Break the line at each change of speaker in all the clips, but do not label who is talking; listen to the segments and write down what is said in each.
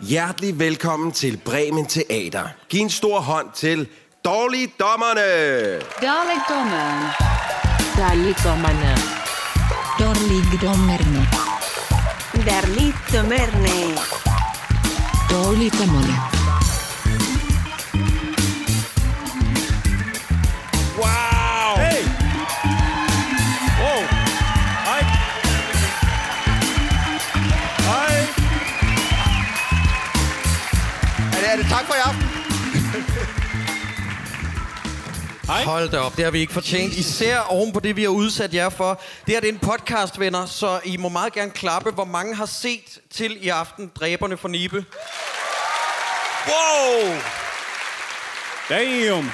Hjertelig velkommen til Bremen Teater. Giv en stor hånd til Dårligdommerne.
Dårligdommerne.
Dårligdommerne.
Dårligdommerne.
Dårligdommerne. Dårligdommerne.
Wow!
Hey! Wow! Hej! Hej!
Er det, er det tak for i aften?
Hej.
Hold da op, det har vi ikke fortjent. Især oven på det, vi har udsat jer for. Det her det er en podcast, venner, så I må meget gerne klappe. Hvor mange har set til i aften Dræberne for Nibe? Wow!
Damn!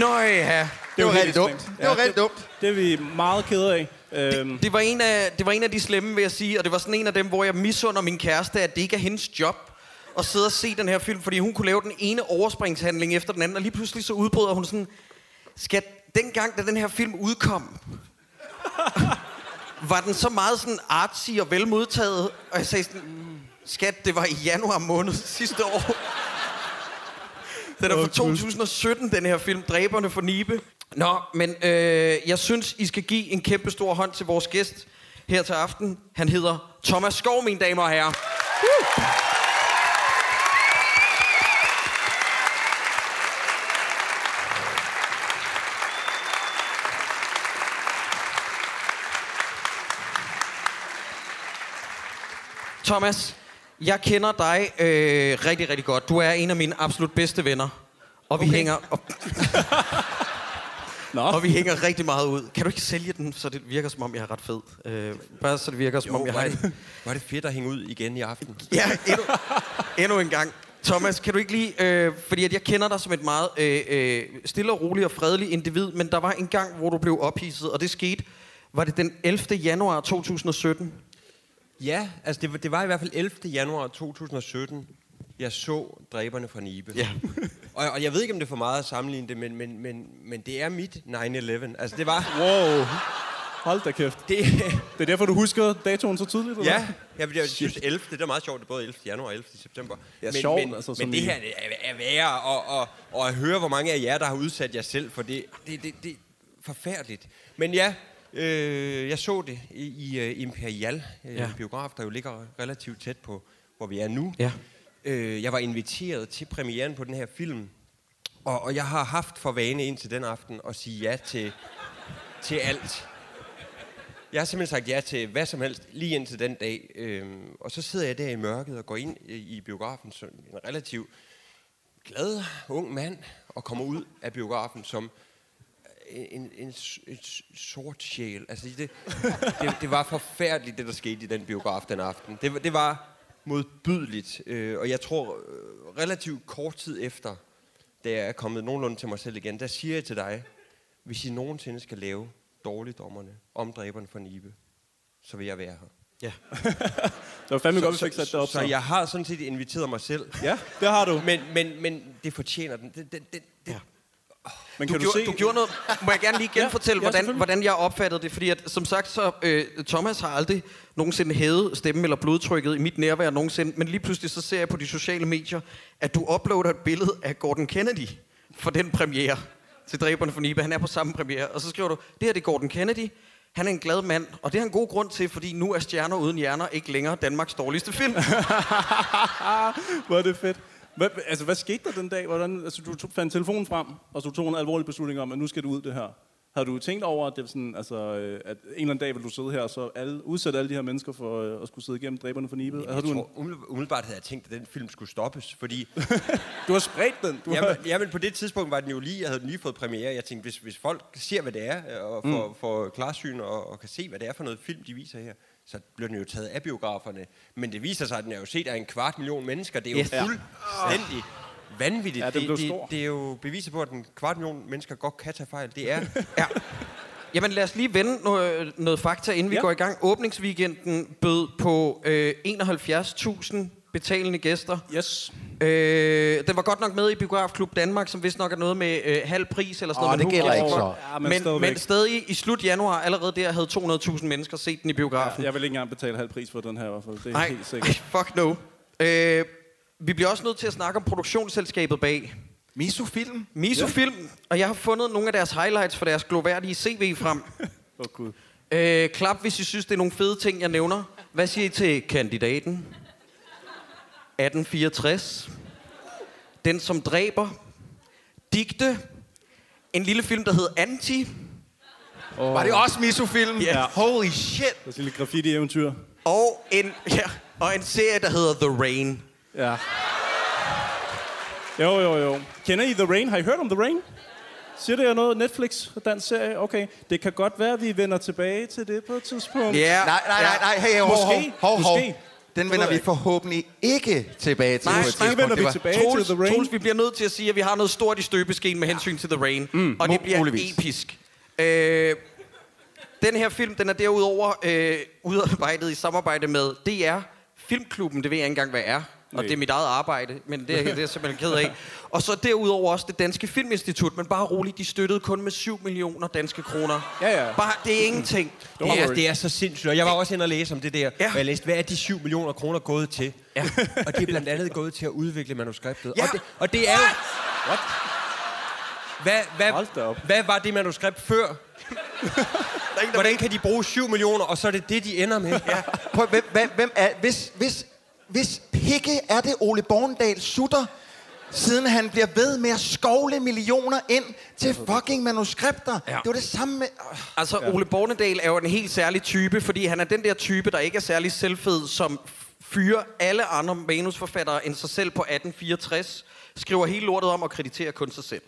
Nøj, ja.
Det var
helt
rigtig dumt.
ekstremt.
Det var rigtig dumt.
Det er vi meget kede af. Øhm,
Det var, en af, det var en af de slemme, vil jeg sige, og det var sådan en af dem, hvor jeg misunder min kæreste, at det ikke er hendes job at sidde og se den her film, fordi hun kunne lave den ene overspringshandling efter den anden, og lige pludselig så udbryder hun sådan, skat, dengang, da den her film udkom, var den så meget sådan artsy og velmodtaget, og jeg sagde sådan, "Mm, skat, det var i januar måned sidste år. Den er fra 2017, den her film, Dræberne for Nibe. Nå, men øh, jeg synes, I skal give en kæmpe stor hånd til vores gæst her til aften. Han hedder Thomas Skov, mine damer og herrer. Thomas, jeg kender dig øh, rigtig, rigtig godt. Du er en af mine absolut bedste venner. Og vi, hænger, og,
Nå,
og vi hænger rigtig meget ud. Kan du ikke sælge den, så det virker, som om jeg er ret fed? Øh, bare så det virker, som om jeg har... en-
var det fedt at hænge ud igen i aften.
Ja, endnu, endnu en gang. Thomas, kan du ikke lige... Øh, fordi at jeg kender dig som et meget øh, øh, stille og roligt og fredeligt individ, men der var en gang, hvor du blev ophidset, og det skete... Var det den 11. januar 2017?
Ja, altså det, var- det var i hvert fald 11. januar 2017, jeg så Dræberne fra Nibe.
Ja.
og, og jeg ved ikke, om det er for meget at sammenligne det, men, men, men, men det er mit 9-11. Altså det var...
wow. Hold da kæft.
Det,
Det er derfor, du husker datoen så tydeligt, eller
ja,
hvad?
jeg, jeg synes 11. Det er meget sjovt, det er både 11. januar og 11. september.
Ja, sjovt,
men,
altså,
men
sådan
det
i-
her det er, er værre, og, og, og at høre, hvor mange af jer, der har udsat jer selv for det, det, det, det er forfærdeligt. Men ja, øh, jeg så det i, i uh, Imperial, øh, ja.
Ja.
en biograf, der jo ligger relativt tæt på, hvor vi er nu.
Ja.
Øh, jeg var inviteret til premieren på den her film, og, og jeg har haft for vane indtil den aften at sige ja til, til alt. Jeg har simpelthen sagt ja til hvad som helst lige indtil den dag. Øhm, og så sidder jeg der i mørket og går ind øh, i biografen som en relativ glad ung mand og kommer ud af biografen som en, en, en, s- en s- sort sjæl. Altså, det, det, det var forfærdeligt, det der skete i den biograf den aften. Det, var- det var modbydeligt, øh, og jeg tror øh, relativt kort tid efter, da jeg er kommet nogenlunde til mig selv igen, der siger jeg til dig, hvis I nogensinde skal lave dårligdommerne om dræberne for Nibe, så vil jeg være her.
Ja.
Det var fandme godt, vi fik
så,
sat det op.
så jeg har sådan set inviteret mig selv.
Ja, det har du.
Men, men, men det fortjener den. Det, det, det, det.
Men
Du,
kan du,
gjorde,
se...
du gjorde noget... Må jeg gerne lige genfortælle,
ja,
ja, hvordan,
selvfølgelig.
hvordan jeg opfattede det? Fordi at, som sagt, så øh, Thomas har aldrig nogensinde hævet stemmen eller blodtrykket i mit nærvær nogensinde. Men lige pludselig så ser jeg på de sociale medier, at du uploader et billede af Gordon Kennedy for den premiere til Dræberne for Nibe. Han er på samme premiere. Og så skriver du, det her det er Gordon Kennedy. Han er en glad mand, og det har en god grund til, fordi nu er Stjerner uden hjerner ikke længere Danmarks dårligste film.
Hvor er det fedt. Hvad, altså, hvad skete der den dag? Hvordan, altså, du tog, fandt telefonen frem, og så tog en alvorlig beslutning om, at nu skal du ud det her. Har du tænkt over, at, det er sådan, altså, øh, at en eller anden dag vil du sidde her, og så alle, udsætte alle de her mennesker for øh, at skulle sidde igennem dræberne for nibet? Har
Jeg
du, en,
tror, umiddelbart- umiddelbart havde jeg tænkt, at den film skulle stoppes, fordi
du har spredt den. Du har,
Jamen, jamen, på det tidspunkt var den jo lige, jeg havde den lige fået premiere. Jeg tænkte, hvis, hvis folk ser, hvad det er, og får, mm. får klarsyn og, og kan se, hvad det er for noget film, de viser her, så bliver den jo taget af biograferne. Men det viser sig, at den er jo set af en kvart million mennesker. Det er jo
Yes.
yes.
Ja.
fuldstændig vanvittigt.
Ah. Ja, den blev
det, det,
stor.
det er jo beviser på, at en kvart million mennesker godt kan tage fejl. Det er...
Ja. Jamen lad os lige vende noget, noget fakta, inden vi
Ja.
ja. går i gang. Åbningsweekenden bød på øh, 71.000 betalende gæster.
yes.
Øh, den var godt nok med i Biografklub Danmark, som vist nok er noget med øh, halv pris eller sådan
Åh,
noget. men
det
who
gælder
gives
ikke
a
så.
fuck?
Ja, men
men,
stadigvæk.
men stadig i slut januar, allerede der, havde 200.000 mennesker set den i biografen.
Jeg vil ikke engang betale halv pris for den her i hvert fald. Det er
Nej,
helt sikkert.
fuck no. Øh, Vi bliver også nødt til at snakke om produktionsselskabet bag.
Misofilm?
Miso Film, og jeg har fundet nogle af deres highlights fra deres gloværdige CV frem.
Åh, oh, Gud.
Øh, klap, hvis I synes, det er nogle fede ting, jeg nævner. Hvad siger I til kandidaten? 1864. Den, som dræber. Digte. En lille film, der hedder Anti.
Oh. Var det også misofilm?
Ja.
Holy shit.
Deres lille graffiti-eventyr.
Og en, ja, og en serie, der hedder The Rain.
Ja. Jo, jo, jo. Kender I The Rain? Har I hørt om The Rain? Siger det jer noget? Netflix, dansk serie? Okay. Det kan godt være, at vi vender tilbage til det på et tidspunkt.
Ja.
Nej, nej, nej, nej. Hey, hov,
Måske.
hov, hov, hov.
Måske.
Den vender
jeg
vi
ikke.
forhåbentlig ikke tilbage til.
Nej,
på et
nej,
tidspunkt.
vender
Det
vi
var-
tilbage
Troels,
til The Rain.
Troels, vi bliver nødt til at sige, at vi har noget stort i støbeskeen med hensyn til The Rain. Mm, og det
mu-
bliver
muligvis.
episk. Øh, den her film, den er derudover øh, udarbejdet i samarbejde med DR Filmklubben. Det ved jeg ikke engang, hvad er. Og
Nej.
det er mit eget arbejde, men det, er- det er jeg simpelthen ked af. Og så derudover også det Danske Filminstitut, men bare roligt, de støttede kun med 7 millioner danske kroner.
Ja, Mm. ja.
Bare, det er ingenting.
Det er, det er så sindssygt, og jeg var også inde og læse om det der,
Ja.
ja. og jeg læste, hvad er de 7 millioner kroner gået til?
Ja.
Og det er blandt andet gået til at udvikle manuskriptet.
Ja.
Og, det, og det er jo...
What?
Hvad,
Hold da
hvad,
op.
hvad var det manuskript før? Hvordan kan de bruge 7 millioner, og så er det det, de ender med? Ja.
Prøv, hvem, hvem, hvem er, hvis, hvis, hvis pikke er det Ole Borndal sutter, siden han bliver ved med at skovle millioner ind til fucking manuskripter. Ja. Det var det samme med... Øh,
Altså, ja. Ole Bornedal er jo en helt særlig type, fordi han er den der type, der ikke er særlig selvfed, som fyrer alle andre manusforfattere end sig selv på 1864, skriver hele lortet om og krediterer kun sig selv.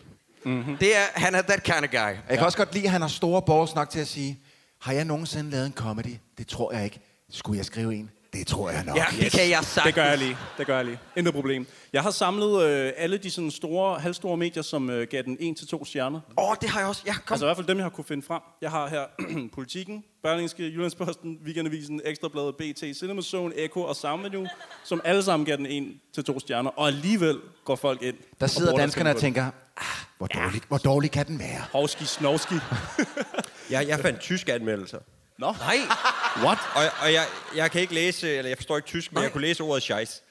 Mm-hmm. Det er, han er that kind of guy.
Mhm. Jeg kan også godt lide, at han har store borgers nok til at sige, har jeg nogensinde lavet en comedy? Det tror jeg ikke. Skulle jeg skrive en? Det tror jeg nok.
Ja, yes. det kan jeg sagt.
Det gør jeg lige. Det gør jeg lige. Intet problem. Jeg har samlet øh, alle de sådan store, halvstore medier, som øh, gav den 1-2 stjerner.
Åh, oh, det har jeg også. Ja, kom.
Altså
Altså,
i hvert fald dem, jeg har kunne finde frem. Jeg har her Politiken, Berlingske, Jyllandsposten, Weekendavisen, Ekstrabladet, BT, CinemaZone, Echo og Soundvenue, som alle sammen gav den en til to stjerner, og alligevel går folk ind.
Der
og
sidder
bruger
danskerne og
deres penge
tænker, ah, hvor dårlig, hvor dårlig kan den være?
på det. Hovski, snovski.
Jeg, jeg fandt tyske anmeldelser.
Nå,
Nej,
what?
Og, og jeg, jeg kan ikke læse, eller jeg forstår ikke tysk, men
Nej.
Nej. jeg kunne læse ordet scheiß.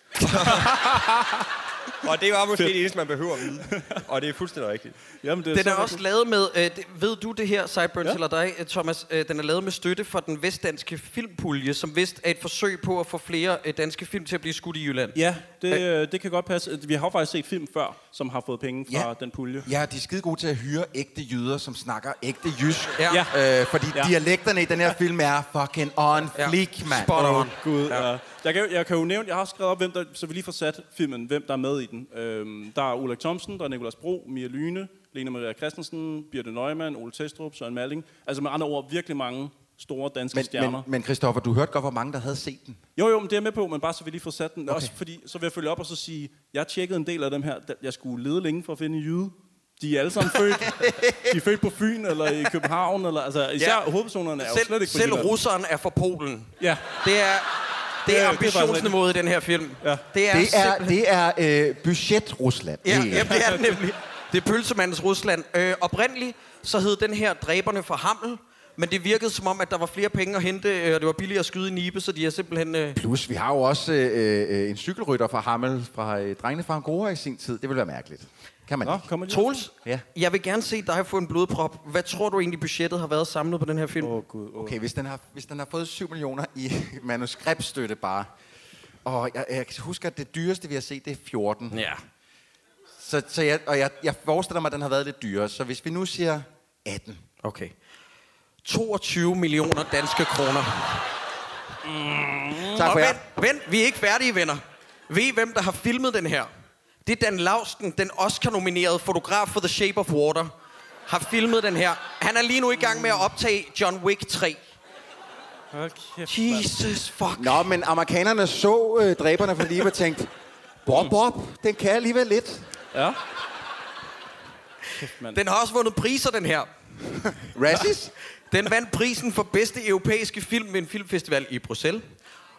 og det var måske det eneste, man behøver at vide. Og det er fuldstændig rigtigt.
Jamen, det
den
så
er også
rigtigt.
lavet med, øh, det, ved du det her, Cyburns
Ja.
ja. eller dig, øh, Thomas, øh, den er lavet med støtte fra den vestdanske filmpulje, som vist er et forsøg på at få flere øh, danske film til at blive skudt i Jylland.
Ja, det, øh, det kan godt passe. Vi har jo faktisk set film før, som har fået penge fra
Ja.
den pulje.
Ja, de er skide gode til at hyre ægte jyder, som snakker ægte jysk.
Ja.
Øh, fordi
Ja.
ja. dialekterne i den her film er fucking on
Ja.
fleek, mand.
Spot on.
Gud, ja. Ja. Jeg, kan, jo- jeg kan jo nævne, jeg har skrevet op, hvem der, så vi lige får sat filmen, hvem der er med i den. Øhm, der er Ulrik Thomsen, der er Nikolas Bro, Mia Lyne, Lena Maria Christensen, Birte Neumann, Ole Testrup, Søren Malling. Altså med andre ord, virkelig mange store danske men,
Men,
stjerner.
men, men Christoffer, du hørte godt, hvor mange der havde set den.
Jo, jo, men det er jeg med på, men bare så vi lige får sat den. Okay. Også fordi, så vil jeg følge op og så sige, jeg tjekkede en del af dem her. da- Jeg skulle lede længe for at finde en jyde. De er alle sammen født. de er født på Fyn eller i København. Eller, altså, især ja. hovedpersonerne er jo
selv,
slet ikke på
Selv
Jylland.
russeren er fra Polen.
Ja.
Det er, det
det
er
er
ambitionsniveauet i den her film. Ja. Det er,
Det er,
simpelthen-
det er øh, budget-Rusland.
Ja,
Det er-
jamen, det er det nemlig. Det er pølsemandens Rusland. Øh, oprindeligt så hed den her Dræberne fra Hammel, men det virkede som om, at der var flere penge at hente, øh, og det var billigere at skyde i Nibe, så de er simpelthen... Øh,
Plus, vi har jo også øh, øh, en cykelrytter fra Hammel, fra øh, Drengene fra Angora i sin tid. Det vil være mærkeligt. Kan man
Nå,
ikke?
kommer de?
Troels, ja.
Ja.
jeg vil gerne se dig få en blodprop. Hvad tror du egentlig, budgettet har været samlet på den her film?
Åh, oh, Gud. Oh.
Okay, hvis den, har, hvis den har fået 7 millioner i manuskriptstøtte bare, og jeg, jeg husker, at det dyreste, vi har set, det er 14.
Ja.
Så, så jeg, og jeg, jeg forestiller mig, at den har været lidt dyrere. Så hvis vi nu siger 18.
Okay. 22 millioner danske kroner.
Tak
Mm. Og
for jer.
vent, vent, vi er ikke færdige, venner. Ved I, hvem der har filmet den her? Det er Dan Lausten, den Oscar-nominerede fotograf for The Shape of Water, har filmet den her. Han er lige nu i gang med at optage John Wick 3.
Okay.
Jesus fuck.
Nå, men amerikanerne så øh, dræberne fra Libe og tænkte, Bob, Bob, den kan alligevel lidt.
Ja.
Den har også vundet priser, den her.
Razzies?
Den vandt prisen for bedste europæiske film ved en filmfestival i Bruxelles.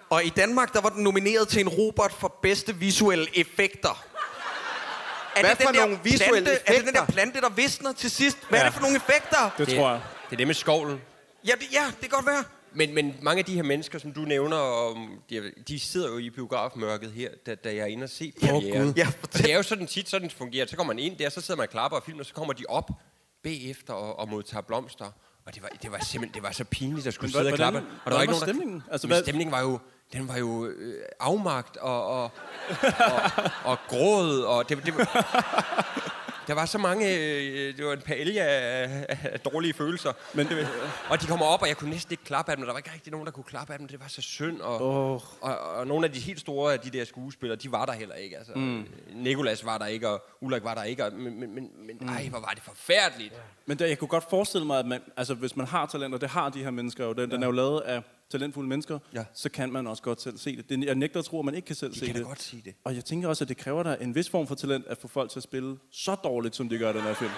Og i Danmark, der var den nomineret til en robot for bedste visuelle effekter. Er
Hvad
det den
for
der
nogle visuelle
plante, Er det den der
effekter?
plante, der visner til sidst? Hvad ja. er
Ja.
det for nogle effekter?
Det tror jeg.
Det er det med skovlen.
Ja det, ja, det kan godt være.
Men, men mange af de her mennesker, som du nævner, og de, de sidder jo i biografmørket her, da, da jeg er inde og se premieren.
Ja,
og det er jo sådan tit, sådan det fungerer. Så går man ind der, så sidder man og klapper og filmer, så kommer de op bagefter og, og modtager blomster. Og det var, det var simpelthen det var så pinligt, at skulle
Men
sidde og
hvordan-
klappe. Og
hvordan var
der-
stemningen? Altså,
Men
hvad-
stemningen var jo, den var jo øh, afmagt og, og, og, og gråd, og det, det var, der var så mange, øh, det var en palje af, af- af dårlige følelser. Men, og de kommer op, og jeg kunne næsten ikke klappe af dem, og der var ikke rigtig nogen, der kunne klappe af dem, det var så synd. Og, oh. og, og nogle af de helt store af de der skuespillere, de var der heller ikke. Altså, mm. Nikolas var der ikke, og Ulrik var der ikke, og, men, men, men, men ej, hvor var det forfærdeligt.
Men der, jeg kunne godt forestille mig, at man, altså, hvis man har talent, og det har de her mennesker jo, den, ja. den er jo lavet af talentfulde mennesker,
Ja.
ja. så kan man også godt selv se det. det. Jeg nægter at tro, at man ikke kan selv se
kan da
det.
godt se det.
Og jeg tænker også, at det kræver der en vis form for talent at få folk til at spille så dårligt, som de gør i den her film.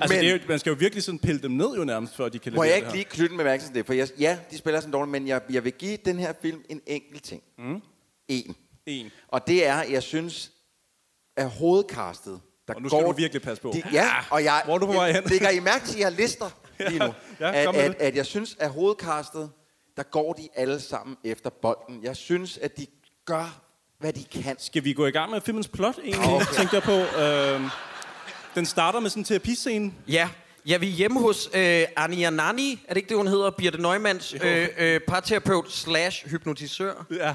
Altså,
Men-
Men... det er jo, man skal jo virkelig sådan pille dem ned jo nærmest, før de kan
Må
levere
jeg ikke
det
lige knytte en bemærkning til det? For jeg, ja, de spiller sådan dårligt, men jeg, jeg vil give den her film en enkelt ting. Mm. En.
En.
Og det er, jeg synes, at hovedkastet, der
Og nu skal
går,
du virkelig passe på. Ah,
De, ja, og jeg,
Hvor er du på vej hen?
lægger I mærke til, at jeg har lister lige nu.
Ja, ja,
at,
kom med
at,
det.
at jeg synes, at hovedkastet, der går de alle sammen efter bolden. Jeg synes, at de gør, hvad de kan.
Skal vi gå i gang med filmens plot egentlig, okay. tænkte jeg på. Øhm, den starter med sådan en terapiscene.
Ja, ja vi er hjemme hos øh, Anja Nani, er det ikke det, hun hedder? Birte Neumanns øh, øh, parterapeut slash hypnotisør. Øh,
Ja.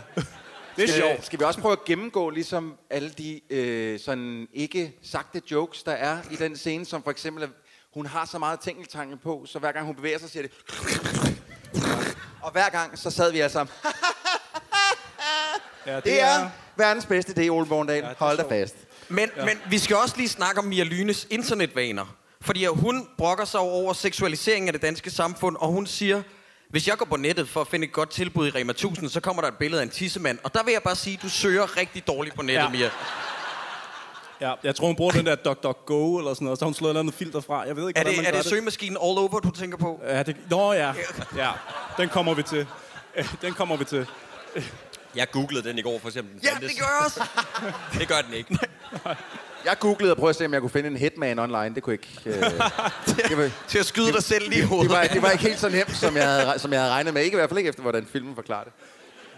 Det er
Skal,
sjovt.
skal vi også prøve at gennemgå ligesom alle de øh, sådan ikke sagte jokes, der er i den scene, som for eksempel, at hun har så meget tænkeltanke på, så hver gang hun bevæger sig, siger det... Og hver gang, så sad vi alle sammen.
Ja, det,
Det er verdens bedste idé, Ole Borndal.
det er
Hold da
sjovt.
fast.
Men, ja. men vi skal også lige snakke om Mia Lynes internetvaner. Fordi at hun brokker sig over seksualiseringen af det danske samfund, og hun siger, hvis jeg går på nettet for at finde et godt tilbud i Rema 1000, så kommer der et billede af en tissemand. Og der vil jeg bare sige, du søger rigtig dårligt på nettet, ja.
Ja.
Mia.
Ja, jeg tror, hun bruger den der DuckDuckGo eller sådan noget, så har hun slået et eller andet filter fra. Jeg ved ikke,
Er
hvordan
det,
man
er
gør
det søgemaskinen all over, du tænker på?
Ja, det... Nå ja. ja, den kommer vi til. Øh, Den kommer vi til. Øh,
Jeg googlede den i går, for eksempel. Den
Ja,
fandtes.
det gør jeg også.
det gør den ikke.
Jeg googlede og prøvede at se, om jeg kunne finde en hitman online. Det kunne ikke... Øh, det, var,
Til at skyde dig selv lige i hovedet.
det, var, det var ikke helt så nemt, som jeg, havde, som jeg havde regnet med. Ikke i hvert fald ikke efter, hvordan filmen forklarer det.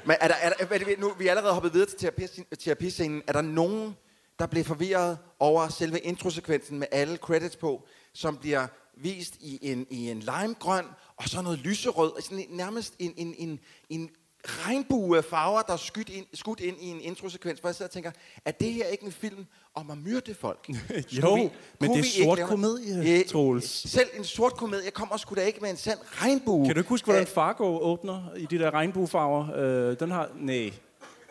Men er der, er der, er det, nu, vi er allerede hoppet videre til terapi- terapiscenen. Er der nogen, der blev forvirret over selve introsekvensen med alle credits på, som bliver vist i en, i en limegrøn og så noget lyserød, og sådan en, nærmest en, en, en, en regnbue af farver, der er skudt ind, skudt ind i en introsekvens, hvor jeg sidder og tænker, er det her ikke en film om at myrde folk? Skulle
Jo,
vi-
men
kunne
det er
vi ikke
sort
lave-
komedie,
Øh,
Troels.
selv en sort komedie kommer sgu da ikke med en sand regnbue.
Kan du ikke huske, hvordan Fargo åbner i de der regnbuefarver? Øh, den har... Nej.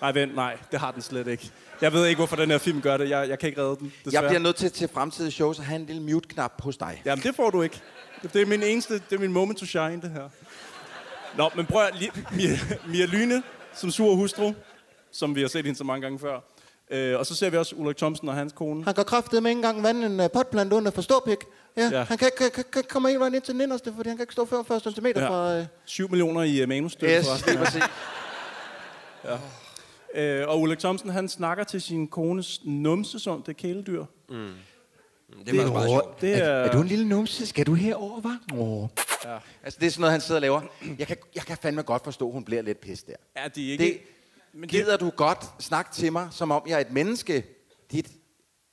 Nej, vent, nej. Det har den slet ikke. Jeg ved ikke, hvorfor den her film gør det. Jeg, jeg kan ikke redde den,
Jeg
desværre.
bliver nødt til til fremtidige shows at have en lille mute-knap hos dig.
Jamen, det får du ikke. Det er min eneste... Det er min moment to shine, det her. Nå, men prøv at... lige- Mia, Mia Lyne, som sur hustru, som vi har set hende så mange gange før. Øh, og så ser vi også Ulrik Thomsen og hans kone.
Han kan kraftedeme ikke engang vande en uh, potplant under for ståpik. Ja,
Ja.
Han kan ikke kan, kan komme helt vejen ind til den inderste, fordi han kan ikke stå før 40 cm
Ja.
fra... Uh...
7 millioner i uh, manusstøtte
Yes,
forresten.
det var se.
Øh, og Ulrik Thomsen, han snakker til sin kones numse som Mm. det kæledyr.
Det var meget sjovt.
Det er,
Er du en lille numse? Skal du herover, hva'? Oh. Ja. Altså, det er sådan noget, han sidder og laver. Jeg kan, jeg kan fandme godt forstå, at hun bliver lidt pis der.
er de ikke...
Det,
men det,
gider du godt snakke til mig, som om jeg er et menneske? Dit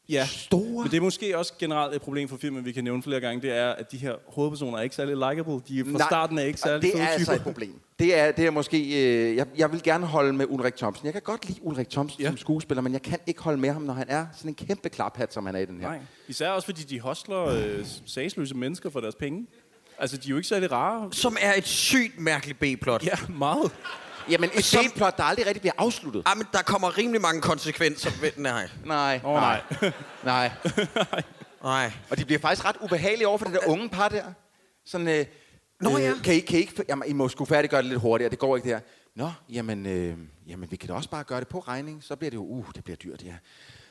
ja.
store...
Men det er måske også generelt et problem for filmen, vi kan nævne flere gange, det er, at de her hovedpersoner er ikke særlig likable. De er fra
Nej,
starten af ikke
og
særlig
Det
fede
er altså et
typer.
problem. Det er, det er måske... Øh, jeg, jeg vil gerne holde med Ulrik Thomsen. Jeg kan godt lide Ulrik Thomsen ja.
Ja.
som skuespiller, men jeg kan ikke holde med ham, når han er sådan en kæmpe klaphat, som han er i den her.
Nej. Især også fordi de hostler øh, sagsløse mennesker for deres penge. Altså, de er jo ikke særlig rare.
Som er et sygt mærkeligt B-plot. Ja.
Ja, meget.
Jamen, et
Som-
som plot, der aldrig rigtig bliver afsluttet.
Ah, men der kommer rimelig mange konsekvenser ved den her.
Nej,
Åh, nej.
nej.
Nej.
Og de bliver faktisk ret ubehagelige over for det der unge par der. Sådan, øh,
Nå
øh,
ja.
Kan I, kan I ikke... Jamen, I må sgu færdiggøre det lidt hurtigere. Det går ikke der. Nå, jamen, øh, jamen, vi kan da også bare gøre det på regning. Så bliver det jo... Uh, det bliver dyrt, ja.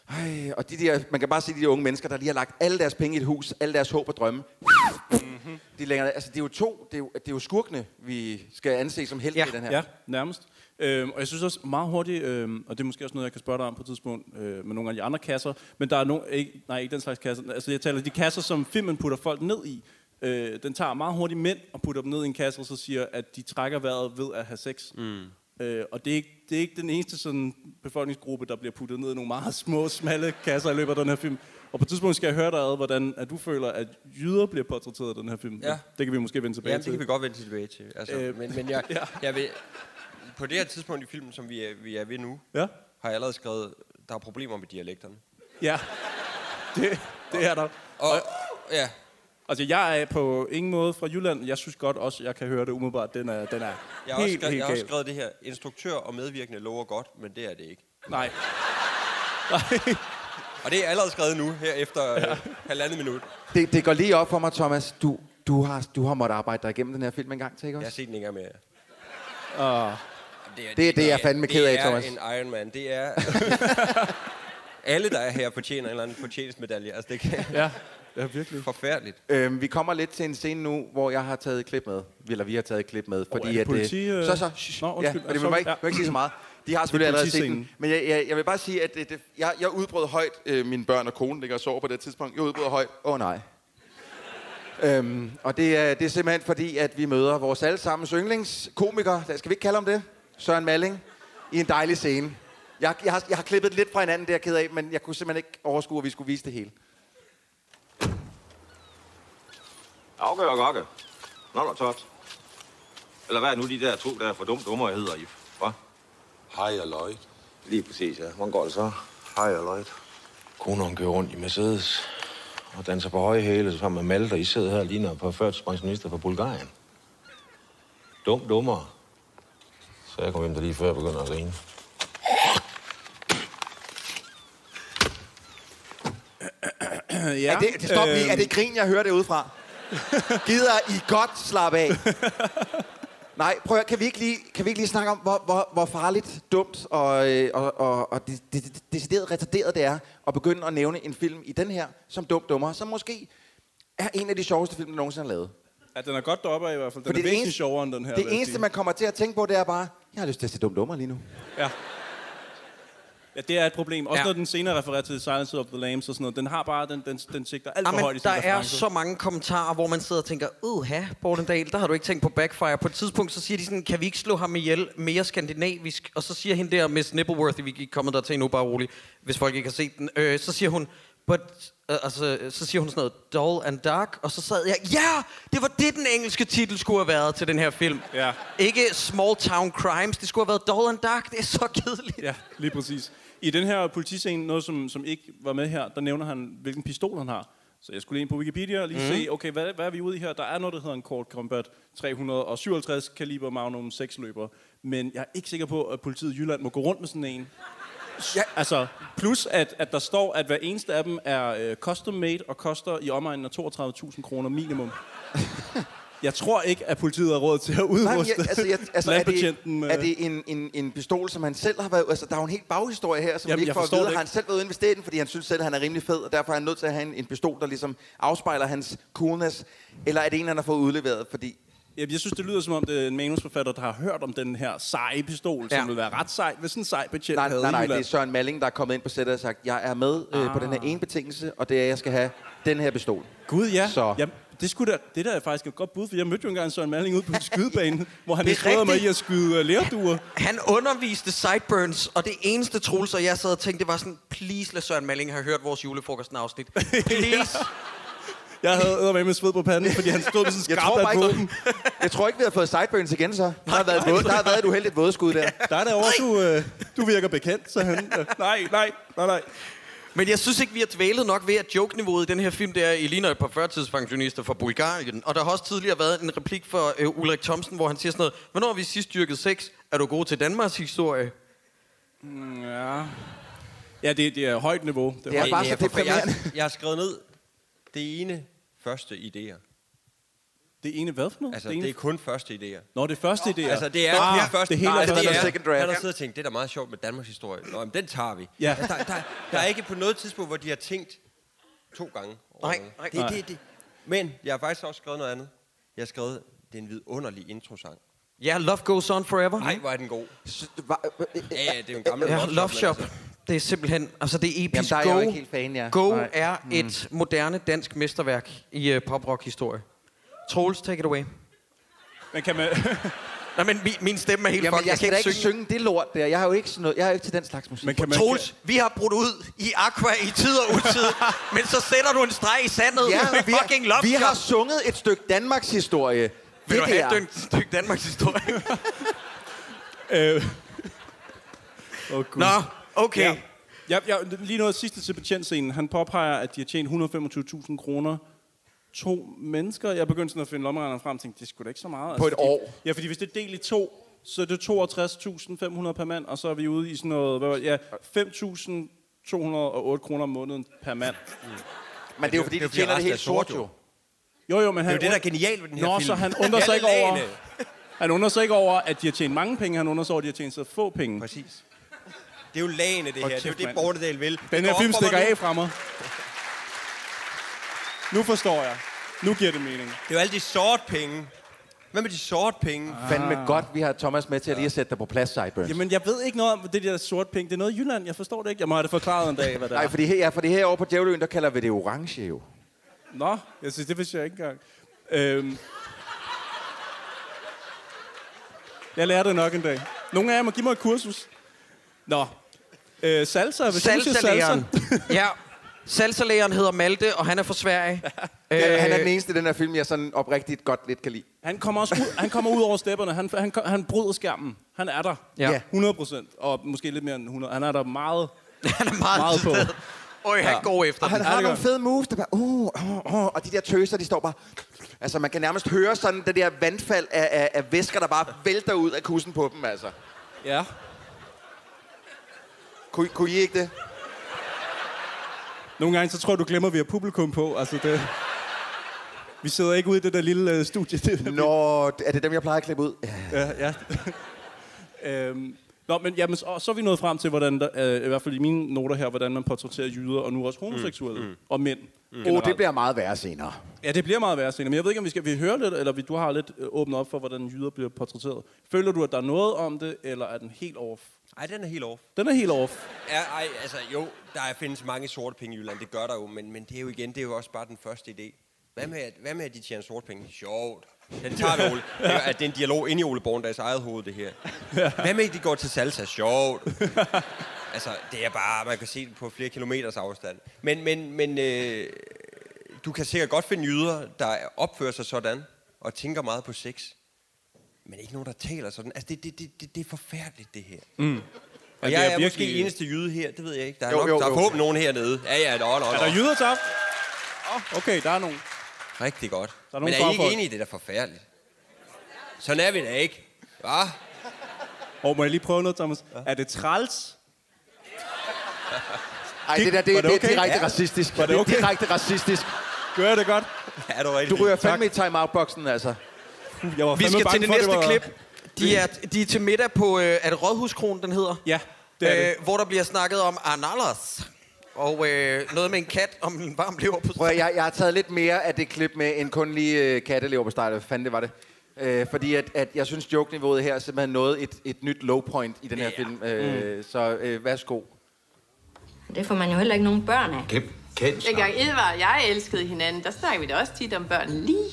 Ej, og de der, man kan bare se de der unge mennesker, der lige har lagt alle deres penge i et hus, alle deres håb og drømme. Mm-hmm. De længere, altså, det er jo to, det er jo, det er jo skurkene, vi skal anse som helte
Ja,
ja. i den her.
Ja, nærmest. Øhm, og jeg synes også meget hurtigt, øhm, og det er måske også noget, jeg kan spørge dig om på et tidspunkt, øh, med nogle af de andre kasser, men der er nogle, ikke, nej, ikke den slags kasser, altså jeg taler de kasser, som filmen putter folk ned i. Øh, den tager meget hurtigt mænd og putter dem ned i en kasse, og så siger, at de trækker vejret ved at have sex. Mm. Øh, og det er, ikke, det er ikke den eneste sådan, befolkningsgruppe, der bliver puttet ned i nogle meget små, smalle kasser i løbet af den her film. Og på et tidspunkt skal jeg høre dig ad, hvordan at du føler, at jyder bliver portrætteret i den her film.
Ja.
Det kan vi måske vende tilbage
Ja, det
til.
kan vi godt vende tilbage til. Altså,
Øh,
øh, men, men jeg,
ja.
ja. jeg vil, på det her tidspunkt i filmen, som vi er, vi er ved nu,
Ja.
har jeg allerede skrevet, der er problemer med dialekterne.
Ja, det, det er der.
Og, ja,
Altså, jeg er på ingen måde fra Jylland. Jeg synes godt også, jeg kan høre det umiddelbart. Den er, den er
jeg har,
helt,
også
helt
skrevet, jeg har også
gal.
skrevet det her. Instruktør og medvirkende lover godt, men det er det ikke.
Nej. Nej.
Og det er allerede skrevet nu, her efter ja. øh, halvandet minut.
Det, det går lige op for mig, Thomas. Du, du, har, du har måttet arbejde dig igennem den her film en gang til, ikke
Jeg
også?
har set den ikke engang mere. Uh, det, er,
det er jeg fandme ked af,
det
Thomas.
Det er en Iron Man. Det er... Alle, der er her, fortjener en eller anden fortjenstmedalje. Altså, det kan...
ja, ja, virkelig.
Forfærdeligt.
Øhm, vi kommer lidt til en scene nu, hvor jeg har taget et klip med. Eller vi har taget et klip med. Fordi
er
at,
det
øh,
politi, øh?
Så, så. Shh,
Nå,
Nå, ja,
undskyld.
og det
Ja,
vil man ikke,
ja.
ja. ikke sige så meget. De har selvfølgelig allerede set den.
politiscenen.
Men jeg, jeg, jeg vil bare sige, at det, det, jeg, jeg udbrød højt. Øh, mine børn og kone ligger og sover på det tidspunkt. Jeg udbrød højt. Åh oh, nej. øhm, og det er, det er simpelthen fordi, at vi møder vores allesammens yndlingskomiker. der- Skal vi ikke kalde ham det? Søren Malling. I en dejlig scene. Jeg, jeg, har, jeg har klippet lidt fra hinanden, det er jeg ked af, men jeg kunne simpelthen ikke overskue, at vi skulle vise det hele.
Auke og Gokke. Knold og tot. Eller hvad er nu de der to, der er for dumt dummer, hedder I? Hva?
Hej og Lloyd.
Lige præcis, ja. Hvordan går det så? Hej, Lloyd.
Konen hun kører rundt i Mercedes og danser på høje hæle sammen med Malte. I sidder her og ligner på førtidspensionister fra Bulgarien. Dum dummer. Så jeg kom hjem der lige før jeg begynder at grine.
Ja. øhm.
Er det, det stop lige. Er det grin, jeg hører det udefra? Gider I godt slappe af? Nej, prøv at, høre, kan vi ikke lige, kan vi ikke lige snakke om, hvor, hvor, hvor farligt, dumt og, øh, og, og, og det, det, det, decideret retarderet det er at begynde at nævne en film i den her, som dum dummer, som måske er en af de sjoveste film, der nogensinde er lavet.
Ja, den er godt deroppe af i hvert fald. Den
Fordi
er væsentligt sjovere end den her. vil
det
jeg
eneste,
sige.
man kommer til at tænke på, det er bare, jeg har lyst til at se dum dummer lige nu.
Ja. Ja, det er et problem. Også
Ja.
ja. når den senere refererer til Silence of the Lambs og sådan noget. Den har bare, den, den, den sigter alt for højt i
Jamen, der
sin
er
reference.
så mange kommentarer, hvor man sidder og tænker, "Øh, Ødha, Bortendal, der har du ikke tænkt på Backfire. På et tidspunkt, så siger de sådan, kan vi ikke slå ham ihjel mere skandinavisk? Og så siger hende der, Miss Nippleworthy, vi er ikke kommet der til endnu, bare rolig, hvis folk ikke har set den. Øh, så siger hun, but, øh, altså, så siger hun sådan noget, dull and dark, og så sad jeg, ja, det var det, den engelske titel skulle have været til den her film.
Ja.
Ikke Small Town Crimes, det skulle have været dull and dark, det er så kedeligt.
Ja, lige præcis. I den her politiscene, noget som, som ikke var med her, der nævner han, hvilken pistol han har. Så jeg skulle lige ind på Wikipedia og lige
Mhm.
mm. se, okay, hvad, hvad er vi ude i her? Der er noget, der hedder en Colt Combat 357 kaliber Magnum 6 løber. Men jeg er ikke sikker på, at politiet i Jylland må gå rundt med sådan en. Ja. Altså, plus at, at der står, at hver eneste af dem er øh, custom made og koster i omegnen af 32.000 kroner minimum. jeg tror ikke, at politiet har råd til at udruste
Nej, men jeg, altså, jeg, altså, er, det,
landbetjenten øh, med-
er det en, en, en pistol, som han selv har været... Altså, der er jo en helt baghistorie her, som
Jamen,
vi ikke
jeg
får at
forstår
vide.
det
Har
ikke.
han selv været ude at investere i den, fordi han synes selv, at han er rimelig fed, og derfor er han nødt til at have en, en pistol, der ligesom afspejler hans coolness? Eller er det en, han har fået udleveret, fordi...
Jamen, jeg synes, det lyder som om, det er en manusforfatter, der har hørt om den her seje pistol, ja.
Ja.
som vil være ret sej, hvis sådan en sej betjent
Nej,
havde
nej, nej,
i
det er
Jylland.
Søren Malling, der er kommet ind på sættet og sagt, jeg er med øh, på den
Ah.
her ene betingelse, og det er, at jeg skal have den her pistol.
Gud, ja.
Så.
Jamen, det, skulle da, det der er faktisk et godt bud, for jeg mødte jo engang Søren Malling ude på en skydebane, hvor han
Det er
instruerede mig i
rigtigt.
at skyde uh, lærduer.
Han underviste Sideburns, og det eneste Troels og jeg sad og tænkte, det var sådan, please lad Søren Malling have hørt vores julefrokosten-afsnit. Please.
Jeg havde med med sved på panden, fordi han stod med sådan
Jeg
skarpt
tror, bare
af et
ikke,
våben.
jeg tror ikke, vi har fået sideburns igen, så. Der har været, et våd, der har været et uheldigt vådeskud der.
Der er derovre, du, øh, du virker bekendt, så han. Øh, nej, nej, nej, nej.
Men jeg synes ikke, vi har dvælet nok ved, at joke-niveauet i den her film, det er, I ligner et par førtidspensionister fra Bulgarien. Og der har også tidligere været en replik fra øh, Ulrik Thomsen, hvor han siger sådan noget, hvornår har vi sidst dyrket sex? Er du god til Danmarks historie?
Ja, ja det, det er højt niveau. Det er
Det er
højt.
bare så
for- for- jeg,
deprimerende.
jeg har skrevet ned det ene første idéer.
det ene hvad for noget?
Altså,
ene-
det er kun første idéer.
Nå, det første, det er...
Altså, det er
ah,
den første...
Det hele
nej,
er
det
første.
er,
second draft.
Jeg har siddet og tænkt, det er da meget sjovt med Danmarks historie. Nå, men den tager vi.
Ja.
Altså, der, der, der er ikke på noget tidspunkt, hvor de har tænkt to gange. over
Nej,
noget.
nej.
Det, det, det. Men jeg har faktisk også skrevet noget andet. Jeg har skrevet, det er en vidunderlig introsang.
Ja, yeah, love goes on forever.
Nej, hvor er den god.
S- var- øh, øh,
Ja, ja, det er jo en gammel
Ja,
love
Love
men
Shop.
altså.
Det er simpelthen, altså det er episk.
Jamen, der er jeg
Go,
jo ikke helt fan, ja.
Go
Nej. Mm.
er et moderne dansk mesterværk i uh, øh, poprock-historie. Troels, take it away.
Men kan man...
Nej, men min, min stemme er helt
Jamen,
fucked.
jeg, jeg skal
Jeg kan
da
ikke
ikke
synge.
synge det lort der. Jeg har jo ikke, sådan noget, jeg har jo ikke til den slags musik.
Men kan man
Troels, vi har brudt ud i Aqua i tid og utid, men så sætter du en streg i sandet ja, med
vi,
fucking
har,
love
vi har
Shop.
sunget et stykke Danmarks historie.
Vil
Det
du have et
der.
dyk- stykke Danmarks historie?
Øh. oh,
Nå, okay.
Ja. Jeg, jeg, lige noget sidste til patientscenen. Han påpeger, at de har tjent 125.000 kroner. To mennesker. Jeg begyndte sådan at finde lommeregneren frem og tænkte, det skulle da ikke så meget. Altså,
På et
fordi,
år.
Ja, fordi hvis det er delt i to, så er det 62.500 per mand, og så er vi ude i sådan noget, hvad, var det? ja, 5.208 kroner om måneden per mand.
Men det er jo fordi,
det er
de
fordi,
tjener det
resten er
helt sort,
sort, jo.
jo.
Jo, jo, men
Det er
han
jo det, der er genialt ved den her
Nå,
film.
så han undrer sig ikke
Alle
over...
lagene.
Han undrer sig ikke over, at de har tjent mange penge. Han undrer sig over, at de har tjent så få penge.
Præcis. Det er jo lagene, det her. Det er jo
kæft,
det,
mand.
Bornedal vil. Det
Den
går
her
op
film
for mig
stikker
nu.
af fra mig. Nu forstår jeg. Nu giver det mening.
Det er jo alle de sorte penge. Hvad med de sorte penge?
Ah.
Ah.
Fandme godt, vi har Thomas med til at lige at sætte dig på plads, Sideburns.
Jamen, jeg ved ikke noget om det der sorte penge. Det er noget i Jylland. Jeg forstår det ikke. Jeg må have det forklaret en dag, hvad det
Nej,
er.
for det her, ja, for det her over på Djævløen, der kalder vi det orange jo.
Nå, jeg synes, det vidste jeg ikke engang. Øhm. Jeg lærer det nok en dag. Nogle af jer må give mig et kursus. Nå. Øh, salsa, hvis du siger salsa.
Salsalæren. ja. Salsalæren hedder Malte, og han er fra Sverige. øh,
Ja, han er den eneste i den her film, jeg sådan oprigtigt godt lidt kan lide.
Han kommer, også ud, han kommer ud over stepperne. Han, han, han bryder skærmen. Han er der.
Ja.
100 procent. Og måske lidt mere end 100. Han er der meget
han er meget,
Meget
meget på.
på.
Øj, han ja. går efter
Og han
den.
har
det
nogle
gør
fede moves, der bare, uh, uh, uh, og de der tøser, de står bare... Altså, man kan nærmest høre sådan det der vandfald af, af, af væsker, der bare vælter ud af kussen på dem, altså.
Ja.
Kunne, kunne I ikke det?
Nogle gange, så tror jeg, du glemmer, at vi har publikum på. Altså, det... Vi sidder ikke ude i det der lille øh, studie. Det der
Nå, er det dem, jeg plejer at klippe ud? Ja.
ja. ja. øhm. Nå, men jamen, så, så er vi nået frem til, hvordan der, øh, i hvert fald i mine noter her, hvordan man portrætterer jyder, og nu også homoseksuelle, mm, mm. og mænd. Mm.
Oh, det bliver meget værre senere.
Ja, det bliver meget værre senere, men jeg ved ikke, om vi skal vi høre lidt, eller vi, du har lidt øh, åbnet op for, hvordan jyder bliver portrætteret. Føler du, at der er noget om det, eller er den helt off?
Ej, den er helt off.
Den er helt off.
Ja, ej, altså jo, der er- findes mange sorte penge i Jylland, det gør der jo, men, men det er jo igen, det er jo også bare den første idé. Hvad med, at, hvad med at de tjener sorte penge? Sjovt. Den tager vi, Ole. Det er, at det er en dialog inde i Ole Born, deres eget hoved, det her. Hvad med, at de går til salsa? Sjovt. Altså, det er bare, man kan se det på flere kilometers afstand. Men, men, men øh, du kan sikkert godt finde jyder, der opfører sig sådan, og tænker meget på sex. Men ikke nogen, der taler sådan. Altså, det, det, det, det, det er forfærdeligt, det her. Og jeg
Mm. det
er,
er
er
virkelig-
måske eneste jyde her, det ved jeg ikke. Der er,
Jo,
jo, nok,
jo,
jo, der er
jo.
forhåbentlig nogen hernede. Ja, ja, nå, nå, nå.
Er der jyder til aften? Åh, Okay, der er nogen.
Rigtig godt.
Der er
Men
nogle
er I ikke
fagfolk.
enige i det, der er forfærdeligt? Sådan er vi da ikke. Hva?
Og må jeg lige prøve noget, Thomas? Ja. Er det træls?
Ej, det der, det,
Var
det,
det
det
okay?
er direkte
Ja.
racistisk.
Var det okay?
Det er direkte racistisk.
Gør jeg det godt?
Ja, du
Du ryger fandme i time-out-boksen, altså.
Jeg var
Vi
fandme
skal
bange
til det
for,
næste
var...
klip. De er, de er til middag på, øh, er det Rådhuskronen, den hedder?
Ja, det er øh, det.
Øh, hvor der bliver snakket om analers. Og øh, noget med en kat om en varm lever på...
Prøv at, jeg, jeg har taget lidt mere af det klip med, end kun lige øh, kattelever på start. Hvad fanden det var det? Øh, fordi at, at jeg synes, joke-niveauet her er simpelthen nået et, et nyt low point i den her ja. film. Øh, mm. Så øh, værsgo.
Det får man jo heller ikke nogen børn af.
Kæm, kæm,
Dengang Edvard og jeg elskede hinanden, der snakkede vi da også tit om børn lige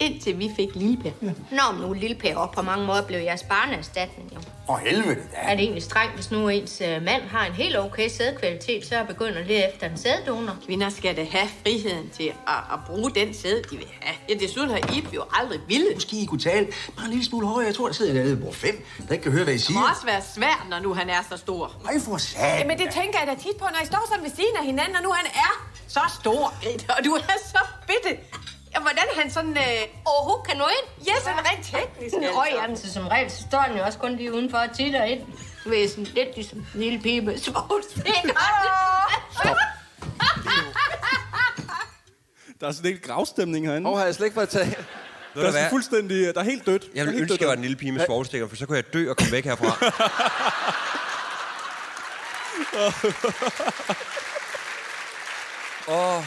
indtil vi fik lille Per.
Nå, men nu er lille Per, og på mange måder blev jeres barneerstatning jo.
For helvede da.
Er det egentlig strengt, hvis nu ens øh, mand har en helt okay sædkvalitet, så er jeg begyndt at lede efter en sæddonor?
Kvinder skal da have friheden til at, at bruge den sæd, de vil have. Ja, desuden har Ib jo aldrig ville. Det
Måske I kunne tale bare en lille smule højere. Jeg tror, der sidder en nede på fem, der ikke kan høre, hvad I
må
siger.
også være svært, når nu han er så stor.
Ej, for sat.
Jamen, det tænker jeg da tit på, når I står sådan ved siden af hinanden, og nu han er så stor, Grete, og du er så bitte. Ja, hvordan han sådan... Øh...
Og hun kan nå ind.
Ja, sådan rent teknisk. altså.
Åh, oh, jamen, så som regel, så står den jo også kun lige udenfor og titter ind. Du ved, sådan lidt ligesom en lille pige med svogstikker.
Ah!
Der er sådan lidt gravstemning herinde.
Og
Oh,
har jeg slet ikke fået taget...
der er sådan fuldstændig... øh, Der er helt dødt. Der
Jeg
er
ville
helt
ønske,
dødt
jeg var en lille pige med svovlstikker, for så kunne jeg dø og komme væk herfra. Åh, oh,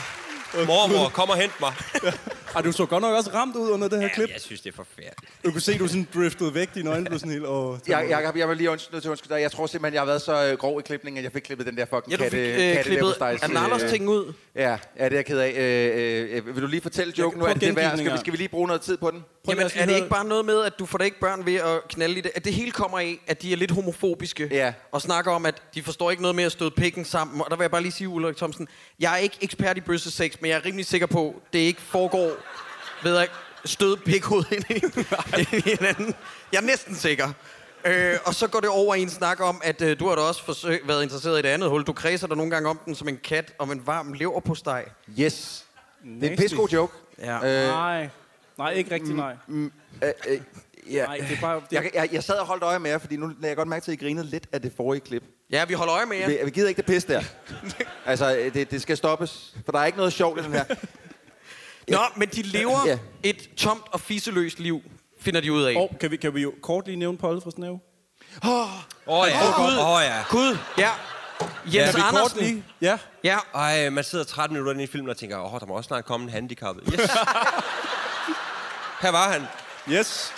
mormor, kom og hent mig.
Ej, du så godt nok også ramt ud under det her ja, klip.
Ja, jeg synes, det er forfærdeligt.
Du kunne se, du sådan driftede væk. Dine øjne blev sådan helt... Åh,
Jeg, jeg, jeg var lige unds- nødt til at undskylde dig. Jeg tror simpelthen, jeg har været så øh, grov i klipningen, at jeg fik klippet den der fucking
Ja, du fik
katte,
øh, klippet
katteleverpostejs,
analers ting ud.
Ja, ja, det er jeg ked af. Øh, øh, vil du lige fortælle
kan
joken nu? Er
prøve
det det værd? Skal vi,
gengivninger.
skal vi lige bruge noget tid på den?
Prøv lige
Jamen,
at
er det
høre-
ikke bare noget med, at du får da ikke børn ved at knalde i det? At det hele kommer af, at de er lidt homofobiske.
Ja.
Og snakker om, at de forstår ikke noget med at støde pikken sammen. Og der vil jeg bare lige sige, Ulrik Thomsen, jeg er ikke ekspert i bøssesex, men jeg er rimelig sikker på, det ikke foregår ved at støde pikhovedet ind i ind i hinanden. Jeg er næsten sikker. Øh, og så går det over i en snak om, at øh, du har da også forsøg, været interesseret i et andet hul. Du kredser dig nogle gange om den som en kat om en varm leverpostej.
Yes. Det er en
Nasty.
pissegod joke.
Ja.
Øh,
Nej. Nej, ikke rigtig nej.
Mm, Øh, øh, ja.
Nej, det er bare... Det,
Jeg, jeg, jeg sad og holdt øje med jer, fordi nu lagde jeg godt mærke til, at I grinede lidt af det forrige klip.
Ja, vi holder øje med jer.
Vi, vi gider ikke det pis der. altså, øh, det, det skal stoppes, for der er ikke noget sjovt i den her.
Nå, men de lever
Ja.
ja. et tomt og fiseløst liv, finder de ud af.
og kan vi, kan vi jo kort lige nævne Polde fra Snæve?
Åh ja. Åh oh, ja.
Gud, ja. Jens
vi
ja,
kort
Andersen.
lige?
Ja.
Ja,
Ej, man sidder 13 minutter inde i filmen og tænker, åh, der må også snart komme en handicappet. Yes. Her var han.
Yes.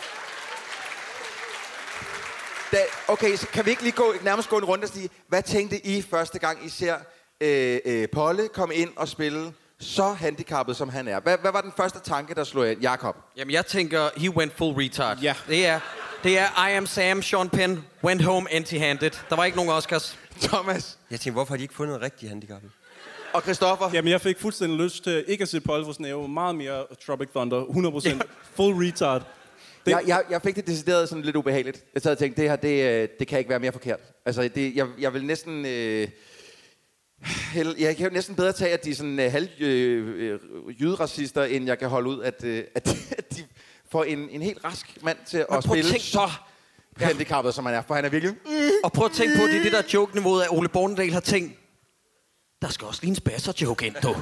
Da, okay, så kan vi ikke lige gå, nærmest gå en runde og sige, hvad tænkte I første gang, I ser øh, øh, Polle komme ind og spille så handicappet, som han er? Hvad, hvad var den første tanke, der slog ind? Jakob?
jamen jeg tænker, he went full retard.
Ja.
Det er, det er I am Sam, Sean Penn, went home empty-handed. Der var ikke nogen Oscars.
Thomas?
Jeg tænkte, hvorfor har de ikke fundet en rigtig handicappet?
Og Christoffer?
Jamen, jeg fik fuldstændig lyst til ikke at se Polde fra Snæve. Meget mere Tropic Thunder. 100%. Full retard.
Det... Jeg, jeg, jeg fik det decideret sådan lidt ubehageligt. Jeg sad og tænkte, det her, det, øh, det kan ikke være mere forkert. Altså, det, jeg, jeg vil næsten... Øh, hel- jeg kan jo næsten bedre tage, at de er sådan øh, halv øh, øh, jyderacister, end jeg kan holde ud, at, øh, at, at de får en, en helt rask mand til at
prøv at
spille
tænk-
så handicappet, som han er. For han er virkelig...
Og prøv at tænke på, det er det der joke-niveauet, at Ole Bornedal har tænkt, der skal også lige en spasser-joke ind, du.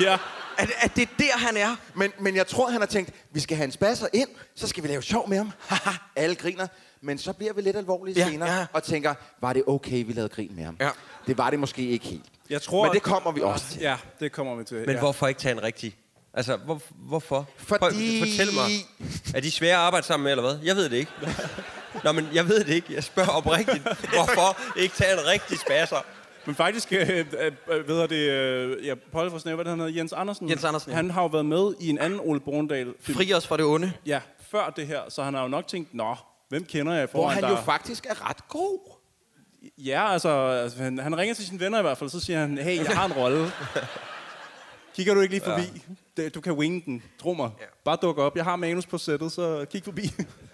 ja.
at, at det er der, han er.
Men, men jeg tror, han har tænkt, vi skal have en spasser ind, så skal vi lave sjov med ham. Haha, Alle griner. Men så bliver vi lidt alvorlige ja,
Ja,
senere ja.
ja.
og tænker, var det okay, vi lavede grin med ham?
Ja.
Det var det måske ikke helt.
Jeg tror,
men det kommer vi også til.
Ja, det kommer vi til.
Men
Øh, ja.
hvorfor ikke tage en rigtig? Altså, hvor, hvorfor?
Fordi-
Prøv, fortæl mig. Er de svære at arbejde sammen med, eller hvad? Jeg ved det ikke. Nå, men jeg ved det ikke. Jeg spørger oprigtigt. Hvorfor ikke tage en rigtig spasser?
Men faktisk, øh, øh, øh, ved jeg det, øh, ja, Polde fra Snæve, hvad er det, han hedder, Jens Andersen.
Jens Andersen, ja.
Han har jo været med i en anden Ole Borndal film.
Fri os fra det onde.
Ja, før det her, så han har jo nok tænkt, nå, hvem kender jeg i
Hvor
forvejen,
han
der...
jo faktisk er ret god.
Ja, altså, altså han, han ringer til sine venner i hvert fald, så siger han, hey, jeg har en rolle. Kigger du ikke lige forbi? Det, du kan winge den, tro mig. Bare duk op. Jeg har manus på sættet, så kig forbi.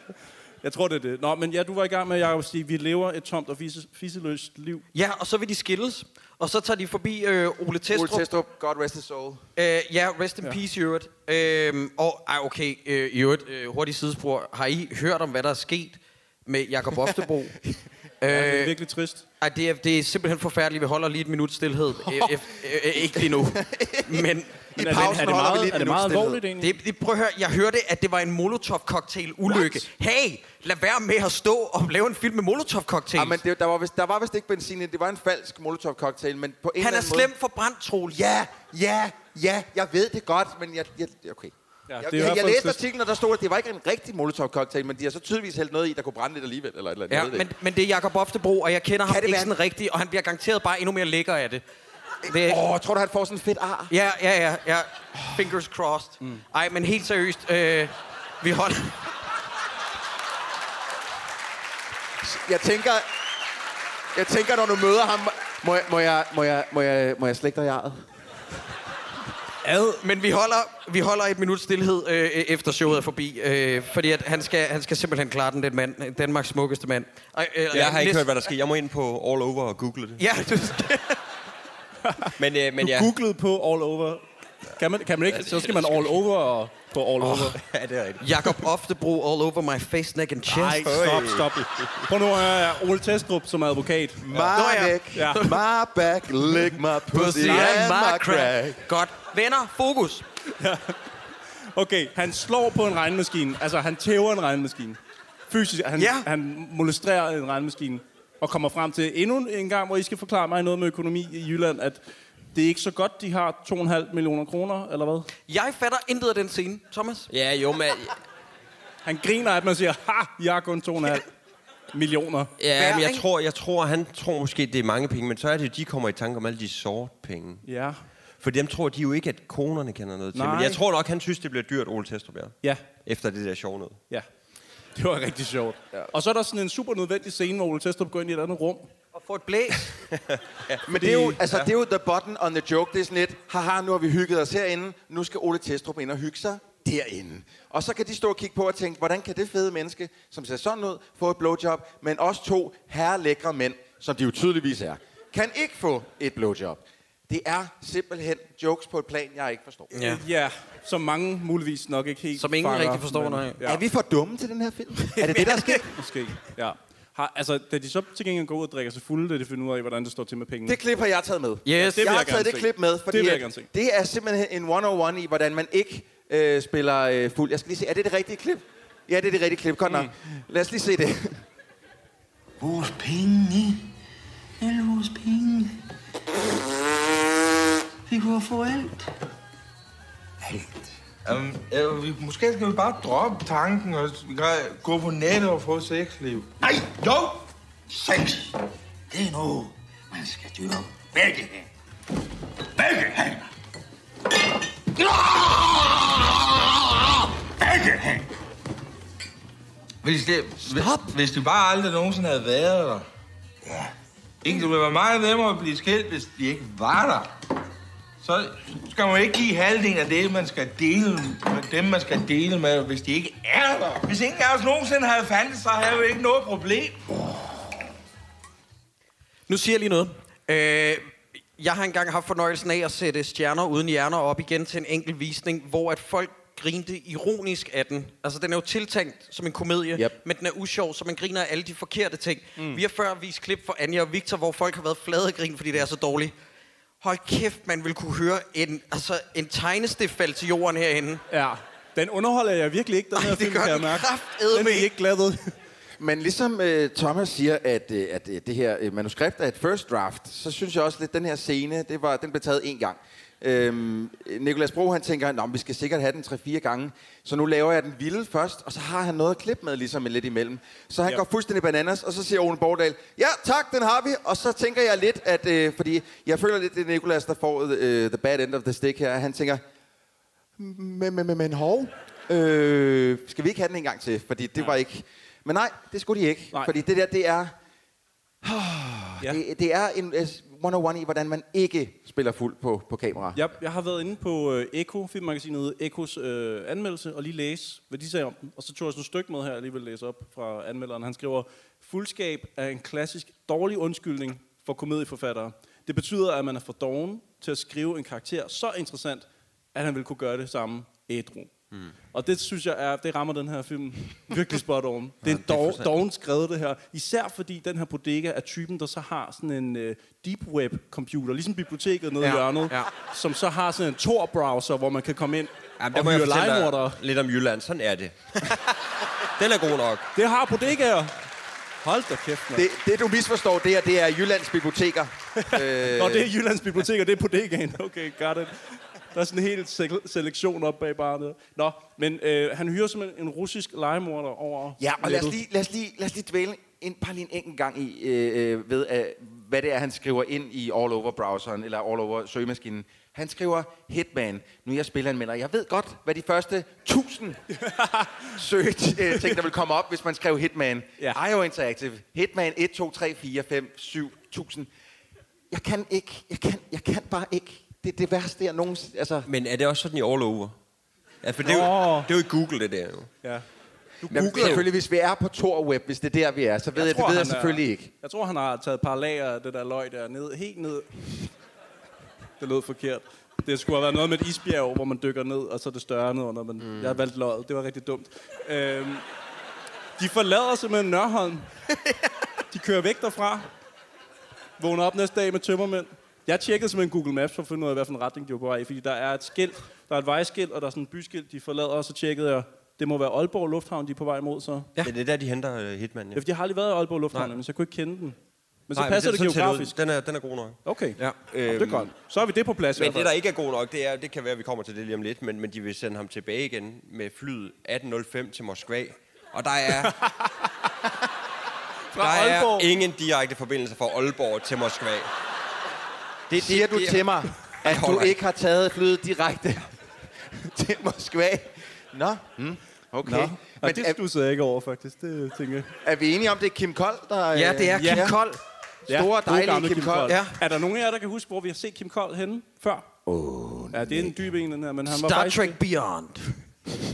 jeg tror, det er det. Nå, men ja, du var i gang med, Jacob, at sige, vi lever et tomt og fisse- fisseløst liv.
Ja, og så vil de skilles. Og så tager de forbi øh, Ole
Ole
Testrup.
Testrup, God rest his soul.
Øh, ja, rest in ja. peace, i øvrigt. Øhm, og ej, okay, øh, i øvrigt, øh, hurtig sidespor. Har I hørt om, hvad der er sket med Jakob Oftebro?
Ja, det er
øh,
virkelig trist.
ej, det, er, det er simpelthen forfærdeligt. Vi holder lige et minut stillhed. Øh, øh, øh, ikke lige nu. Men
I
Men er det-
pausen
er det
holder vi
meget,
lige et
er det
minut
meget
stilhed.
alvorligt egentlig?
det, det, prøv at høre, jeg hørte, at det var en Molotov-cocktail-ulykke. Hey, lad være med at stå og lave en film med Molotov-cocktail.
Ja, men det, der, var vist, der var vist ikke benzin i det. Det var en falsk Molotov-cocktail, men på en eller
Han er
anden måde...
slem for brand, Troels.
Ja, ja, ja, jeg ved det godt, men jeg... jeg okay. Ja,
Altså, det er
jeg,
i
jeg, jeg
hvert fald
læste
trist.
artiklen, og der stod, at det var ikke en rigtig Molotov-cocktail, men de har så tydeligvis hældt noget i, der kunne brænde lidt alligevel, eller et eller andet.
Ja,
jeg ved det
men,
ikke.
men det er Jakob Oftebro, og jeg
Kan
kender ham
det
ikke
være-
sådan rigtigt, og han bliver garanteret bare endnu mere lækker af det. det
Åh, tror du, han får sådan en fedt ar?
Ja, ja, ja, ja. Fingers crossed. Mm. Ej, men helt seriøst, øh, vi holder...
Jeg tænker... Jeg tænker, når du møder ham... Må jeg, må jeg, må jeg, må jeg, må jeg slægte dig i arret?
Men vi holder, vi holder et minut stillhed øh, efter showet er forbi, øh, fordi at han, skal, han skal simpelthen klare den, den mand. Danmarks smukkeste mand. Ej, øh,
Jeg har ikke hørt, hvad der sker. Jeg må ind på All Over og google det.
Ja, du skal...
Men, øh, men
Du
ja.
googlede på all over. Kan man, kan man ikke? Så skal man all over og på all over.
Ja, det er rigtigt.
Jakob Oftebro all over my face, neck and chest.
Nej, stop, stop. Prøv nu at høre, her. Ole Testrup som er advokat.
My
Nå ja.
neck,
Ja.
my back, lick my pussy and my crack.
Godt. Venner, fokus.
Okay, han slår på en regnmaskine. Altså, han tæver en regnmaskine. Fysisk. Han,
Ja.
han molesterer en regnmaskine. Og kommer frem til endnu en gang, hvor I skal forklare mig noget med økonomi i Jylland, at det er ikke så godt, de har 2,5 millioner kroner, eller hvad?
Jeg fatter intet af den scene, Thomas.
Ja, jo, men...
Han griner, at man siger, ha, jeg har kun 2,5 millioner.
Ja, men jeg
ikke?
tror, jeg tror, han tror måske, det er mange penge, men så er det jo, de kommer i tanke om alle de sort penge.
Ja.
For dem tror de jo ikke, at konerne kender noget til. Men
Nej.
jeg tror nok, han synes, det bliver dyrt, Ole Testrup er.
Ja.
Efter det der sjove noget.
Ja. Det var rigtig sjovt. Ja. Og så er der sådan en super nødvendig scene, hvor Ole Testrup går ind i et andet rum.
Og få et blæs.
Men det er jo, altså, det er jo the button on the joke. Det er sådan lidt, haha, nu har vi hygget os herinde. Nu skal Ole Testrup ind og hygge sig derinde. Og så kan de stå og kigge på og tænke, hvordan kan det fede menneske, som ser sådan ud, få et blowjob, men også to herrelækre mænd, som de jo tydeligvis er, kan ikke få et blowjob. Det er simpelthen jokes på et plan, jeg ikke forstår. Ja.
Ja.
Ja, som mange muligvis nok ikke helt
Som ingen
fanger,
rigtig forstår, nej.
Ja,
Er vi for dumme til den her film? Er det det, der er sket?
måske. Ja. Har, altså, da de så til gengæld går ud og drikker sig fulde, da de finder ud af, hvordan det står til med pengene.
Det klip har jeg taget med. Yes,
det vil
jeg har
jeg gerne
taget det
se.
klip med, fordi
Det vil jeg
at
gerne se.
det er simpelthen en 101 i, hvordan man ikke øh, spiller øh, fuld. Jeg skal lige se, er det det rigtige klip? Ja, det er det rigtige klip. Godt nok.
Mm.
Lad os lige se det.
Vores penge. Alle vores penge. Vi kunne få alt.
Um, øh, vi, måske skal vi bare droppe tanken og s- gre- gå på nettet og få sexliv.
Nej, jo! Sex. Det er noget, man skal dyrke begge hænder. Begge hænder. Ah! Begge hænder.
Hvis det, Hvis, hvis det bare aldrig nogensinde havde været der.
Ja.
Ikke, det ville være meget nemmere at blive skilt, hvis de ikke var der. Så skal man ikke give halvdelen af det, man skal dele med dem, man skal dele med, hvis de ikke er der. Hvis ingen af os nogensinde havde fandt, så havde vi ikke noget problem.
Nu siger jeg lige noget. Øh, jeg har engang haft fornøjelsen af at sætte stjerner uden hjerner op igen til en enkelt visning, hvor at folk grinte ironisk af den. Altså, den er jo tiltænkt som en komedie,
Yep.
men den er usjov, så man griner af alle de forkerte ting. Mm. Vi har før vist klip for Anja og Victor, hvor folk har været flade af grin, fordi det er så dårligt. Hold kæft, man vil kunne høre en, altså, en tegnestift falde til jorden herinde.
Ja. Den underholder jeg virkelig ikke, den
Ej,
her
det
film,
gør
kan jeg
den
mærke.
kraftedeme
Den er I
ikke.
ikke glad ved.
Men ligesom øh, Thomas siger, at, øh, at øh, det her øh, manuskript er et first draft, så synes jeg også lidt, at den her scene, det var, den blev taget én gang. Øhm, Nikolas Bro, han tænker, at vi skal sikkert have den 3-4 gange, så nu laver jeg den vilde først, og så har han noget at klippe med ligesom lidt imellem. Så han ja.
Ja.
går fuldstændig bananas, og så siger Ole Borgdal, ja tak, den har vi, og så tænker jeg lidt, at, øh, fordi jeg føler lidt, det er Nikolas, der får øh, the bad end of the stick her, han tænker, men, men, men, men hov. Øh, skal vi ikke have den en gang til? Fordi det var ikke... Men nej, det skulle de ikke. Nej.
Nej.
Fordi det der, det er...
Ja.
Ja. Det, det er en øh, 101 i, hvordan man ikke spiller fuld på, på kamera.
Jeg, jeg har været inde på øh, Eko, filmmagasinet Ekos øh, anmeldelse, og lige læse, hvad de sagde om den. Og så tog jeg sådan et stykke med her, jeg lige vil læse op fra anmelderen. Han skriver, fuldskab er en klassisk dårlig undskyldning for komedieforfattere. Det betyder, at man er for doven til at skrive en karakter så interessant, at han vil kunne gøre det samme ædru. Mm.
Hmm.
Og det synes jeg er, det rammer den her film virkelig spot on. Det er dog, doven skrevet det her. Især fordi den her bodega er typen, der så har sådan en øh, deep web computer, ligesom biblioteket nede ja, i
Ja,
hjørnet,
ja.
ja som så har sådan en Tor-browser, hvor man kan komme ind
Jamen,
og hyre legemordere.
lidt om Jylland. Sådan er det. den er god nok.
Det har bodegaer. Hold da kæft, mand.
Det, det, du misforstår, det er, det er Jyllands Biblioteker. øh,
Nå, det er Jyllands Bibliotek, og det er bodegaen. Okay, got it. Der er sådan en hel sele- selektion op bag barnet. Nå, men øh, han hyrer simpelthen en russisk legemorder over
Ja, og lad os,
nettet.
lige, lad, os lige, lad os lige dvæle en, bare lige en enkelt gang i, øh, øh, ved, øh, hvad det er, han skriver ind i all over browseren, eller all over søgemaskinen. Han skriver, Hitman, nu er jeg spilleranmelder. Jeg ved godt, hvad de første 1000 søgt øh, ting, der vil komme op, hvis man skrev Hitman. Ja.
Ja.
IO Interactive, Hitman 1, 2, 3, 4, 5, 7, 1000. Jeg kan ikke, jeg kan, jeg kan bare ikke. Det er det værste, jeg nogensinde... Altså,
Men er det også sådan i all over? Ja, for det er, jo,
Nå.
det er jo i Google, det der jo.
Ja.
du selvfølgelig, hvis vi er på Tor Web, hvis det er der, vi er, så ved jeg, jeg det
tror,
ved jeg
han er-
selvfølgelig ikke.
Jeg tror, han har taget et par lager af det der løg der ned, helt ned. Det lød forkert. Det skulle have været noget med et isbjerg, hvor man dykker ned, og så er det større nedenunder, men mm. jeg har valgt løget. Det var rigtig dumt. Øhm, de forlader simpelthen Nørholm. De kører væk derfra. Vågner op næste dag med tømmermænd. Jeg tjekkede simpelthen Google Maps for at finde ud af, hvilken retning de var på vej i, fordi der er et skilt, der er et vejskilt, og der er sådan et byskilt, de forlader, og så tjekkede jeg, det må være Aalborg Lufthavn, de er på vej imod, så
Ja. Men det er der, de henter øh, Hitman,
Ja,
ja.
fordi jeg har aldrig været i Aalborg Lufthavn,
Nej.
men så jeg kunne ikke kende den. Men så
Nej, men
passer
den
det,
er sådan set ud.
geografisk.
Den er, den er god nok.
Okay,
Ja,
ja, øh, det er
øhm,
godt. Så har vi det på plads i
Men
hvert
det,
fald.
der ikke er god nok, det er, det kan være, at vi kommer til det lige om lidt, men, men de vil sende ham tilbage igen med flyet 1805 til Moskva. Og der er... der er
Aalborg.
ingen direkte forbindelse fra Aalborg til Moskva. Det, det,
Siger du til mig, at du ikke har taget flyet direkte til Moskva. Nå,
Mm.
okay.
Nå. Men
Men
det
er-
stusser jeg ikke over, faktisk. Det tænker jeg.
er vi enige om, det er Kim Kold, der... øh, Store,
gode
dejlige
gamle
Kim Kold.
Ja. Er der nogen af jer, der kan huske, hvor vi har set Kim Kold henne før? Oh, ja, det er en dyb en, den her, men han var
Star
faktisk...
Trek Beyond.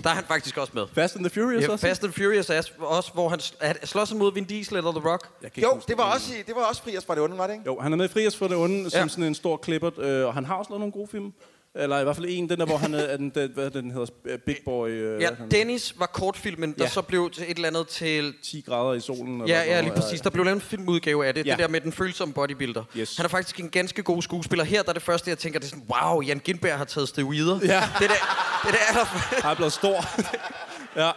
Der er han faktisk også med.
Fast and the Furious
ja,
også?
Fast and Furious er også, hvor han er det- slås han mod Vin Diesel eller The Rock.
Jo, det var også, i- det var også fri os fra det onde, var det ikke?
Jo, han er med i Frias for det onde, som
Ja.
sådan en stor klippert, øh, og han har også lavet nogle gode film. Eller i hvert fald en, den der, hvor han er, er den, den, hvad den hedder, Sp- øh, Big Boy... Øh,
Ja,
hvad han-
Dennis var kortfilmen, der
Ja.
så blev til et eller andet til...
10 grader i solen. eller
Ja,
sådan
ja,
noget.
lige præcis. Der blev lavet en filmudgave af det. Ja.
Ja.
Det der med den følsomme bodybuilder.
Yes.
Han er faktisk en ganske god skuespiller. Her der er det første, jeg tænker, det er sådan, wow, Jan Gindberg har taget steroider.
Ja.
Det der, det der er der...
Han er blevet stor. ja,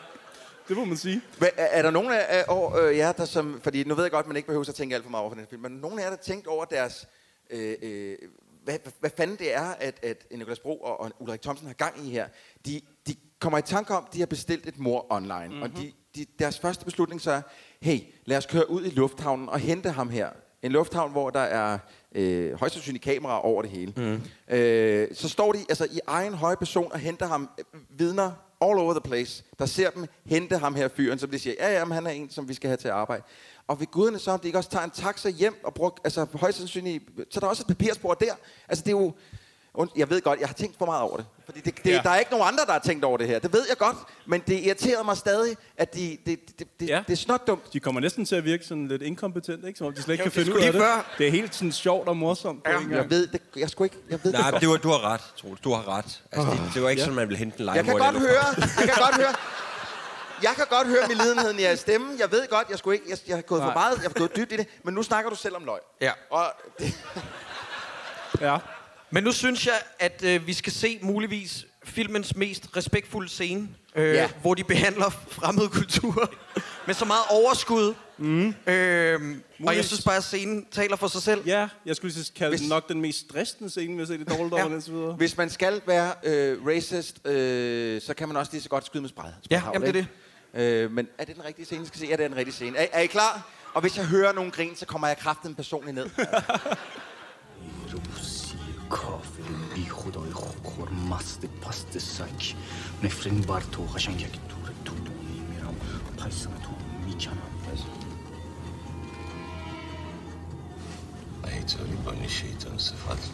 det må man sige.
Hva, er, er der nogen af, af år, øh, jer, der som... Fordi nu ved jeg godt, man ikke behøver at tænke alt for meget over for den film, men nogen af jer, der tænkte over deres... Øh, øh, hvad, hvad fanden det er, at, at Nicolas Bro og, og Ulrik Thomsen har gang i her. De, de kommer i tanke om, at de har bestilt et mor online,
Mhm.
mm-hmm. og de, de, deres første beslutning så er, hey, lad os køre ud i lufthavnen og hente ham her. En lufthavn, hvor der er øh, højst sandsynligt kameraer over det hele. Mm. Øh, så står de altså i egen høje person og henter ham øh, vidner all over the place, der ser dem hente ham her fyren, som de siger, ja, ja, men han er en, som vi skal have til at arbejde. Og ved guderne så, om de ikke også tager en taxa hjem og bruger, altså højst sandsynligt, så er der også et papirspor der. Altså det er jo, und- jeg ved godt, jeg har tænkt for meget over det. Fordi det, det, ja.
Ja.
der er ikke nogen andre, der har tænkt over det her. Det ved jeg godt, men det irriterede mig stadig, at de, det, det, det, ja. det er snot dumt.
De kommer næsten til at virke sådan lidt inkompetent, ikke? Som om de slet ikke
Jo,
kan
det
finde ud
skulle
af det.
lige
Det er helt sådan sjovt og morsomt. Ja,
Jeg ved det, jeg skulle ikke, jeg ved
Nej,
det
men
godt. Ah.
det var, du har ret, Troels. Du har ret. Altså, det, det var ikke ja. sådan, man ville hente
Jeg
en lejemord.
kan godt høre, jeg kan godt høre, jeg kan godt høre medlidenheden i jeres stemme. Jeg ved godt, jeg skulle ikke, jeg, jeg har gået for
Nej.
meget, jeg har gået dybt i det, men nu snakker du selv om løg.
Ja.
Og det,
Ja.
Men nu synes jeg, at øh, vi skal se muligvis filmens mest respektfulde scene, øh,
Ja.
ja. hvor de behandler fremmede kulturer med så meget overskud. Mm. Øh, og jeg
Muligvis.
synes bare, at scenen taler for sig selv.
Ja, jeg skulle lige kalde Hvis... den nok den mest stressende scene, vi har set i dårligt over, ja. og så videre.
Hvis man skal være øh, racist, øh, så kan man også lige så godt skyde med spredhavl.
Ja, jamen, det er
det. Øh, men er det den rigtige scene, jeg skal se? Ja, det er den rigtige scene. Er, er I klar? Og hvis jeg hører nogen grin, så kommer jeg kraften personligt ned.
کافرین بی خدای خورخور مست پست سگ نفرین بر تو قشنگ یک دور تو دونی میرم پایسم تو میکنم
ایتاری بانی شیطان صفت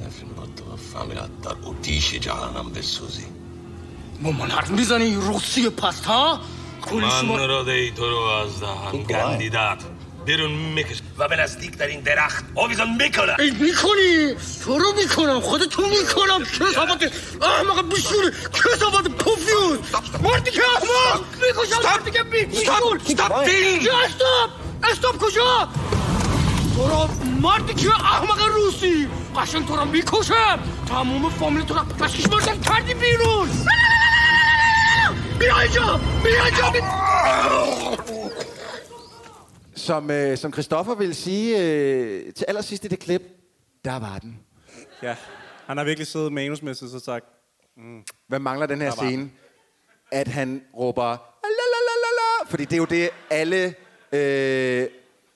نفرین با تو فهمیلت در اوتیش جهنم بسوزی
با من حرف میزنی روسی پست ها کلی شما
من را دهی تو رو از دهن گندیدت بیرون میکش و به نزدیکترین درخت آویزان میکنه
ای میکنی تو رو میکنم خودتو میکنم کسافت احمق بیشوری کسافت پوفیوز مردی که احمق میکشم مردی که بی- بیشور
Stop
دین یا استاپ استاپ کجا تو رو مردی که احمق روسی قشنگ تو رو میکشم تموم فامیل تو رو پشکش بردم کردی بیرون بیا اینجا بیا اینجا
som, øh, som Christoffer ville sige øh, til allersidst i det klip, der var den.
Ja, han har virkelig siddet manusmæssigt og sagt... Mm.
Hvad mangler den her
Der var den.
scene? At han råber, la, la, la, la, la, fordi det er jo det, alle øh,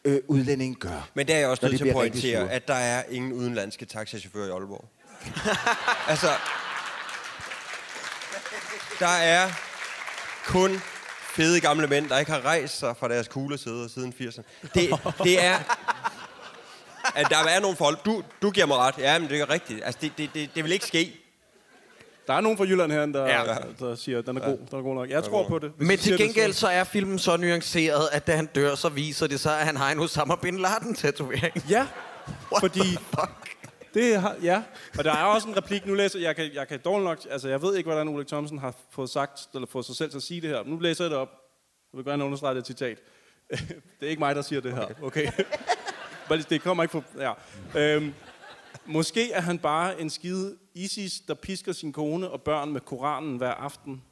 øh, udlændinge gør.
Men der er jeg også
når de
nødt til at
bliver rigtig
pointere,
sure.
at der er ingen udenlandske taxachauffører i Aalborg. altså, der er kun fede gamle mænd, der ikke har rejst sig fra deres kuglesæder siden 80'erne. Det, det er... At der er nogle folk... Du, du giver mig ret. Ja, men det er rigtigt. Altså, det, det, det, det vil ikke ske.
Der er nogen fra Jylland her, der,
Ja.
ja. der siger, at den er
Ja.
god, den er god nok. Jeg
Den er
tror
god
på
nok.
det. Hvis
Men
I siger
til
det,
gengæld så er filmen så nuanceret, at da han dør, så viser det sig, at han har en Osama Bin Laden-tatovering.
Ja, fordi... Det har, ja. Og der er også en replik, nu læser jeg, kan, jeg kan dårligt nok, altså jeg ved ikke, hvordan Ulrik Thomsen har fået sagt, eller fået sig selv til at sige det her. Nu læser jeg det op. Jeg vil gerne understrege det citat. det er ikke mig, der siger det her, okay? Bare lige- det kommer ikke fra... Ja. Øhm, måske er han bare en skide ISIS, der pisker sin kone og børn med Koranen hver aften.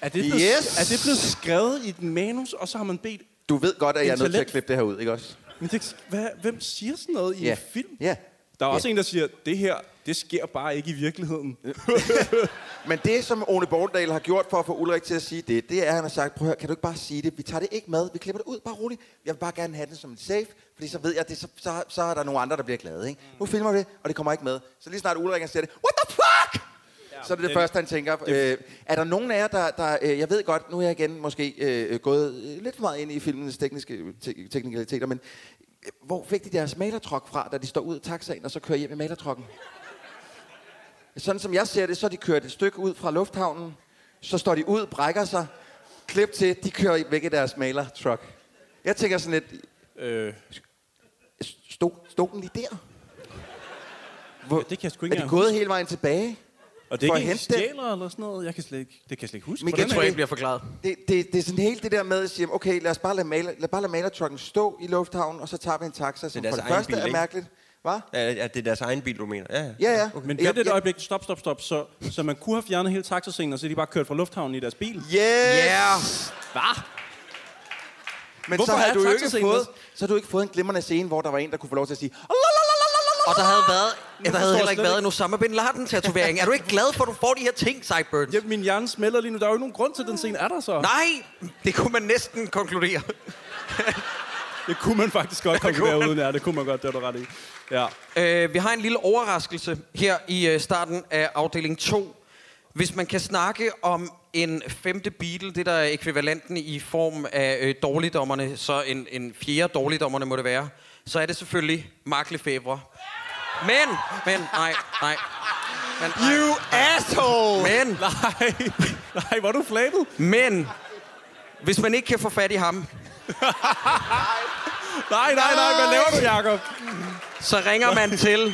Er det, blevet,
Yes!
er det blevet skrevet i et manus, og så har man bedt...
Du ved godt, at jeg er nødt til at
Intellekt.
klippe det her ud, ikke også?
Men det, hvad, hvem siger sådan noget i
Ja.
en film?
Ja,
Der er også en, der siger, det her, det sker bare ikke i virkeligheden.
Men det, som Ole Borgendal har gjort for at få Ulrik til at sige det, det er, at han har sagt, prøv at høre, kan du ikke bare sige det? Vi tager det ikke med, vi klipper det ud, bare roligt. Jeg vil bare gerne have det som en safe, fordi så ved jeg, at det, så, så, så er der nogle andre, der bliver glade. Ikke? Nu filmer vi det, og det kommer ikke med. Så lige snart Ulrik han siger det, what the fuck? Ja, så er det det,
det-
første, han tænker. Øh, er der nogen af jer, der... der øh, jeg ved godt, nu er jeg igen måske øh, gået øh, lidt for meget ind i filmens tekniske te- teknikaliteter, men øh, hvor fik de deres malertrok fra, da de står ud af taxaen og så kører hjem i malertrokken? Sådan som jeg ser det, så er de kørt et stykke ud fra lufthavnen, så står de ud, brækker sig, klip til, de kører væk i deres malertruck. Jeg tænker sådan lidt,
øh.
stod, stod den lige der?
Hvor, ja, det kan jeg sgu
Er
ikke
de
engang
gået
huske.
hele vejen tilbage?
Og det
for
er
at
ikke en
hente den?
stjæler eller sådan noget? Jeg kan slet ikke, det kan jeg slet ikke huske.
Men
Hvordan
igen,
er
det-
forklaret.
Det, det, det er sådan helt det der med at sige, okay, lad os bare lade, maler, lad bare lade malertrucken stå i lufthavnen, og så tager vi en taxa, som
deres
for det
egen
første
bil,
er
ikke?
mærkeligt. Hvad?
Ja, ja, det er deres egen bil, du mener. Ja,
Ja, ja.
Men vent et øjeblik. Stop, stop, stop. Så, så man kunne have fjernet hele taxascenen, og så er de bare kørt fra lufthavnen i deres bil. Yes!
Yeah!
Hvad?
Men
Hvorfor
så
er
har, du jo ikke
taxascenen
fået,
også-
så har du ikke fået en glimrende scene, hvor der var en, der kunne få lov til at sige,
Og der havde, været,
Men
der havde
forstår
heller ikke
slet
været
ikke.
en Osama Bin Laden-tatovering. Er du ikke glad for, at du får de her ting, Sideburns?
Ja, min hjerne smelter lige nu. Der er jo ikke nogen grund til, at den scene er der så.
Nej, det kunne man næsten konkludere.
Det kunne man faktisk godt komme
kunne man.
derud. Ja, det kunne man godt. Det var du ret i. Ja.
Øh, vi har en lille overraskelse her i øh, starten af afdeling 2. Hvis man kan snakke om en femte Beatle, det der er ekvivalenten i form af øh, dårligdommerne, så en, en fjerde dårligdommerne må det være, så er det selvfølgelig Mark Lefebvre. Men, men, nej, nej. Men, nej, you nej. asshole! Men.
Nej, nej, hvor er du flabet.
Men, hvis man ikke kan få fat i ham,
Nej, nej, nej. Hvad laver du, Jacob?
så ringer man til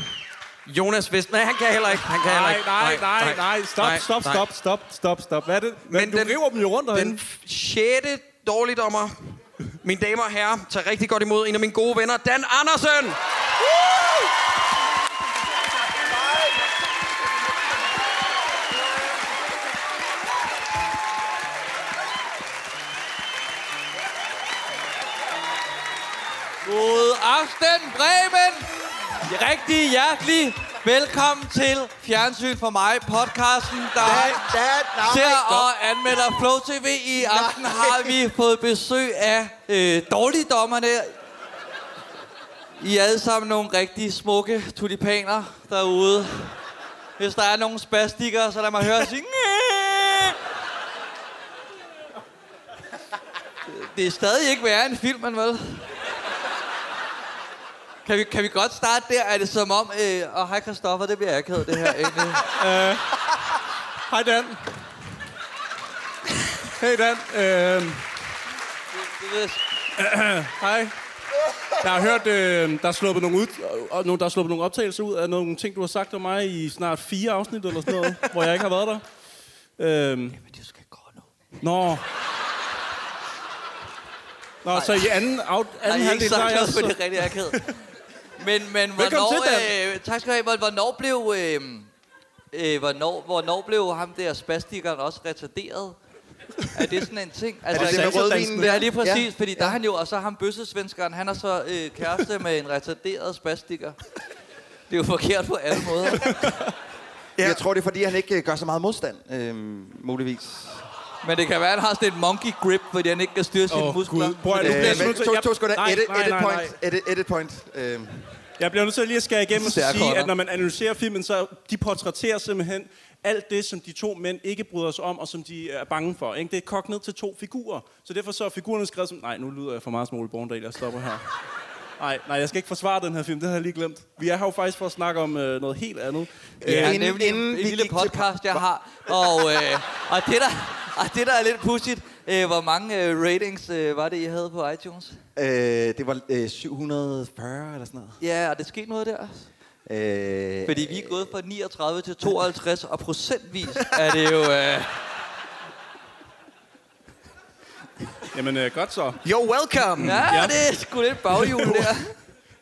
Jonas Vest. Nej, han kan heller ikke. Han kan heller
Nej,
ikke.
nej, nej, nej. Stop,
nej,
stop,
nej.
stop, stop, stop, stop. Hvad er det? Men du
den-
river dem jo rundt
Den
derhen.
f- sjette dårligdommer. Mine damer og herrer, tager rigtig godt imod en af mine gode venner, Dan Andersen.
God aften, Bremen! Rigtig hjertelig velkommen til Fjernsyn for mig, podcasten, der ser og anmelder Flow TV. I aften har vi fået besøg af øh, dårligdommerne. I er alle sammen nogle rigtig smukke tulipaner derude. Hvis der er nogle spastikere, så lad mig høre sige... "Næh." Det er stadig ikke værre end filmen, vel? Kan vi, kan vi godt starte der? Er det som om... Øh, og hej Christoffer, det bliver akavet, det her egentlig.
Øh, hej Dan. Hey Dan. Øh, hej. Jeg har hørt, øh, der, er sluppet nogle ud, og, nogle, der er sluppet nogle optagelser ud af nogle ting, du har sagt om mig i snart fire afsnit eller sådan noget, hvor jeg ikke har været der. Øh, Jamen, det skal gå nu. Nå. Nå,
Nej.
så i anden, af,
Nej,
anden
jeg er ikke
halvdel,
så
der er
glad
jeg
for, det
så...
er rigtig akavet. Men, men
Velkommen
hvornår...
til,
øh, tak skal du have. Hvor- Hvornår blev... Øh, øh, hvornår, hvornår blev ham der spastikeren også retarderet? Er det sådan en ting?
det det med rødvinen
Det
der?
er lige præcis,
Ja.
ja. fordi der er han jo... Og så ham bøssesvenskeren, han er så øh, kæreste med en retarderet spastiker. Det er jo forkert på alle måder.
ja. Jeg tror, det er, fordi han ikke øh, gør så meget modstand, øhm, muligvis.
Men det kan være, at han har sådan et monkey grip, fordi han ikke kan styre sine
Åh,
muskler.
Gud. Prøv at- nu bliver jeg nødt til- To- to sekunder. Edit- edit point. Edit- edit point. Øhm.
Jeg bliver nødt til lige at skære igennem og så
Stærk
sige,
holder.
at når man analyserer filmen, så de portrætterer simpelthen alt det, som de to mænd ikke bryder sig om, og som de er bange for. Ikke? Det er kogt ned til to figurer. Så derfor så er figurerne skrevet som, nej, nu lyder jeg for meget som Ole Borndal, jeg stopper her. Nej, nej, jeg skal ikke forsvare den her film, det havde jeg lige glemt. Vi er her jo faktisk for at snakke om øh, noget helt andet.
Det er
Øh,
nemlig en, en lille podcast, jeg har. Og, øh, og, det, der, og det, der er lidt pudsigt, øh, hvor mange øh, ratings øh, var det, I havde på iTunes?
Øh, det var øh, 740 eller sådan noget.
Ja, og det skete noget der.
Øh,
Fordi vi er gået fra 39 til 52, og procentvis er det jo... Øh,
Jamen, øh, godt så.
You're welcome!
ja, det er sgu lidt baghjul der.
What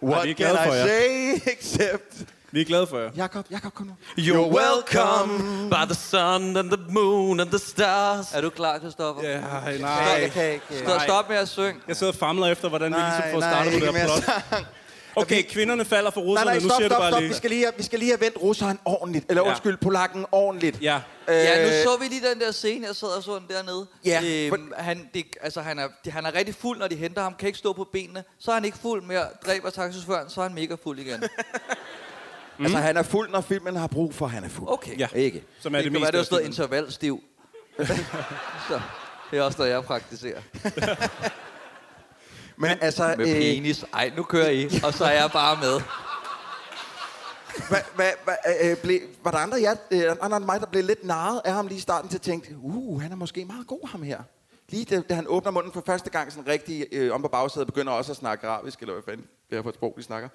What can I say except...
Vi er glade for jer.
Jakob, Jakob, kom nu.
You're welcome by the sun and the moon and the stars.
Er du klar, Christoffer?
Ja, nej, nej.
øh. Stop, stop med at synge.
Jeg sidder og famler efter, hvordan vi
Nej,
ligesom får
nej,
startet på
ikke
det her
mere
plot. Okay, vi... kvinderne falder for russerne.
Nej, nej,
nu
stop,
siger
stop,
du bare
stop.
lige.
Vi skal lige, have- vi skal lige have vendt russeren ordentligt. Eller
Ja.
ja. undskyld, polakken ordentligt. Øh,
Ja.
Ja, nu så vi lige den der scene, jeg sad og så den dernede.
Ja,
Øhm, han, det, altså, han, er, det, han er rigtig fuld, når de henter ham, kan ikke stå på benene. Så er han ikke fuld mere, dræber taxichaufføren, så er han mega fuld igen.
Mm. Altså, han er fuld, når filmen har brug for, at han er fuld.
Okay. Ja.
Ikke?
Som er det, det meste. Det er sådan intervalstiv. så det er også noget, jeg praktiserer.
Men altså...
Med penis. Ej, nu kører I, og så er jeg bare med.
Hva, hva, hva, øh, ble, var der andre, jer, øh, andre end mig, der blev lidt narret af ham lige i starten til at tænke, uh, han er måske meget god, ham her. Lige da, da han åbner munden for første gang sådan rigtig øh, om på bagsædet, begynder også at snakke arabisk, eller hvad fanden det er for et sprog, de snakker.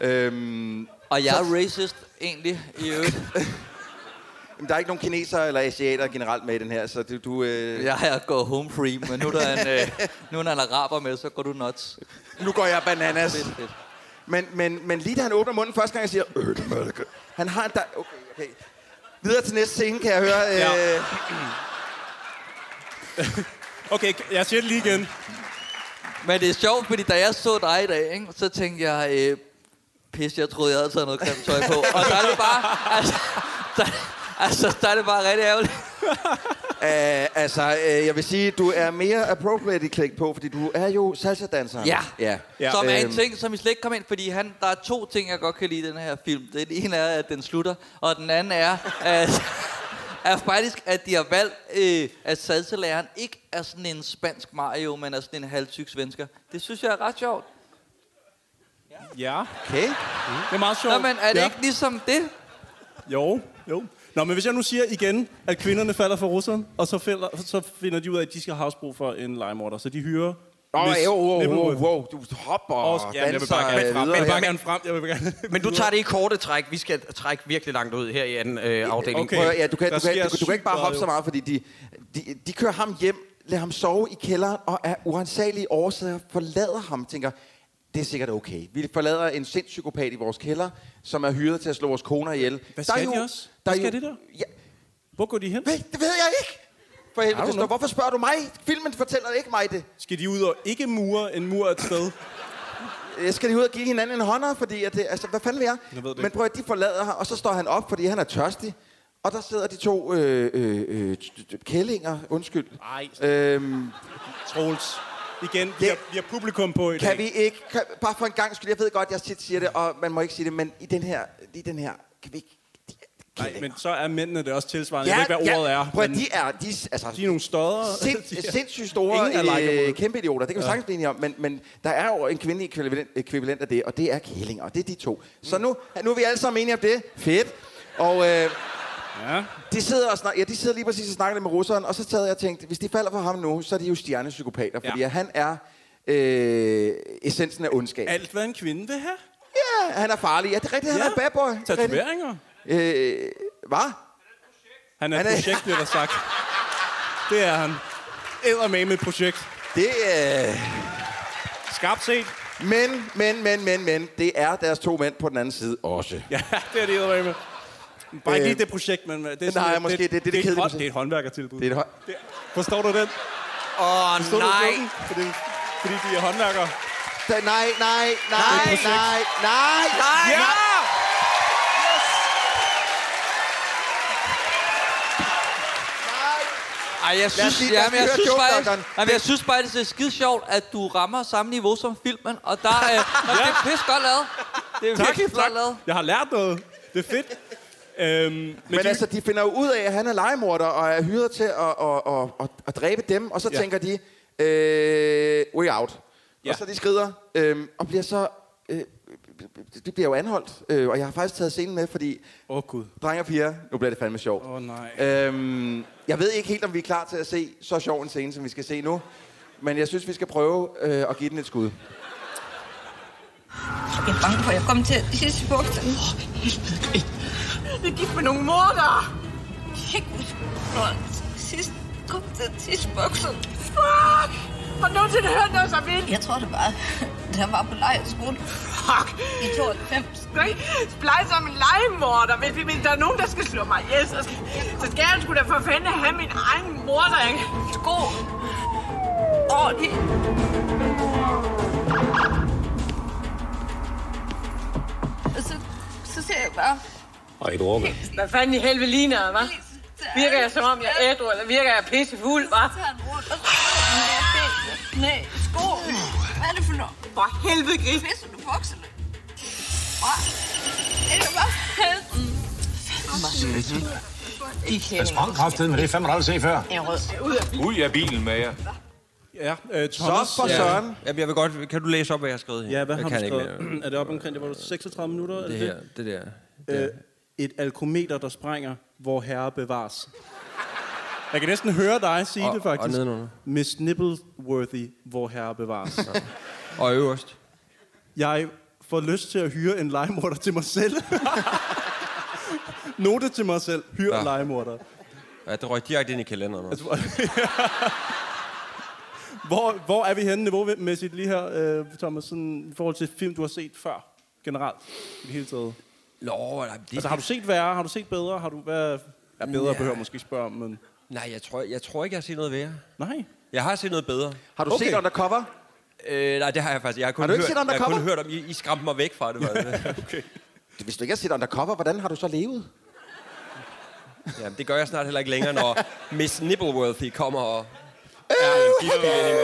Øhm,
Og jeg er racist, egentlig, i øvrigt.
Jamen, der er ikke nogen kinesere eller asiater generelt med i den her, så du... du øh...
Jeg er gået home free, men nu, der er en, øh, nu er en araber med, så går du nuts.
Nu går jeg bananas.
Fedt, fedt.
Men, men, men lige da han åbner munden første gang, jeg siger, øh, det er mørke." Han har en... Der... Okay, okay. Videre til næste scene, kan jeg høre. Øh...
Ja. Okay, jeg siger det lige igen.
Men det er sjovt, fordi da jeg så dig i dag, ikke, så tænkte jeg, øh, pis, jeg troede, jeg havde taget noget grimt tøj på. Og der er det bare, altså, der, altså, der er det bare rigtig ærgerligt.
Æh, altså, øh, jeg vil sige, du er mere appropriate i klik på, fordi du er jo salsa-danseren.
Ja.
ja.
Ja. Som er en
Øhm,
ting, som I slet ikke kom ind, fordi han, der er to ting, jeg godt kan lide i den her film. Den ene er, at den slutter, og den anden er, at, er faktisk, at de har valgt, øh, at salsalæreren ikke er sådan en spansk Mario, men er sådan en halvtyk svensker. Det synes jeg er ret sjovt.
Ja.
Okay.
Det er meget sjovt.
Nå, men er det
ja.
ikke ligesom det?
Jo, jo. Nå, men hvis jeg nu siger igen, at kvinderne falder for russerne, og så, falder, så finder de ud af, at de skal have havsbrug for en legemorder, så de hyrer...
Åh,
Miss
jo, jo, jo,
Nipplewood.
jo, du hopper
Og-
og
ja, jeg vil
danser
bare gerne
øh,
frem.
videre
Jeg vil bare
her.
gerne frem. Jeg vil gerne
Men du tager det i korte træk. Vi skal trække virkelig langt ud her i anden øh, afdeling.
Prøv, at- ja, du, kan,
Der
du, kan,
sker
du, kan- du kan ikke bare
sygt
hoppe så meget,
meget,
fordi de, de, de kører ham hjem, lader ham sove i kælderen, og af uansagelige årsager forlader ham, tænker, det er sikkert okay. Vi forlader en sindspsykopat i vores kælder, som er hyret til at slå vores koner ihjel.
Hvad
Der er
skal
jo-
de også?
Der
Hvad
er jo,
skal det der?
Ja.
Hvor går de hen?
Ved, det ved jeg ikke. For
du
helvede, Christoph,
noget?
hvorfor spørger du mig? Filmen fortæller ikke mig det.
Skal de ud og ikke mure en mur et sted?
Øh, Skal de ud og give hinanden en hånder, fordi at det, altså, hvad fanden vil jeg?
Jeg ved det
Men prøv at de forlader ham, og så står han op, fordi han er tørstig. Og der sidder de to øh, øh, øh, t- t- kællinger, undskyld.
Nej.
Øhm,
Troels. Igen, vi har, vi har publikum på i dag.
Kan vi ikke, kan, bare for en gang skyld, jeg ved godt, jeg tit siger det, og man må ikke sige det, men i den her, i den her, kan vi ikke?
Nej, men så er mændene det også tilsvarende. Ja, jeg ved ikke, hvad ordet er.
Prøv, at
men
de er, de, er- altså,
de er nogle stodder.
sind, sindssygt
Ingen er
store,
likeable.
øh, kæmpe idioter, det kan vi
Ja.
sagtens blive enige om, men, men der er jo en kvindelig ekvivalent, ekvivalent af det, og det er kællinger, og det er de to. Så
Mm.
nu, nu er vi alle sammen enige om det. Fedt. Og... Øh,
Ja.
De sidder, og snak- ja, de sidder lige præcis og snakker lidt med russeren, og så sad jeg og tænkte, hvis de falder for ham nu, så er de jo stjernepsykopater, fordi
Ja.
ja. han er øh, essensen af ondskab.
Alt, hvad en kvinde vil have.
Ja, han er farlig. Ja, det er rigtigt, han
Ja.
er en bad boy.
Tatoveringer.
Øh, hvad?
Han er
Han
et
er-
projekt, bliver der sagt. Det er han. Eddermame et projekt.
Det er...
Skarpt set.
Men, men, men, men, men, det er deres to mænd på den anden side også.
Ja, det er det eddermame. Bare ikke
Øh,
lige det projekt, men det er sådan,
nej,
lidt-
måske, det- det er det
det,
kedelige
er, et hånd-
projekt.
det er et håndværkertilbud.
Det er et hånd-
Det- Forstår du den?
Åh,
Forstår
nej.
Du den? Fordi, fordi de er håndværkere.
Da, nej, nej, nej,
projekt.
nej, nej, nej,
Ja!
Ej, jeg
Lad os
synes,
lige-
lige,
lad os
jamen, jeg,
lige
synes
høre
faktisk,
joke-dokteren.
jamen, jeg synes faktisk, det er skide sjovt, at du rammer samme niveau som filmen, og der er, og det er pis godt lavet. Det er
Tak,
virkelig flot lavet.
tak. Jeg har lært noget. Det er fedt. Øhm, men
Men, men altså, de finder jo ud af, at han er legemorder og er hyret til at, at, at, at, at dræbe dem, og så
Ja.
ja. tænker de, øh, way out. Ja.
Ja.
Og så de skrider, øh, og bliver så... Øh, det bliver jo anholdt, øh, og jeg har faktisk taget scenen med, fordi...
Åh, oh, Gud.
Drenge og piger, nu bliver det fandme sjovt.
Åh, oh, nej.
Øhm, jeg ved ikke helt, om vi er klar til at se så sjov en scene, som vi skal se nu. Men jeg synes, vi skal prøve øh, at give den et skud.
Jeg er bange for, at jeg kommer til at tisse i bukserne. Åh, helvede, Grit. Jeg er gift med nogle morder. Jeg kan ikke huske, når jeg sidst kom til at tisse i bukserne. Fuck! Har du nogensinde hørt noget så vildt? Jeg tror det var, da jeg var på lejerskole. Fuck! I 92.
Du kan ikke splejse som en legemorder, hvis vi mener, der er nogen, der skal slå mig ihjel. Så skal, så skal jeg sgu da for fanden have min egen morder, jeg kan sko. Åh, det...
taber.
Og et orme.
Hvad fanden i helvede ligner jeg, hva'? Virker jeg som om jeg er ædru, eller virker jeg pissefuld, hva'?
Næ, sko. Hvad er det for noget? For helvede, gris. Pisser du bukserne? Åh, er det bare helvede?
Jeg sprang kraftedet, men det er fandme aldrig set før.
Jeg er rød.
Ud af bilen med jer.
Ja, øh, Thomas.
Så for søren. Jamen, jeg vil godt... Kan du læse op, hvad jeg har skrevet her?
Ja, hvad
Jeg
har du
kan ikke
skrevet? er det op omkring, det var 36 minutter?
mere. Det her, det der.
Øh, et alkometer, der sprænger, hvor herre bevares. Jeg kan næsten høre dig sige
Og-
det,
og
faktisk.
nedenunder.
Miss Nibbleworthy, hvor herre bevares.
Og øverst.
Jeg får lyst til at hyre en legemorder til mig selv. Note til mig selv. Hyr ja.
Ja.
legemorder.
Ja, det røg direkte ind i kalenderen. Altså,
Hvor, hvor er vi henne niveaumæssigt lige her, øh, Thomas, sådan, i forhold til film, du har set før, generelt, i det hele taget?
Nå, nej, det-
Altså, har du set værre? Har du set bedre? Har du været... Ja, bedre
Ja.
ja. behøver jeg måske spørge om, men...
Nej, jeg tror, jeg tror ikke, jeg har set noget værre.
Nej.
Jeg har set noget bedre.
Har du okay. set Undercover?
Øh, nej, det har jeg faktisk. Jeg har kun
Har du ikke
hørt,
set
jeg har kun
Undercover?
hørt om, I, I skræmte mig væk fra det. Var det. okay.
Hvis du ikke har set Undercover, hvordan har du så levet?
Jamen, det gør jeg snart heller ikke længere, når Miss Nibbleworthy kommer og... Ja, en gift bil ind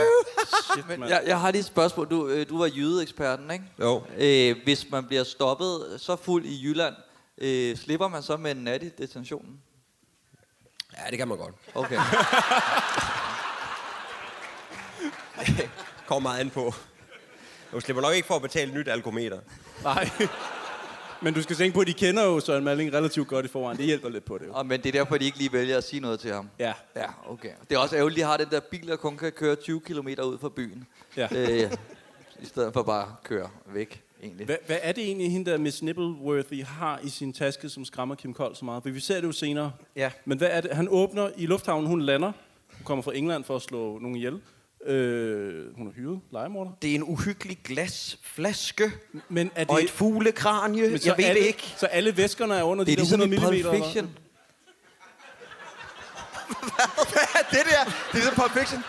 i mig.
Men jeg, jeg har lige et spørgsmål. Du, øh, du var jydeeksperten, ikke?
Jo.
Øh, hvis man bliver stoppet så fuld i Jylland, øh, slipper man så med en nat i detentionen?
Ja, det kan man godt.
Okay.
Kommer meget an på. Du slipper nok ikke for at betale et nyt alkometer.
Nej. Men du skal tænke på, at de kender jo Søren Malling relativt godt i forvejen. Det hjælper lidt på det jo.
Og, men det er derfor, de ikke lige vælger at sige noget til ham.
Ja.
Ja, okay. Det er også ærgerligt, at de har den der bil, der kun kan køre 20 km ud fra byen.
Ja.
Øh, I stedet for bare at køre væk, egentlig.
Hvad, hvad er det egentlig, hende der Miss Nibbleworthy har i sin taske, som skræmmer Kim Kold så meget? For vi ser det jo senere.
Ja.
Men hvad er det? Han åbner i lufthavnen, hun lander. Hun kommer fra England for at slå nogen ihjel. Øh, hun er hyret, legemorder.
Det er en uhyggelig glasflaske
men er det...
og et fuglekranie.
Men så
Jeg ved
alle,
det ikke.
Så alle væskerne er under
Det er
de der
ligesom i
100 mm?
Pulp Fiction.
Hvad er det der? Det er ligesom Pulp Fiction.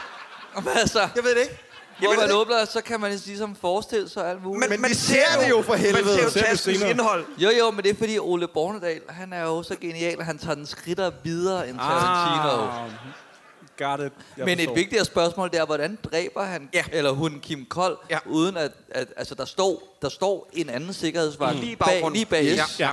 Hvad altså?
Jeg ved det ikke.
Hvor man åbner, så kan man ligesom forestille sig alt muligt.
Men- Men men vi vi ser ser det jo jo- for man helvede. ser jo Ser det taskens senere. indhold.
Jo, jo, men det er fordi Ole Bornedal, han er jo så genial, at han tager den skridt videre end Tarantino.
Ah, got it. Jeg
Men
forstår.
et vigtigere spørgsmål, det er, hvordan dræber han, ja. eller hun, Kim Kold, ja. uden at, at, altså der står, der står en anden sikkerhedsvagt
Mm. Lige i
bag,
baggrunden.
lige bag
Ja.
yes.
Ja.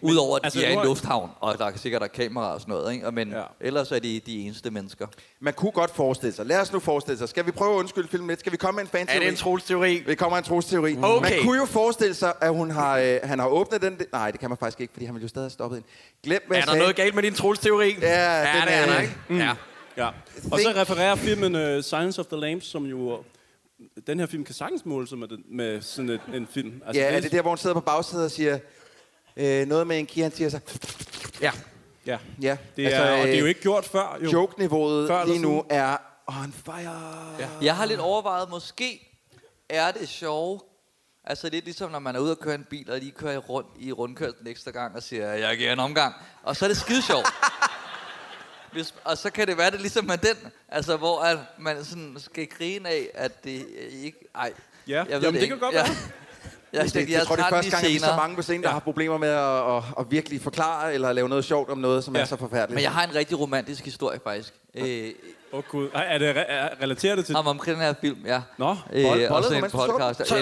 Udover at
Altså,
altså, de er i
nu
en
har-
lufthavn, og der er sikkert der er kameraer og sådan noget, ikke? Og men ja. ellers er de de eneste mennesker.
Man kunne godt forestille sig. Lad os nu forestille sig. Skal vi prøve at undskylde filmen lidt? Skal vi komme med en fanteori?
Er det en
trosteori? Vi kommer med en trosteori.
Okay.
Man kunne jo forestille sig, at hun har, øh, han har åbnet den. Nej, det kan man faktisk ikke, fordi han ville jo stadig have stoppet hende. Glem, hvad
Er
jeg
der
sagde.
noget galt med din trolsteori?
Ja,
ja
den
det er
er-
der, ikke? Mm. Ja.
Ja. Og så refererer filmen uh, Silence of the Lambs, som jo... Den her film kan sagtens måle sig med, den, med sådan et, en film.
Altså, ja, er det der, hvor hun sidder på bagsædet og siger øh, noget med en kia, han siger så...
Ja.
Ja.
ja. Altså, øh,
Det er- og det er jo ikke gjort før, jo. Før
Joke-niveauet
eller
lige nu
siden.
er on fire.
Ja. Jeg har lidt overvejet, måske er det sjovt, Altså lidt ligesom, når man er ude og køre en bil, og lige kører rundt i rundkørslen ekstra gang, og siger, jeg giver en omgang. Og så er det skide sjovt. Hvis, og så kan det være, det er ligesom med den, altså hvor at man sådan skal grine af, at det ikke... Ej,
Ja, jamen, det kan godt være.
Jeg, jeg,
det,
jeg,
jeg, jeg tror, det er
tager den
første gang,
lige
at vi er så
senere.
mange på scenen, der har problemer med at, at, at virkelig forklare eller lave noget sjovt om noget, som ja. er så forfærdeligt.
Men jeg har en rigtig romantisk historie, faktisk. Åh, øh,
oh, Gud. Er det er, relaterer det til...
Om, omkring den her film, ja.
Nå,
bold-
også
bollet
en
romantisk historie?
podcast.
Så- så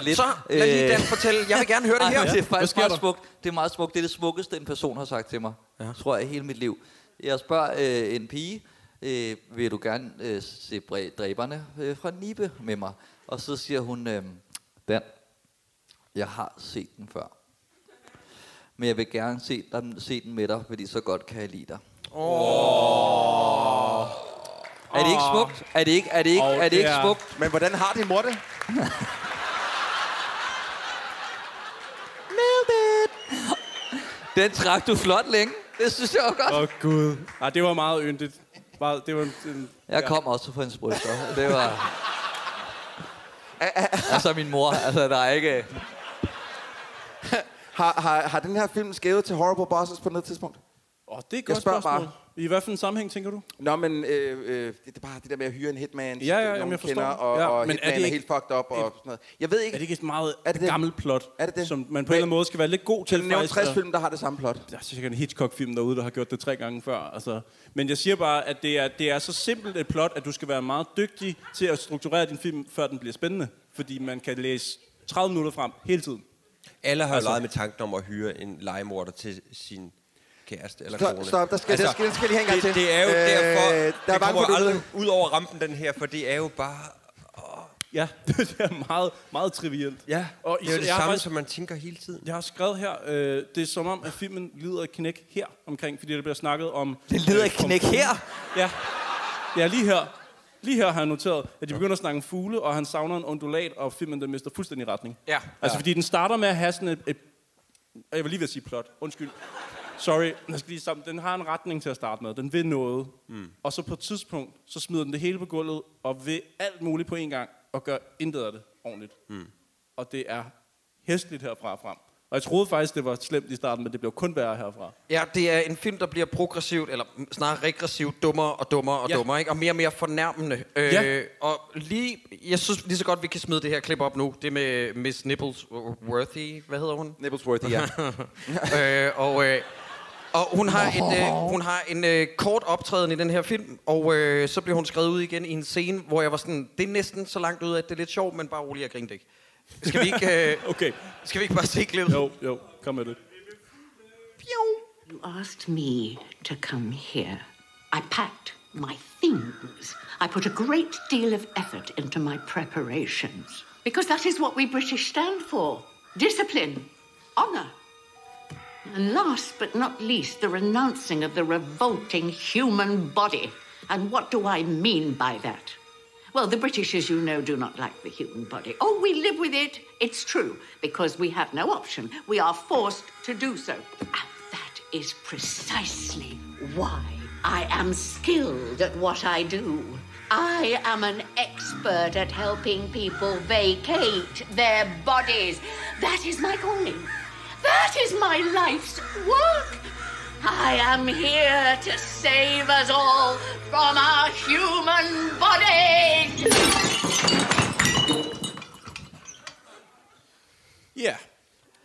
lad lige Dan fortælle. Jeg vil gerne høre
øh,
det
Ej,
her.
Det
Ja.
er
Hvad
faktisk
sker
meget
der?
smukt. Det er meget smukt. Det er det smukkeste, en person har sagt til mig, ja. tror jeg, hele mit liv. Jeg spørger øh, en pige, øh, vil du gerne øh, se bre- dræberne øh, fra Nibe med mig? Og så siger hun, øh, Dan, jeg har set den før. Men jeg vil gerne se, dem, se den med dig, fordi så godt kan jeg lide dig. Er det ikke
Åh.
smukt? Er det ikke, er det ikke,
Åh,
er det
det
ikke
er-
smukt?
Men hvordan har din mor det?
Den trak du flot længe. Det synes jeg var
Åh,
godt.
oh, Gud. Nej, det var meget yndigt. Bare, det var en, en,
Jeg kom også fra hendes bryster. Det var... altså min mor, altså der er ikke...
Har, har, har den her film skævet til Horrible Bosses på noget tidspunkt?
Åh, det er et godt
spørger
spørgsmål.
bare.
I hvad for en sammenhæng tænker du?
Nå, men øh, øh, det er bare det der med at hyre en hitman,
Ja, ja,
øh,
jamen,
nogen
jeg forstår.
kender, og,
Ja,
og
men er
hitman er,
det ikke
helt fucked up og
et-
sådan noget. Jeg ved ikke...
Er det ikke et meget
er det
det gammelt plot,
er det det?
som man på en eller anden måde skal være lidt god til?
Kan du nævne
faktisk,
60
at-
film, der har det samme plot?
Der er sikkert en Hitchcock-film derude, der har gjort det tre gange før. Altså. Men jeg siger bare, at det er, det er så simpelt et plot, at du skal være meget dygtig til at strukturere din film, før den bliver spændende. Fordi man kan læse 30 minutter frem hele tiden.
Alle har altså,
Altså-
leget med tanken om at hyre en legemorder til sin kæreste eller
Stop,
kone.
stop, der skal- der skal- der skal lige have en gang
Altså, det,
til.
Det er jo
Øh,
derfor,
der er
det
mange
kommer
produkter.
aldrig ud over rampen, den her, for det er jo bare...
Ja, det er meget, meget trivielt.
Ja,
og
det er jo det
jeg har
samme,
faktisk-
som man tænker hele tiden.
Jeg har skrevet her, øh, det er som om, at filmen lider et knæk her omkring, fordi der bliver snakket om...
Den lider
øh,
et
om
knæk
fugle.
her?
Ja. ja, lige her. Lige her har jeg noteret, at de begynder at snakke om fugle, og han savner en undulat, og filmen den mister fuldstændig retning.
Ja.
Altså,
Ja.
fordi den starter med at have sådan et, et... Jeg var lige ved at sige plot. Undskyld. Sorry. Jeg skal lige sammen. Den har en retning til at starte med. Den vil noget. Mm. Og så på et tidspunkt, så smider den det hele på gulvet, og vil alt muligt på en gang, og gør intet af det ordentligt. Mm. Og det er hæstligt herfra og frem. Og jeg troede faktisk, det var slemt i starten, men det blev kun værre herfra.
Ja, det er en film, der bliver progressivt, eller snarere regressivt, dummere og dummere og
Ja.
ja. dummere, ikke? og mere og mere fornærmende. Øh,
Ja.
Og lige, jeg synes lige så godt, vi kan smide det her klip op nu. Det med Miss Nibblesworthy, hvad hedder hun?
Nibblesworthy, ja.
øh, og, øh, og hun har, et, øh, hun har en øh, kort optræden i den her film, og øh, så blev hun skrevet ud igen i en scene, hvor jeg var sådan, det er næsten så langt ud, at det er lidt sjovt, men bare rolig, jeg grinte ikke. Skal vi ikke, øh,
okay.
skal vi ikke bare se klippet?
Jo, jo, kom med det.
You asked me to come here. I packed my things. I put a great deal of effort into my preparations. Because that is what we British stand for discipline, honour. And last but not least, the renouncing of the revolting human body. And what do I mean by that? Well, the British, as you know, do not like the human body. Oh, we live with it. It's true, because we have no option. We are forced to do so. And that is precisely why I am skilled at what I do. I am an expert at helping people vacate their bodies. That is my calling. That is my life's work. I am here to save us all from our human bodies.
Ja.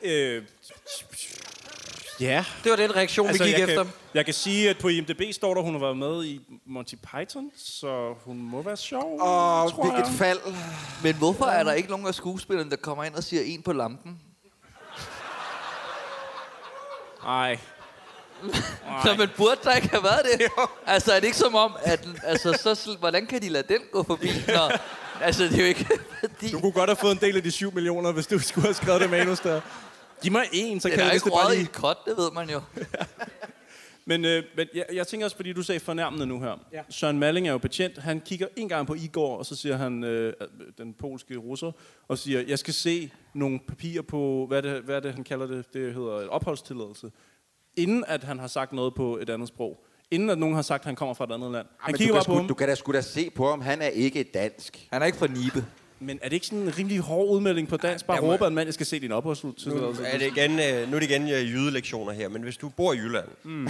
Øh, ja.
Det var den reaktion, vi gik
Altså, jeg
efter.
Kan, jeg kan sige, at på IMDb står der, hun har været med i Monty Python, så hun må være sjov, tror jeg.
Men hvorfor er der ikke nogen af skuespillerne, der kommer ind og siger en på lampen?
Nej.
Så man burde der ikke have været det? Altså, er det ikke som om, at altså, så, sl- hvordan kan de lade den gå forbi? Når, altså, det er jo ikke...
Du kunne godt have fået en del af de 7 millioner, hvis du skulle have skrevet det manus der. Giv mig en, så
Den
kan
er
jeg vist
ikke
det bare
røget i
lige.
et kot, det ved man jo.
Men, øh, men jeg, jeg tænker også, fordi du sagde fornærmende nu her. Ja. Søren Malling er jo betjent. Han kigger en gang på Igor, og så siger han, øh, den polske russer, og siger, jeg skal se nogle papirer på, hvad er det, hvad er det han kalder det, det hedder et opholdstilladelse, inden at han har sagt noget på et andet sprog. Inden at nogen har sagt, at han kommer fra et andet land. Han
Ah, men
kigger
du
bare
kan
på
sgu-
ham.
Du kan da sgu da se på ham, han er ikke dansk.
Han er ikke fra Nibe.
Men er det ikke sådan en rimelig hård udmelding på dansk? Bare råber en mand, jeg skal se din
Nu
opholdstilladelse.
er det igen, øh, nu er det igen øh, jydelektioner her, men hvis du bor i Jylland, mm.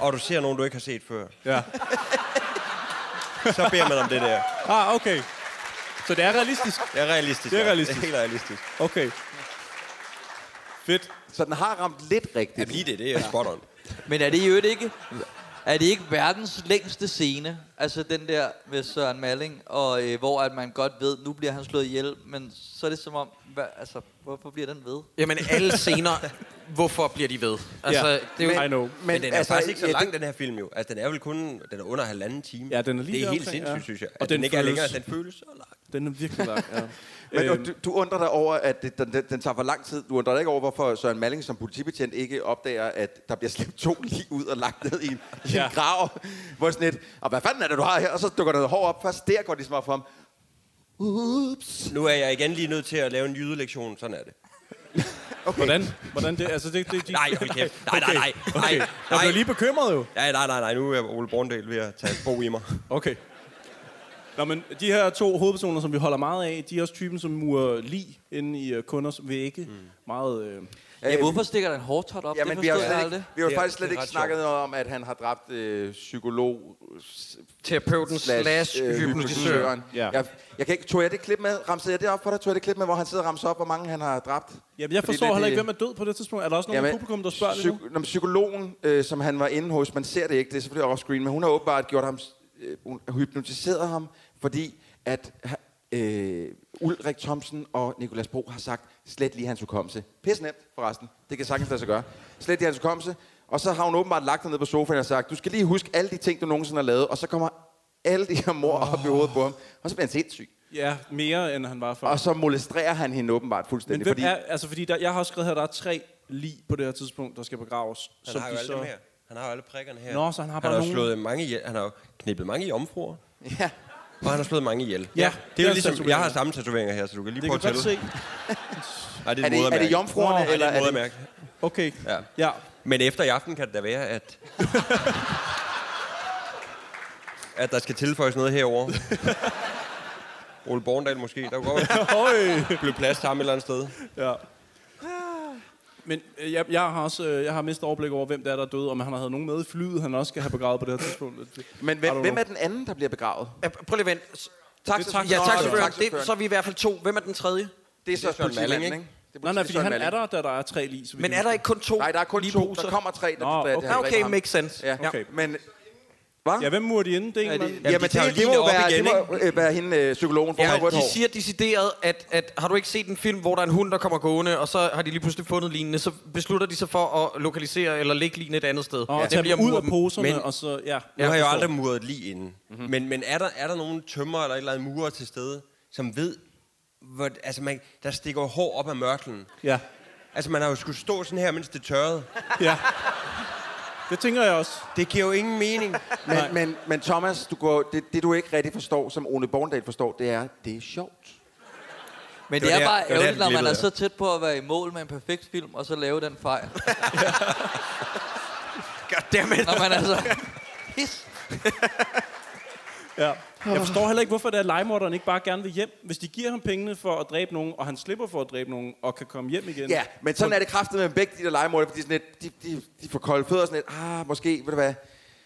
og du ser nogen, du ikke har set før,
ja.
så beder man om det der.
Ah, okay. Så det er realistisk?
Det er realistisk.
Det er
ja.
realistisk.
Det er helt realistisk.
Okay. Fedt.
Så den har ramt lidt rigtigt.
Ja, lige det, det er spot on.
Men er det i øvrigt ikke... Er det ikke verdens længste scene? Altså den der med Søren Malling, og øh, hvor at man godt ved, nu bliver han slået ihjel, men så er det som om, hvad, altså, hvorfor bliver den ved?
Jamen alle scener, hvorfor bliver de ved? Altså,
Ja,
det er jo,
men- I know. men
Men
den er
altså,
faktisk ikke så
ja,
lang,
det-
den her film jo. Altså, den er vel kun den er under halvanden time.
Ja, den er lige
Det er helt
deromkring,
sindssygt,
ja.
synes jeg.
Og
At den,
den
ikke er længere,
føles-
den føles så lang.
Den er virkelig lang, ja.
Men
Øhm.
øhm. du, du undrer dig over, at det, den, den, den tager for lang tid. Du undrer dig ikke over, hvorfor Søren Malling som politibetjent ikke opdager, at der bliver slæbt to lige ud og lagt ned i en, i
Ja.
en grav. Hvor sådan et, og hvad fanden er det, du har her? Og så dukker der noget hår op. Først der går det ligesom op for ham. Ups.
Nu er jeg igen lige nødt til at lave en jydelektion. Sådan er det.
Hvordan? Hvordan det? Altså, det, det, de...
Nej, hold kæft. Nej, nej, nej.
Okay. Okay.
nej,
Jeg
nej.
blev lige bekymret jo.
Ja, nej, nej, nej. Nu er Ole Borndal ved at tage et bog i mig.
Okay. Nå, men de her to hovedpersoner, som vi holder meget af, de er også typen, som murer lig inde i øh, kunders vægge. Mm. Meget... Øh,
Ja, hvorfor stikker der en hårdtot op?
Jamen,
det
vi har, jo
forstår
slet ikke,
jeg aldrig.
vi har jo faktisk slet ikke snakket noget om, at han har dræbt øh, psykolog... s-
Terapeuten slash
øh,
hypnotisøren. Ja.
Jeg, jeg kan ikke, tog jeg det klip med? Ramsede jeg det op for dig? Tog jeg det klip med, hvor han sidder og ramser op, hvor mange han har dræbt?
Jamen, jeg
Fordi
forstår
det-
heller ikke,
det-
hvem er død på det tidspunkt. Er der også nogen i publikum, der spørger lige nu?
psyk- når psykologen, øh, som han var inde hos, man ser det ikke, det er selvfølgelig off-screen, men hun har åbenbart gjort ham, s- øh, hun har hypnotiseret ham, fordi at ha- øh, Ulrik Thomsen og Nikolas Bro har sagt, slet lige hans hukommelse. Pisse nemt, forresten. Det kan sagtens lade sig gøre. Slet lige hans hukommelse. Og så har hun åbenbart lagt ham ned på sofaen og sagt, du skal lige huske alle de ting, du nogensinde har lavet, og så kommer alle de her mor op i hovedet på ham, og så bliver han sindssyg.
Ja, mere end han var før.
Og så molesterer han hende åbenbart fuldstændig.
Men hvem fordi... er, altså fordi der, jeg har også skrevet her, der er tre lig på det her tidspunkt, der skal begraves.
Han har jo alle dem her. Han har jo alle prikkerne her.
Nå, så han har
han
bare
har jo
nogle-
slået mange ihjel. Han har jo knippet mange jomfruer.
Ja.
Og han har slået mange ihjel.
Ja,
det er jo
deres
ligesom,
tatoveringer.
jeg har samme tatoveringer her, så du kan lige
Det
prøve
kan
at tælle.
jeg
Nej, det er,
Er det- er det jomfruerne, eller er
eller
det-
modermærke.
Okay.
Ja.
ja.
Men efter i aften kan det da være, at... at der skal tilføjes noget herover. Ole Borndal måske. Der kunne godt blive plads til ham et eller andet sted.
Ja. Men øh, jeg, jeg, har også, øh, jeg har mistet overblik over, hvem der er, der er døde, og om han har havde nogen med i flyet, han også skal have begravet på det her tidspunkt.
Men
I don't
hvem,
know.
hvem er den anden, der bliver begravet?
Ja, prøv lige at vente. S- Taxa,
taxachaufføren.
ja, taxaføreren.
Taxachaufføren.
Det, så er vi i hvert fald to. Hvem er den tredje?
Det er så
Søren
politimanden,
Malling,
ikke? Det
Nej, nej, fordi
Søren
han
Malling.
er der, da der er tre lige. Så vi
Men
kan-
er der ikke kun to?
Nej, der er kun
lige
to.
poser?
Der kommer tre. Der,
Nå,
der,
okay.
der,
okay, makes sense.
Ja,
Ja.
okay. Men, hvad?
Ja, hvem murte de inden? Det er en
Jamen, Jamen, det, det, må være, det må øh, være hende øh, psykologen for ja,
Ja,
rødt hår.
de siger decideret, at, at har du ikke set en film, hvor der er en hund, der kommer gående, og så har de lige pludselig fundet lignende, så beslutter de sig for at lokalisere eller lægge lignende et andet sted.
Og
Ja.
tage
bliver
dem ud af
muren.
poserne,
Men-
og så... Ja,
Nu har jeg jo
forstår.
aldrig muret lige inden. Mm-hmm. Men, men er, der, er der nogen tømmer eller et eller andet murer til stede, som ved, hvor, altså man, der stikker jo hår op af mørtlen?
Ja.
Altså man har jo skulle stå sådan her, mens det tørrede.
Ja. Det tænker jeg også.
Det giver jo ingen mening.
Men, men, men Thomas, du går, det, det du ikke rigtig forstår, som Ole Borndal forstår, det er, det er sjovt.
Men det, er bare ærgerligt, når man er så tæt på at være i mål med en perfekt film, og så lave den fejl.
Goddammit.
Når man altså... Pis.
Ja. Jeg forstår heller ikke, hvorfor det er, at legemorderen ikke bare gerne vil hjem. Hvis de giver ham pengene for at dræbe nogen, og han slipper for at dræbe nogen, og kan komme hjem igen.
Ja, men sådan er det kraftigt med begge de der legemorder, fordi sådan lidt, de, de, de får kolde fødder og sådan lidt, ah, måske, ved du hvad,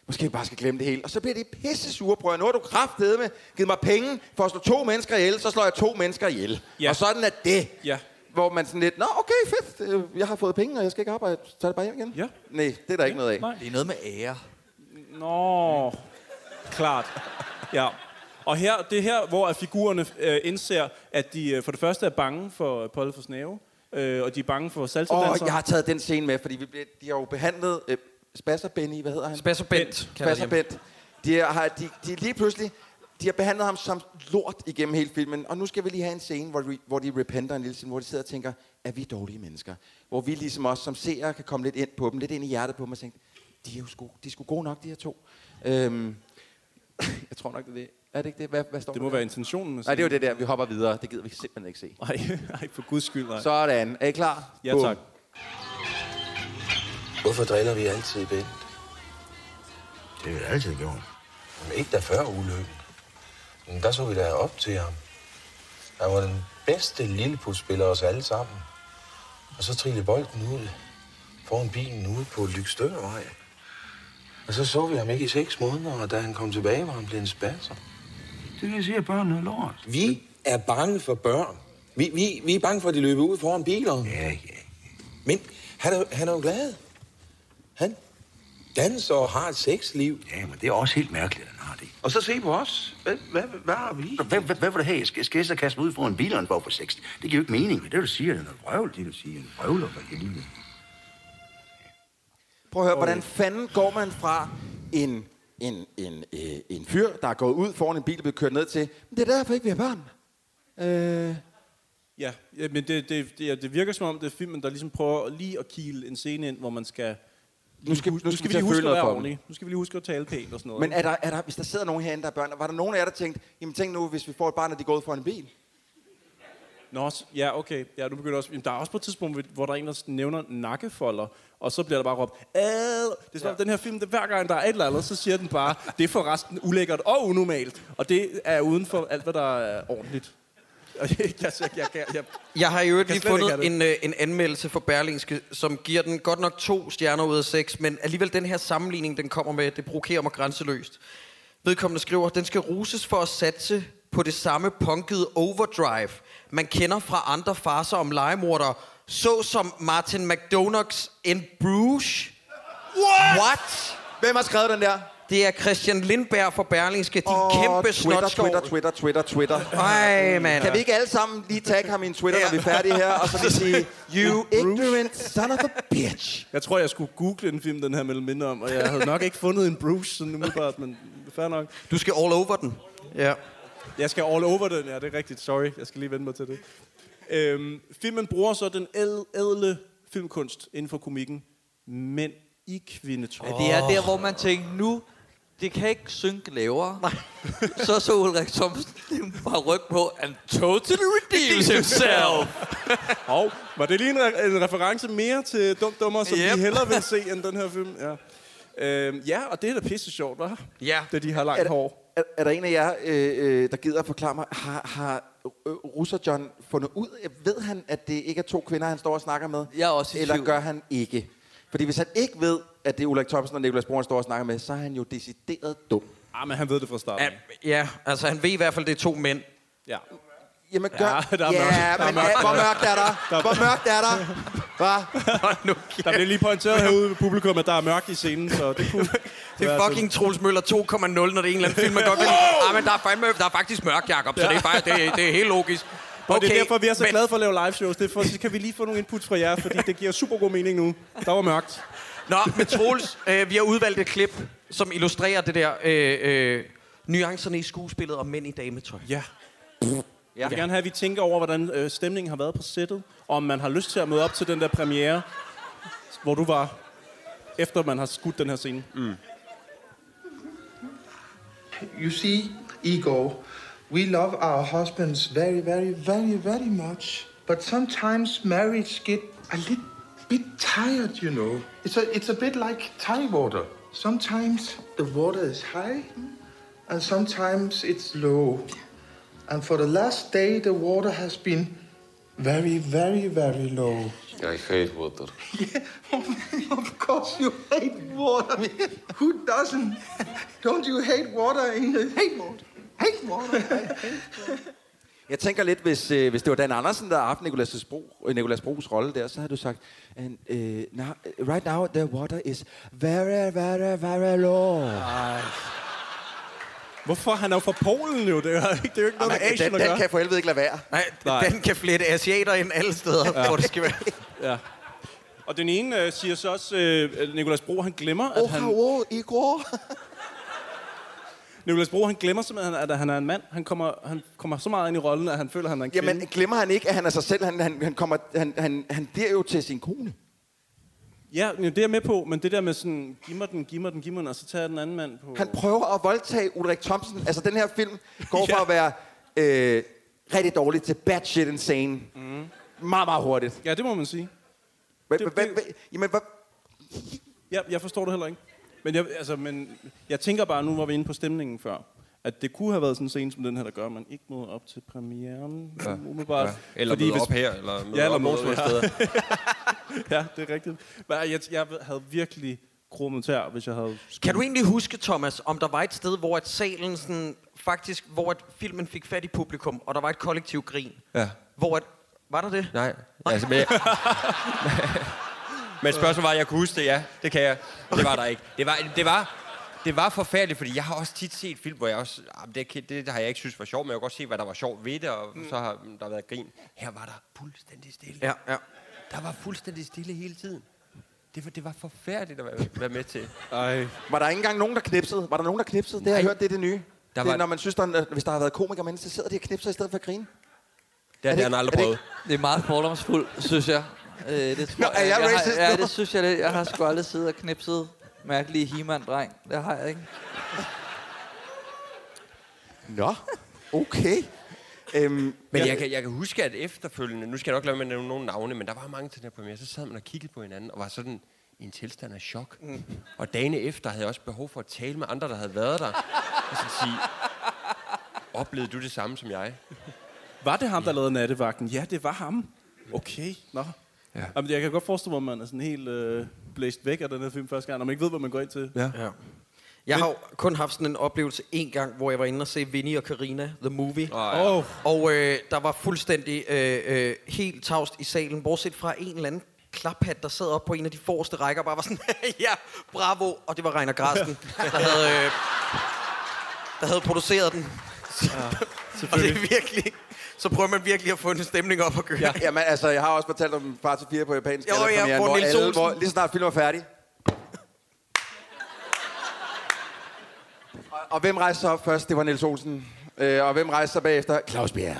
måske vi bare skal glemme det hele. Og så bliver de pisse sure, bror. Nu har du kraftedeme med givet mig penge for at slå to mennesker ihjel, så slår jeg to mennesker ihjel. Ja. Og sådan er det.
Ja.
Hvor man sådan lidt, nå okay, fedt, øh, jeg har fået penge, og jeg skal ikke arbejde, så er det bare hjem igen.
Ja.
Nej, det er der ikke noget af.
nej.
Det er noget med ære.
Nå, klart. Ja. Og her, det er her, hvor at figurerne øh, indser, at de øh, for det første er bange for Polde for Snæve, øh, og de er bange for
Og
salsedanser.
jeg har taget den scene med, fordi vi blev, de har jo behandlet øh, Spasser Benny, hvad hedder han?
Spasser Bent, kalder de
Spasser
ham.
Bent. De har de, de lige pludselig, de har behandlet ham som lort igennem hele filmen, og nu skal vi lige have en scene, hvor, re, hvor de repenter en lille scene, hvor de sidder og tænker, er vi dårlige mennesker? Hvor vi ligesom os som seere kan komme lidt ind på dem, lidt ind i hjertet på dem og tænke, de er jo sgu, de er sgu gode nok, de her to. Øhm, jeg tror nok, det er det. Er det ikke det? Hvad, hvad står
Det
der
må
der?
være intentionen med
Nej, det er jo
scenen.
det der. Vi hopper videre. Det gider vi simpelthen ikke se.
Nej, nej, for guds skyld, nej.
Sådan. Er I klar?
Ja, tak.
Hvorfor driller vi altid Bent? Det har vi altid gjort. Men ikke da før ulykken. Men der så vi da op til ham. Han var den bedste lilleputspiller af os alle sammen. Og så trillede bolden ud foran bilen ude på Lykstørvej. Og så så vi ham ikke i seks måneder, og da han kom tilbage, var han blevet en spasser.
Det kan jeg sige, at børn er lort.
Vi er bange for børn. Vi, vi, vi er bange for, at de løber ud foran bilerne. Ja, ja. Men han er, han er jo glad. Han danser og har et sexliv. Ja, men det er også helt mærkeligt, han har det.
Og så se på os. Hvad, hvad, hvad har vi? Hvad, hvad, hvad vil du have? Jeg skal, skal jeg så kaste mig ud foran bilerne for at få sex? Det giver jo ikke mening. Det er du siger, det er noget vrøvl, det du siger. En vrøvler for helvede.
Prøv at høre, hvordan fanden går man fra en, en, en, øh, en fyr, der er gået ud foran en bil og blevet kørt ned til, men det er derfor ikke, vi har børn. Øh,
Ja, ja men det, det, det, ja, det virker som om, det er filmen, der ligesom prøver lige at kile en scene ind, hvor man skal...
Nu skal- nu skal vi
vi
til
lige
at
huske
føle
at
noget
være
for dem.
ordentlige. Nu skal vi lige huske at tale pænt og sådan noget.
men er
ikke?
der, er der, hvis der sidder nogen herinde, der er børn, var der nogen af jer, der tænkte, jamen tænk nu, hvis vi får et barn, og de går ud foran en bil?
Nå, s- ja, okay. Ja, du begynder også... Jamen, der er også på et tidspunkt, hvor der er en, der nævner nakkefolder, og så bliver der bare råbt, Ad! Det er som om, den her film, det, hver gang der er et eller andet, så siger den bare, det er forresten ulækkert og unormalt. Og det er uden for alt, hvad der er ordentligt. jeg, jeg, jeg, jeg, jeg,
Jeg har i øvrigt
Kan
lige
slet ikke
fundet
have
en, øh, en anmeldelse for Berlingske, som giver den godt nok to stjerner ud af seks, men alligevel den her sammenligning, den kommer med, det provokerer mig grænseløst. Vedkommende skriver, den skal ruses for at satse på det samme punkede overdrive, man kender fra andre farser om legemordere, såsom Martin McDonag's In Bruges. What? What?
Hvem har skrevet den der?
Det er Christian Lindberg fra Berlingske, din oh, kæmpe
Twitter,
snotskov.
Twitter, Twitter, Twitter, Twitter.
Ej, mand.
Kan vi ikke alle sammen lige tagge ham i en Twitter, når vi er færdige her, og så lige sige, you ignorant son of a bitch.
Jeg tror, jeg skulle google den film, den her mellem minder om, og jeg havde nok ikke fundet en Bruce sådan umiddelbart, men fair nok.
Du skal all over den. Ja.
Jeg skal all over den, ja, det er rigtigt. Sorry, jeg skal lige vende mig til det. Øhm, filmen bruger så den ædle, ædle filmkunst inden for komikken, men i kvindetøj.
Ja, det er der, hvor man tænker, nu, det kan ikke synke lavere. så så Ulrik Thomsen bare ryg på, and totally redeems himself.
Hov, var det lige en, re- en reference mere til Dum Dummer, som yep.
Yep.
vi hellere vil se end den her film? Ja. Øhm, ja, og det er da pisse sjovt, hva'?
Ja.
Da de har
Er
langt
der-
hår.
Er, er der en af jer, øh, øh, der gider at forklare mig, har, har øh, Russer John fundet ud, ved han, at det ikke er to kvinder, han står og snakker med?
Jeg er også i
Eller
tvivl.
gør han ikke? Fordi hvis han ikke ved, at det er Ulrik Thomsen og Nikolaj Broen, han står og snakker med, så er han jo decideret dum.
Ah, men han ved det fra starten.
Ja, ja, altså han ved i hvert fald, det er to mænd.
Ja.
Jamen
gør... Ja,
der er
ja,
mørkt. Der er
men
mørkt.
øh, hvor mørkt er der? Hvor mørkt er der? Hva?
Der blev lige pointeret herude ved publikum, at der er mørkt i scenen, så det kunne
Det
være
er fucking Troels Møller 2,0, når det er en eller anden film, man godt kan lide. Ah, men der er, fandme, der er faktisk mørk, Jacob, så det er, faktisk, det, er- det er helt logisk.
Okay, og det er derfor, vi er så
men-
men... glade for at lave live shows. Det er for, så kan vi lige få nogle input fra jer, fordi det giver super god mening nu. Der var mørkt.
Nå, men Troels, øh, vi har udvalgt et klip, som illustrerer det der øh, øh, nuancerne i skuespillet om mænd i dametøj.
Ja. Ja. Jeg vil gerne have, at vi tænker over, hvordan øh, stemningen har været på sættet. Og om man har lyst til at møde op til den der premiere, hvor du var, efter man har skudt den her scene. Mm.
You see, Igor, we love our husbands very, very, very, very much. But sometimes marriage get a little bit tired, you know. It's a, it's a bit like tide water. Sometimes the water is high, and sometimes it's low. And for the last day, the water has been very, very, very low.
I hate water.
Of course you hate water. Who doesn't? Don't you hate water, Ingrid? Hate water. Hate water.
Jeg tænker lidt, hvis, øh, hvis det var Dan Andersen, der har haft Nicolas, Bro, øh, Nicolas Bros rolle der, så havde du sagt, And, øh, now, right now the water is very, very, very low. Ej.
Hvorfor? Han er jo fra Polen jo. Det er jo ikke, det er jo ikke noget
Ah,
med Asien
den,
at
den
gøre.
kan for helvede ikke lade være.
Nej, Nej. den kan flette asiater ind alle steder, ja. hvor det skal være.
Ja. Og den ene øh, siger så også, øh, Nikolas Bro, han glemmer, at
Oh,
han...
hello, Igor.
Nicolas Bro, han glemmer simpelthen, at han er en mand. Han kommer, han kommer så meget ind i rollen, at han føler, at han er en kvinde.
Jamen, glemmer han ikke, at han er sig selv? Han, han, han, kommer, han, han, han bliver jo til sin kone.
Ja, men det er jeg med på, men det der med sådan, giv mig den, giv mig den, giv mig den, og så tager jeg den anden mand på...
Han prøver at voldtage Ulrik Thomsen. Altså, den her film går fra at være øh, rigtig dårlig til bad shit insane.
Mm.
Meget, meget hurtigt.
Ja, det må man sige.
Hva- hva- hva- Jamen, hvad...
Ja, jeg forstår det heller ikke. Men jeg, altså, men jeg tænker bare, nu var vi inde på stemningen før, at det kunne have været sådan en scene som den her, der gør, at man ikke møder op til premieren.
Ja.
Ja. Umiddelbart.
Ja. Eller møder op her, eller møder
ja,
op
eller
nogle
møder-
steder.
ja, det er rigtigt. Men jeg, jeg havde virkelig krummet tær, hvis jeg havde...
Kan du egentlig huske, Thomas, om der var et sted, hvor at salen sådan, faktisk, hvor at filmen fik fat i publikum, og der var et kollektiv grin?
Ja.
Hvor at, var der det?
Nej. Altså, men, men spørgsmålet var, at jeg kunne huske det, ja. Det kan jeg. Det var der ikke. Det var, det var, det var forfærdeligt, fordi jeg har også tit set film, hvor jeg også... Ah, men det, kan- det, har jeg ikke synes var sjovt, men jeg kunne godt se, hvad der var sjovt ved det, og mm. så har mm, der været grin. Her var der fuldstændig stille.
Ja, ja.
Der var fuldstændig stille hele tiden. Det var, det var forfærdeligt at være, være med til.
Ej.
Var der ikke engang nogen, der knipsede? Var der nogen, der knipsede? Det har jeg hørt, det er det nye. Der det er,
var-
når man synes, der, er- hvis der har været komikere med, så sidder de og knipser i stedet for at grine.
Det har
det-
han aldrig
er det
prøvet.
Det er meget fordomsfuldt, synes jeg. Øh, det tror
Nå, er jeg racist
har,
nu?
Ja, det synes jeg lidt. Jeg har sgu aldrig siddet og knipset mærkelige he-man-dreng. Det har jeg ikke.
Nå, okay. Øhm,
Men jeg kan, jeg kan huske, at efterfølgende, nu skal jeg nok lade med at nævne nogle navne, men der var mange til den her premiere, så sad man og kiggede på hinanden og var sådan i en tilstand af chok. Mm. Og dagene efter havde jeg også behov for at tale med andre, der havde været der, og så sige, oplevede du det samme som jeg?
Var det ham, der lavede nattevagten? Ja, det var ham. Okay, nå. Ja. Jamen, jeg kan godt forestille mig, at man er sådan helt øh, blæst væk af den her film første gang, når man ikke ved, hvad man går ind til.
Ja. ja. Jeg har jo kun haft sådan en oplevelse en gang, hvor jeg var inde og se Vinnie og Karina The Movie. Oh,
ja. Åh.
Og øh, der var fuldstændig øh, øh, helt tavst i salen, bortset fra en eller anden klaphat, der sad op på en af de forreste rækker og bare var sådan, ja, bravo. Og det var Reiner Grasten, der havde, øh, der havde produceret den. Ja, og det er virkelig... Så prøver man virkelig at få en stemning op og køre.
Ja, jamen, altså, jeg har også fortalt om Far til 4 på japansk.
Jo, ja,
gallerpremieren,
hvor Niels Olsen-
hvor, lige så snart filmen var færdig. Og, og hvem rejste sig op først? Det var Niels Olsen. Øh, og hvem rejste sig bagefter? Claus Bjerg.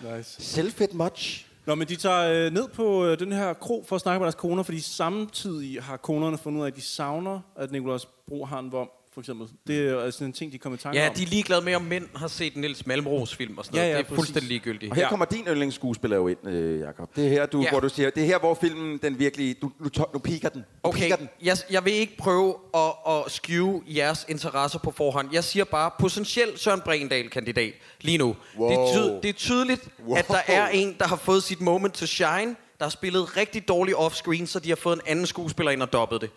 Nice.
Selvfedt much.
Nå, men de tager øh, ned på øh, den her kro for at snakke med deres koner, fordi samtidig har konerne fundet ud af, at de savner, at Nicolas Bro har en vom, for eksempel. Det er altså en ting, de kommer i tanke
Ja,
om.
de er ligeglade med, om mænd har set Niels Malmros film og sådan
Ja,
noget.
ja,
det er
præcis.
fuldstændig ligegyldigt.
Og her kommer din yndlingsskuespiller jo ind, øh, Jacob. Det er her, du,
Ja.
ja. hvor du siger, det er her, hvor filmen den virkelig... Du, nu, to- nu piker den. Nu
Okay,
piker den.
jeg, jeg vil ikke prøve at, at skive jeres interesser på forhånd. Jeg siger bare, potentiel Søren Brindal-kandidat lige nu.
Wow.
Det, er tyd, det er tydeligt, wow. at der er en, der har fået sit moment to shine, der har spillet rigtig dårligt offscreen, så de har fået en anden skuespiller ind og dobbet det.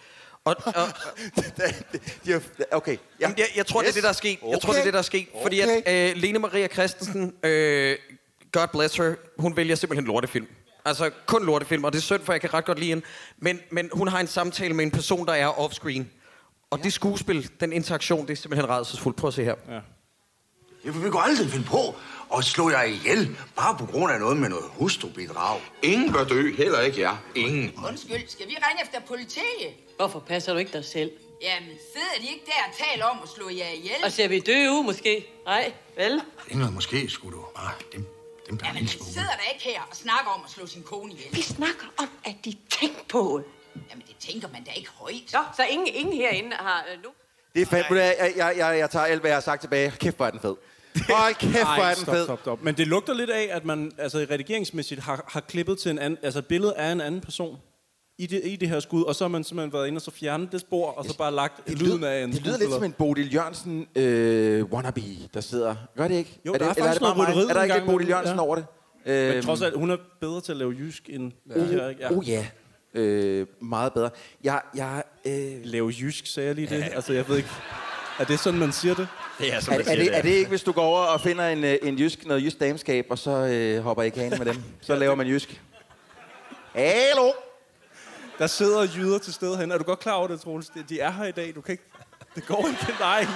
Og, og,
okay.
Jamen, jeg, jeg tror, yes. det er det, der er sket. Jeg tror, det er
Okay.
det, der er sket. Fordi at øh, Lene Maria Christensen, øh, God bless her, hun vælger simpelthen lortefilm. Altså kun lortefilm, og det er synd, for jeg kan ret godt lide hende. Men, men hun har en samtale med en person, der er offscreen. Og det skuespil, den interaktion, det er simpelthen rædselsfuldt. Prøv at se her. Ja.
Jeg vil kunne aldrig finde på at slå jer ihjel, bare på grund af noget med noget hustrubidrag. Ingen bør dø, heller ikke jer. Ingen.
Undskyld, skal vi ringe efter politiet?
Hvorfor passer du ikke dig selv?
Jamen, sidder de ikke der og taler om at slå jer ihjel?
Og ser vi døde ud, måske? Nej, vel?
Det er noget, måske skulle du bare dem, dem der er en lille smule.
Sidder der ikke her og snakker om at slå sin kone ihjel?
Vi snakker om, at de tænker på.
Jamen, det tænker man da ikke højt.
Nå, så ingen, ingen herinde har øh, nu.
Det er fandme, jeg, jeg, jeg, jeg, jeg tager alt, hvad jeg har sagt tilbage. Kæft, hvor er den fed. Hold kæft, hvor er den
stop,
fed.
stop, stop. Men det lugter lidt af, at man altså, redigeringsmæssigt har, har klippet til en anden, altså et billede af en anden person i det, i det her skud, og så har man simpelthen været inde og så fjernet det spor, og så bare lagt det lyden af en
Det lyder lidt
skuespiller.
som en Bodil Jørgensen øh, wannabe, der sidder. Gør det ikke?
Jo,
er det,
der er
eller Øhm,
faktisk
det bare
noget
mig?
rytteriet
Er der ikke
engang
lidt Bodil
imellem?
Jørgensen
Ja.
over det?
Men trods alt, hun er bedre til at lave jysk end...
Ja. Oh, oh ja. Øh, meget bedre. Jeg, jeg, øh...
Lave jysk, sagde jeg lige det. Altså, jeg ved ikke... Er det sådan, man siger det?
Det
Er, er, det, er det ikke, hvis du går over og finder en, øh, en jysk, noget jysk dameskab, og så øh, hopper i kanen med dem? Så laver man jysk. Hallo!
Der sidder jyder til stede herinde. Er du godt klar over det, Troels? De- De er her i dag. Du kan ikke... Det går ikke. Nej.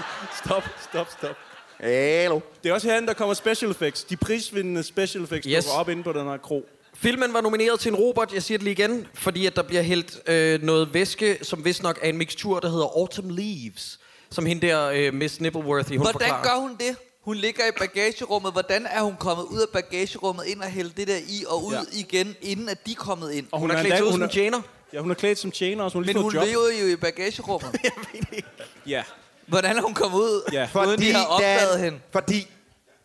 Stop, stop, stop.
Hallo.
Det er også herinde, der kommer special effects. De prisvindende special effects yes.
Yes.
dukker op inde på den her krog.
Filmen var nomineret til en Robert, jeg siger det lige igen, fordi at der bliver hældt øh, noget væske, som vist nok er en mixtur, der hedder Autumn Leaves, som hende der øh, Miss Nippleworthy, hun
Hvordan
forklarer.
gør hun det? Hun ligger i bagagerummet. Hvordan er hun kommet ud af bagagerummet ind og hældt det der i og ud ja. igen, inden at de er kommet ind?
Og er endda- hun er- Ja, hun er klædt som tjener også. Hun har
Men
lige
hun
fået job.
levede jo i bagagerummet.
Ja.
Hvordan er hun kommet ud,
ja.
uden de har opdaget hende?
Fordi...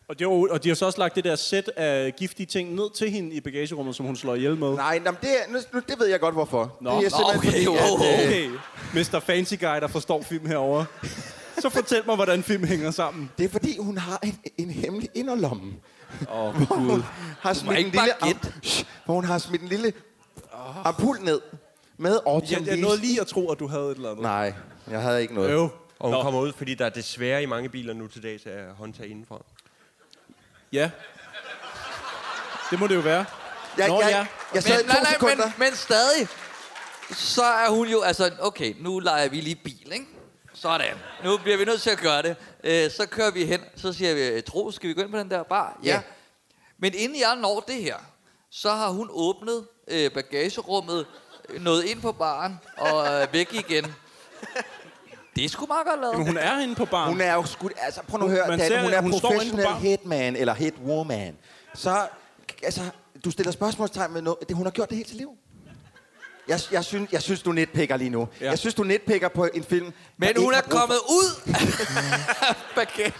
Og, det var, og de har så også lagt det der sæt af giftige ting ned til hende i bagagerummet, som hun slår ihjel med.
Nej, nå, men det, er- nu, nu, det ved jeg godt, hvorfor.
Nå,
det er simpelthen fordi, at, øh,
okay. Mr. Fancy Guy, der forstår film herover. Så fortæl mig, hvordan film hænger sammen.
Det er fordi, hun har en, en hemmelig inderlomme.
Åh, oh,
Hvor hun
Gud.
har
må
smidt en
ikke
lille,
bare
am- Shh, hvor hun har smidt en lille ampul ned med
Jeg,
autumn
jeg
leaves.
nåede lige at tro, at du havde et eller andet.
Nej, jeg havde ikke noget.
Øv.
Og hun
Nå.
kommer ud, fordi der desværre i mange biler nu til dags er håndtag indenfor.
Ja. Det må det jo være.
Ja,
Nå, ja.
jeg sad i to sekunder.
Men, men stadig, så er hun jo, altså, okay, nu leger vi lige bil, ikke? Sådan. Nu bliver vi nødt til at gøre det. Øh, så kører vi hen, så siger vi, "Øh, Tro, skal vi gå ind på den der bar? Ja. ja. Men inden jeg når det her, så har hun åbnet øh, bagagerummet, øh, nået ind på baren og øh, væk igen. Det er sgu meget godt lavet.
Jamen, hun er inde på baren.
Hun er jo skudt... Altså, prøv nu at høre,
Man
Dan,
ser,
hun
at
er
hun står inde på
professionel
baren.
hitman eller hitwoman. Så, altså, du stiller spørgsmålstegn med noget. Det, hun har gjort det hele sit liv. Jeg, jeg, synes, jeg synes, du netpikker lige nu. Ja. Jeg synes, du netpikker på en film. der
Men
ikke
hun
har
er
brug for-
kommet ud af bagagen.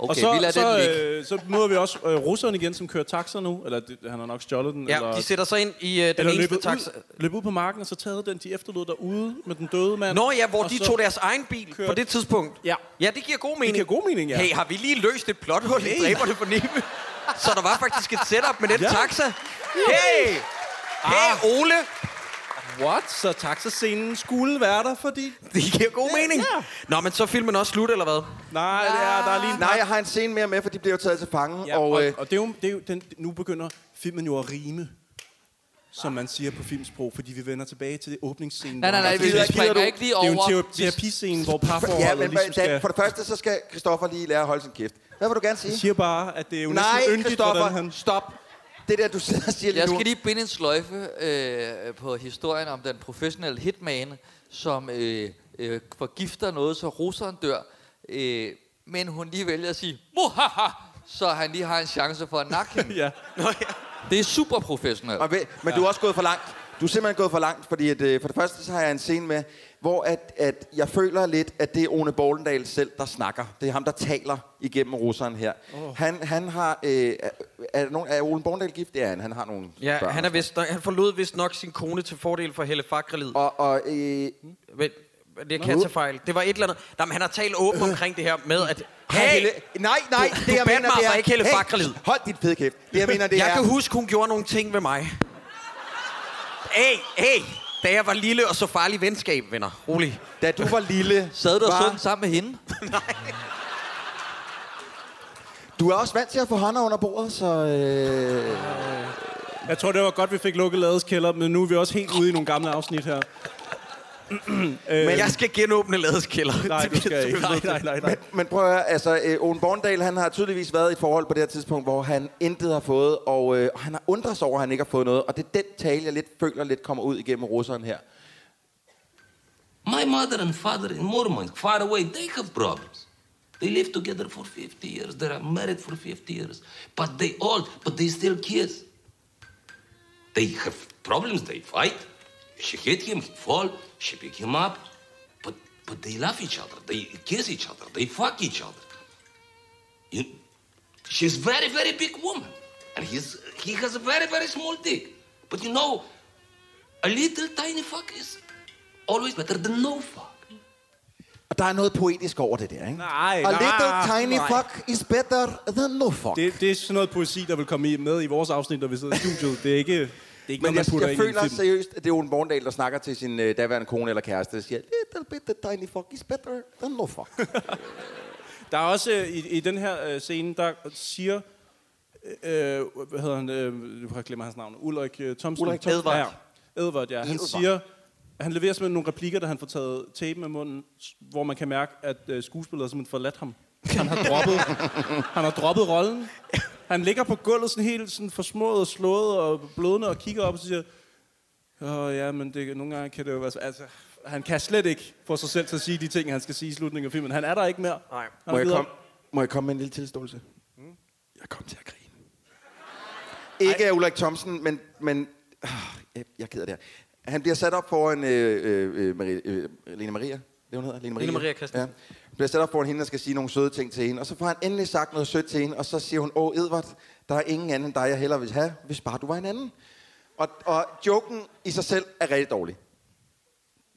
Okay,
og så,
vi lader
så,
den ligge.
øh, så møder vi også øh, russerne igen, som kører taxa nu. Eller det, han har nok stjålet den.
Ja,
eller,
de sætter sig ind i, øh, den
eller
eneste
løber ud-
taxa.
Løber ud på marken, og så taget den, de efterlod derude med den døde mand.
Nå ja, hvor
og
de
så-
tog deres egen bil på det tidspunkt.
Ja.
Ja, det giver god mening.
giver god mening, ja.
Hey, har vi lige løst et plothul i
Hey.
dræberne på Nibe? Så der var faktisk et setup med den
Ja. Ah.
taxa. Hey! Hey, Ole!
What? Så taxascenen skulle være der, fordi...
Det giver god mening.
Ja.
Nå, men så er filmen også slut, eller hvad?
Nej, det er, der er lige en
Nej, jeg har en scene mere med, for de bliver jo taget til fange.
Ja, og, og,
øh,
det er jo, det er jo den, nu begynder filmen jo at rime, som man siger på filmsprog, fordi vi vender tilbage til det åbningsscenen.
Nej,
hvor
nej,
han-
nej, vi
Gider-
springer
gider du-
ikke lige
Det er jo
over.
en tera- terapiscene, hvor parforholdet
ja, men
ligesom
ligesom
skal...
Dan, for det første, så skal Christoffer lige lære at holde sin kæft. Hvad vil du gerne sige?
Jeg siger bare, at det er jo
Nej,
næsten yndigt,
Christoffer,
hvordan han...
stop. Det der, du sidder og siger lige
Jeg
nu.
skal lige binde en sløjfe øh, på historien om den professionelle hitman, som øh, øh, forgifter noget, så russeren dør. Øh, men hun lige vælger at sige, Muhaha! så han lige har en chance for at nakke hende.
ja.
Det er super professionelt.
Og ved, men ja. du er også gået for langt. Du er simpelthen gået for langt, fordi at, øh, for det første så har jeg en scene med, hvor at, at jeg føler lidt, at det er One Borlendal selv, der snakker. Det er ham, der taler igennem russeren her. Oh. Han, han har... Øh, er, er, nogen, er Ole Borlendal gift? Det er han. Han har nogle
Ja,
børn.
han, er vist, nok- han forlod vist nok sin kone til fordel for Helle Fakrelid.
Og, og øh,
Vent, det kan jeg tage fejl. Det var et eller andet. Nej, men han har talt åbent omkring det her med, at... Hey,
Helle, nej, nej,
du,
det
du
jeg mener, det er...
ikke Helle
hey,
Fakrelid.
Hold dit fede kæft. Det jeg mener, det
jeg
er...
kan huske, hun gjorde nogle ting ved mig. Hey, hey, da jeg var lille og så farlig venskab, venner. Rolig.
Da du var lille...
Sad du og
var-
så den sammen med hende?
Du er også vant til at få hånder under bordet, så... Øh,
Jeg tror, det var godt, vi fik lukket ladeskælder, men nu er vi også helt ude i nogle gamle afsnit her. Øh, men
Men jeg skal genåbne ladeskælder.
Nej, du skal ikke. Nej, nej, nej. nej.
Men prøv at høre, altså, øh, Owen Borndal, han har tydeligvis været i et forhold på det her tidspunkt, hvor han intet har fået, og øh, og han har undret sig over, at han ikke har fået noget, og det er den tale, jeg lidt føler lidt kommer ud igennem russeren her.
My mother and father in Murmansk, far away, they have problems. They live together for 50 years. They are married for 50 years. But they old, but they still kids. They have problems. They fight. She hit him. He fall. She pick him up. But but they love each other. They kiss each other. They fuck each other. You, she's very very big woman, and he's he has a very very small dick. But you know, a little tiny fuck is always better than no fuck.
Og der er noget poetisk over det der, ikke?
Nej,
A
nej,
little tiny
nej.
fuck is better than no Oh, fuck.
Det, det er sådan noget poesi, der vil komme i- med i vores afsnit, når vi sidder i studiet. Det er ikke, det er ikke
Men
noget,
jeg,
man putter
jeg
ind i en
føler
film.
seriøst, at det er Owen Borndal, der snakker til sin øh, daværende kone eller kæreste, og siger, little bit the tiny fuck is better than no fuck.
Der er også øh, i, i den her øh, scene, der siger... Øh, hvad hedder han? Øh, nu har jeg glemt hans navn. Ulrik øh, Thomsen.
Ulrik Thomsen. Edvard.
Ja, Edvard, ja. Han
Edvard.
siger... Han leverer simpelthen nogle replikker, da han får taget tapen af munden, s- hvor man kan mærke, at øh, skuespillet har simpelthen forladt ham. Han har droppet, han har droppet rollen. Han ligger på gulvet sådan helt sådan forsmået og slået og blødende og kigger op og siger, Åh, ja, men det, nogle gange kan det jo være... så-" Altså, han kan slet ikke få sig selv til at sige de ting, han skal sige i slutningen af filmen. Han er der ikke mere. Nej.
Må jeg, komme, må jeg komme med en lille tilståelse? Jeg kom til at grine. Ikke af Ulrik Thomsen, men, men øh, jeg- jeg er ked af det her. Han bliver sat op foran øh, øh, øh, Marie, øh, Lene Maria. Det hun hedder? Lene Maria,
Lene Maria Christensen.
Ja. Hun bliver sat op foran hende og skal sige nogle søde ting til hende. Og så får han endelig sagt noget sødt til hende, og så siger hun, åh Edvard, der er ingen anden end dig, jeg hellere vil have, hvis bare du var en anden. Og, og joken i sig selv er rigtig dårlig.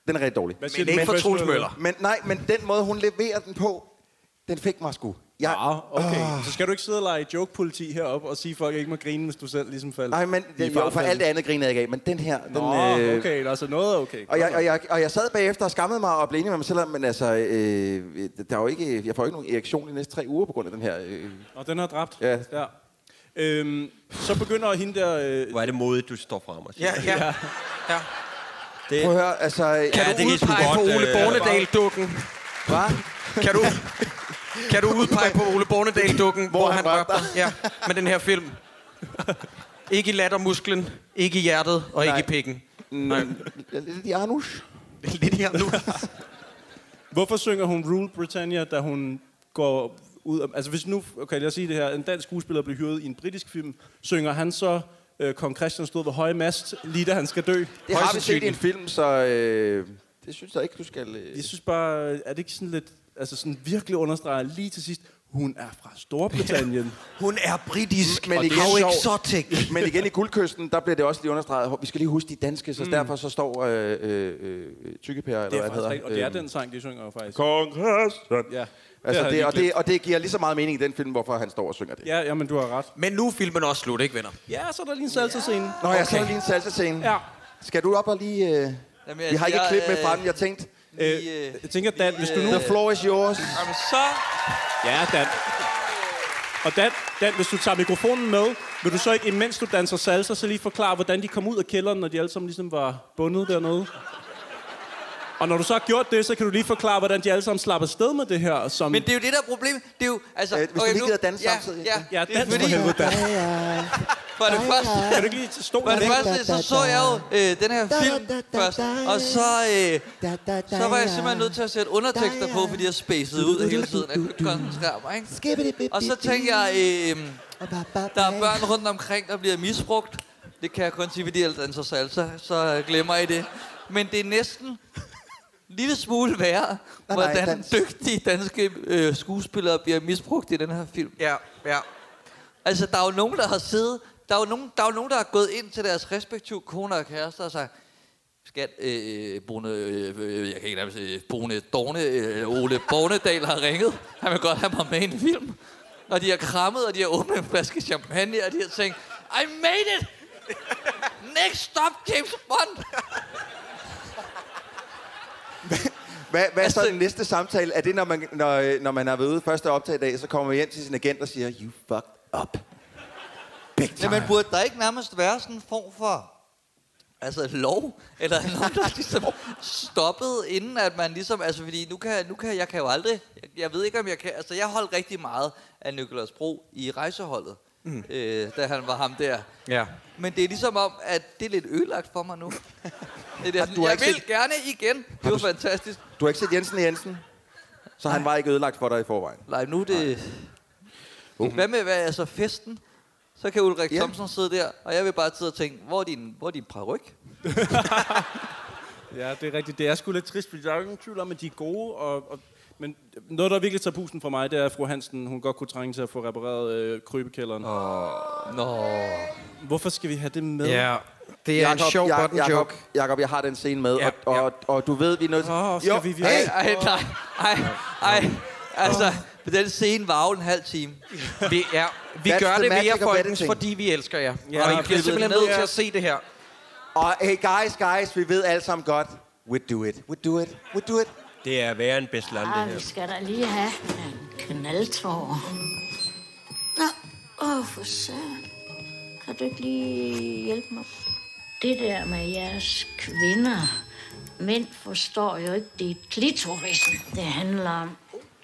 Den er rigtig dårlig.
Hvad siger Men du? ikke for Troels Møller.
Men nej, men den måde, hun leverer den på, den fik mig sgu. Jeg,
Ah, okay. Så skal du ikke sidde og lege joke-politi heroppe og sige, at folk ikke må grine, hvis du selv ligesom falder.
Nej, men
i
det, jo, for
fartfaldet?
alt det andet griner jeg ikke af, men den her... Den, øh,
Nå, okay, der er så noget er okay.
Og jeg, og, jeg, og jeg sad bagefter og skammede mig og blev enig med mig selv, om, men altså, øh, der er jo ikke, jeg får jo ikke nogen erektion i næste tre uger på grund af den her. Øh.
Og den har dræbt?
Ja.
ja. Øhm, så begynder hende der... Øh...
Hvor er det modigt, du står frem og
Ja, ja. ja.
Det... Prøv at høre, altså...
Kan
Ja,
du
det gik sgu
udpege på
godt,
Ole
øh,
Bornedal-dukken?
Hvad?
Kan du, kan du udpege på Ole Bornedal-dukken, hvor, hvor han rørte dig? Ja, med den her film. Ikke i lattermusklen, ikke i hjertet og ikke i pikken.
Nej. Lidt i Arnus.
Lidt i Arnus.
Hvorfor synger hun Rule Britannia, da hun går ud... af- Altså hvis nu, okay, lad os sige det her, en dansk skuespiller bliver hyret i en britisk film, synger han så øh, Kong Christian stod ved høje mast, lige da han skal dø?
Det har vi set i en film, så øh, det synes jeg ikke, du skal... Øh.
Jeg synes bare, er det ikke sådan lidt... Altså sådan virkelig understreger lige til sidst, Hun er fra Storbritannien. Mm,
Hun er britisk,
Men igen,
how
sjovt.
exotic.
men igen i guldkysten, der bliver det også lige understreget. Vi skal lige huske de er danske, så
Mm.
mm. derfor så står øh, øh, øh, tykkepærer,
Det
eller hvad
er
det
faktisk
hedder.
rigtigt, og det er
øhm,
den sang, de synger jo faktisk.
Kong Hassan.
Ja.
Altså,
havde
det,
jeg
og,
lige
det, og det giver lige så meget mening i den film, hvorfor han står og synger det.
Ja, ja, men du har ret.
Men nu er filmen også slut, ikke venner?
Ja, så er der lige en salsa-scene.
Nå, jeg så lige en salsa-scene.
Ja.
Skal du op og lige... Øh...
Jamen,
Vi har ikke et klip med fra den, jeg tænkte.
Øh, jeg tænker, Dan, hvis du nu...
The floor is yours.
Jamen, så...
Ja, Dan. Og Dan, Dan, hvis du tager mikrofonen med, vil du så ikke, imens du danser salsa, så lige forklare, hvordan de kom ud af kælderen, når de alle sammen ligesom var bundet dernede? Og når du så har gjort det, så kan du lige forklare, hvordan de alle sammen slapper sted med det her. Som...
Men det er jo det, der er problemet. Det er jo, altså...
Øh, hvis du lige gider danse
ja,
samtidig,
Ja,
Ja,
det er
dans for
fordi-
helvede, Dan.
For det første...
Kan du ikke lige tage stolen
For det
væk?
første, så så jeg jo øh, den her film først, og så, øh, så var jeg simpelthen nødt til at sætte undertekster på, fordi jeg spacede ud hele tiden. Jeg kunne ikke koncentrere mig, ikke? Og så tænkte jeg, øh, der er børn rundt omkring, der bliver misbrugt. Det kan jeg kun sige, fordi jeg danser salsa, så glemmer I det. Men det er næsten en lille smule værre,
nej,
hvordan
dans.
dygtige danske øh, skuespillere bliver misbrugt i den her film. Ja, ja. Altså, der er jo nogen, der har siddet... Der er jo nogen, der, er jo nogen, der har gået ind til deres respektive koner og kærester og sagt, skat, øh, øh, Brune, øh, øh, jeg kan ikke nærmest, øh, Brune Dorne, øh, Ole Bornedal har ringet. Han vil godt have mig med i en film. Og de har krammet, og de har åbnet en flaske champagne, og de har tænkt, I made it! Next stop, James Bond!
Hvad, hvad er så den næste samtale? Er det, når man, når, øh, når man har været ude første optag i dag, så kommer man hjem til sin agent og siger, you fucked up.
Jamen, burde der ikke nærmest være sådan en form for altså lov, eller nogen, der ligesom stoppede, inden at man ligesom, altså fordi nu kan, nu kan jeg kan jo aldrig, jeg, jeg ved ikke om jeg kan, altså jeg holdt rigtig meget af Nicolas Bro i rejseholdet, mm. øh, da han var ham der.
Ja.
Men det er ligesom om, at det er lidt ødelagt for mig nu. Det der,
du
du
har
jeg
ikke
vil
set-
gerne igen. Det var fantastisk.
Du har ikke set Jensen i Jensen? Så han var ikke ødelagt for dig i forvejen?
Nej, nu er det...
Mhm.
Uh.
Hvad med, hvad, altså festen? Så kan Ulrik Thomsen sidde der, og jeg vil bare sidde og tænke, hvor er din, hvor er din paryk?
Ja, det er rigtigt. Det er sgu lidt trist, fordi der er jo ingen tvivl om, at de er gode. Og, og, men noget, der virkelig tager pusen for mig, det er, at fru Hansen hun godt kunne trænge til at få repareret øh, krybekælderen.
Oh, no.
Hvorfor skal vi have det med?
Ja,
Jakob, Jak- Jakob, Jakob, jeg har den scene med, ja, og, og, og, og du ved, vi er nødt til...
Oh, skal vi virkelig?
Ej, ej, nej. Ej, ej. Altså, den scene var jo en halv time.
Vi, ja, vi
That's
gør
the
det ved jer,
magic of
folkens,
editing.
fordi vi elsker jer.
Ja,
Ja,
og
og I bliver
klippet
simpelthen
ned.
nødt til at se det her.
Og hey guys, guys, vi ved alle sammen godt, we do it, we do it, we do it.
Det er værre end Beslan, det
Ah,
her.
vi skal da lige have en knaldtår. Nå, åh, for søren. Kan du ikke lige hjælpe mig? Det der med jeres kvinder. Mænd forstår jo ikke, det er klitorisen, det handler om.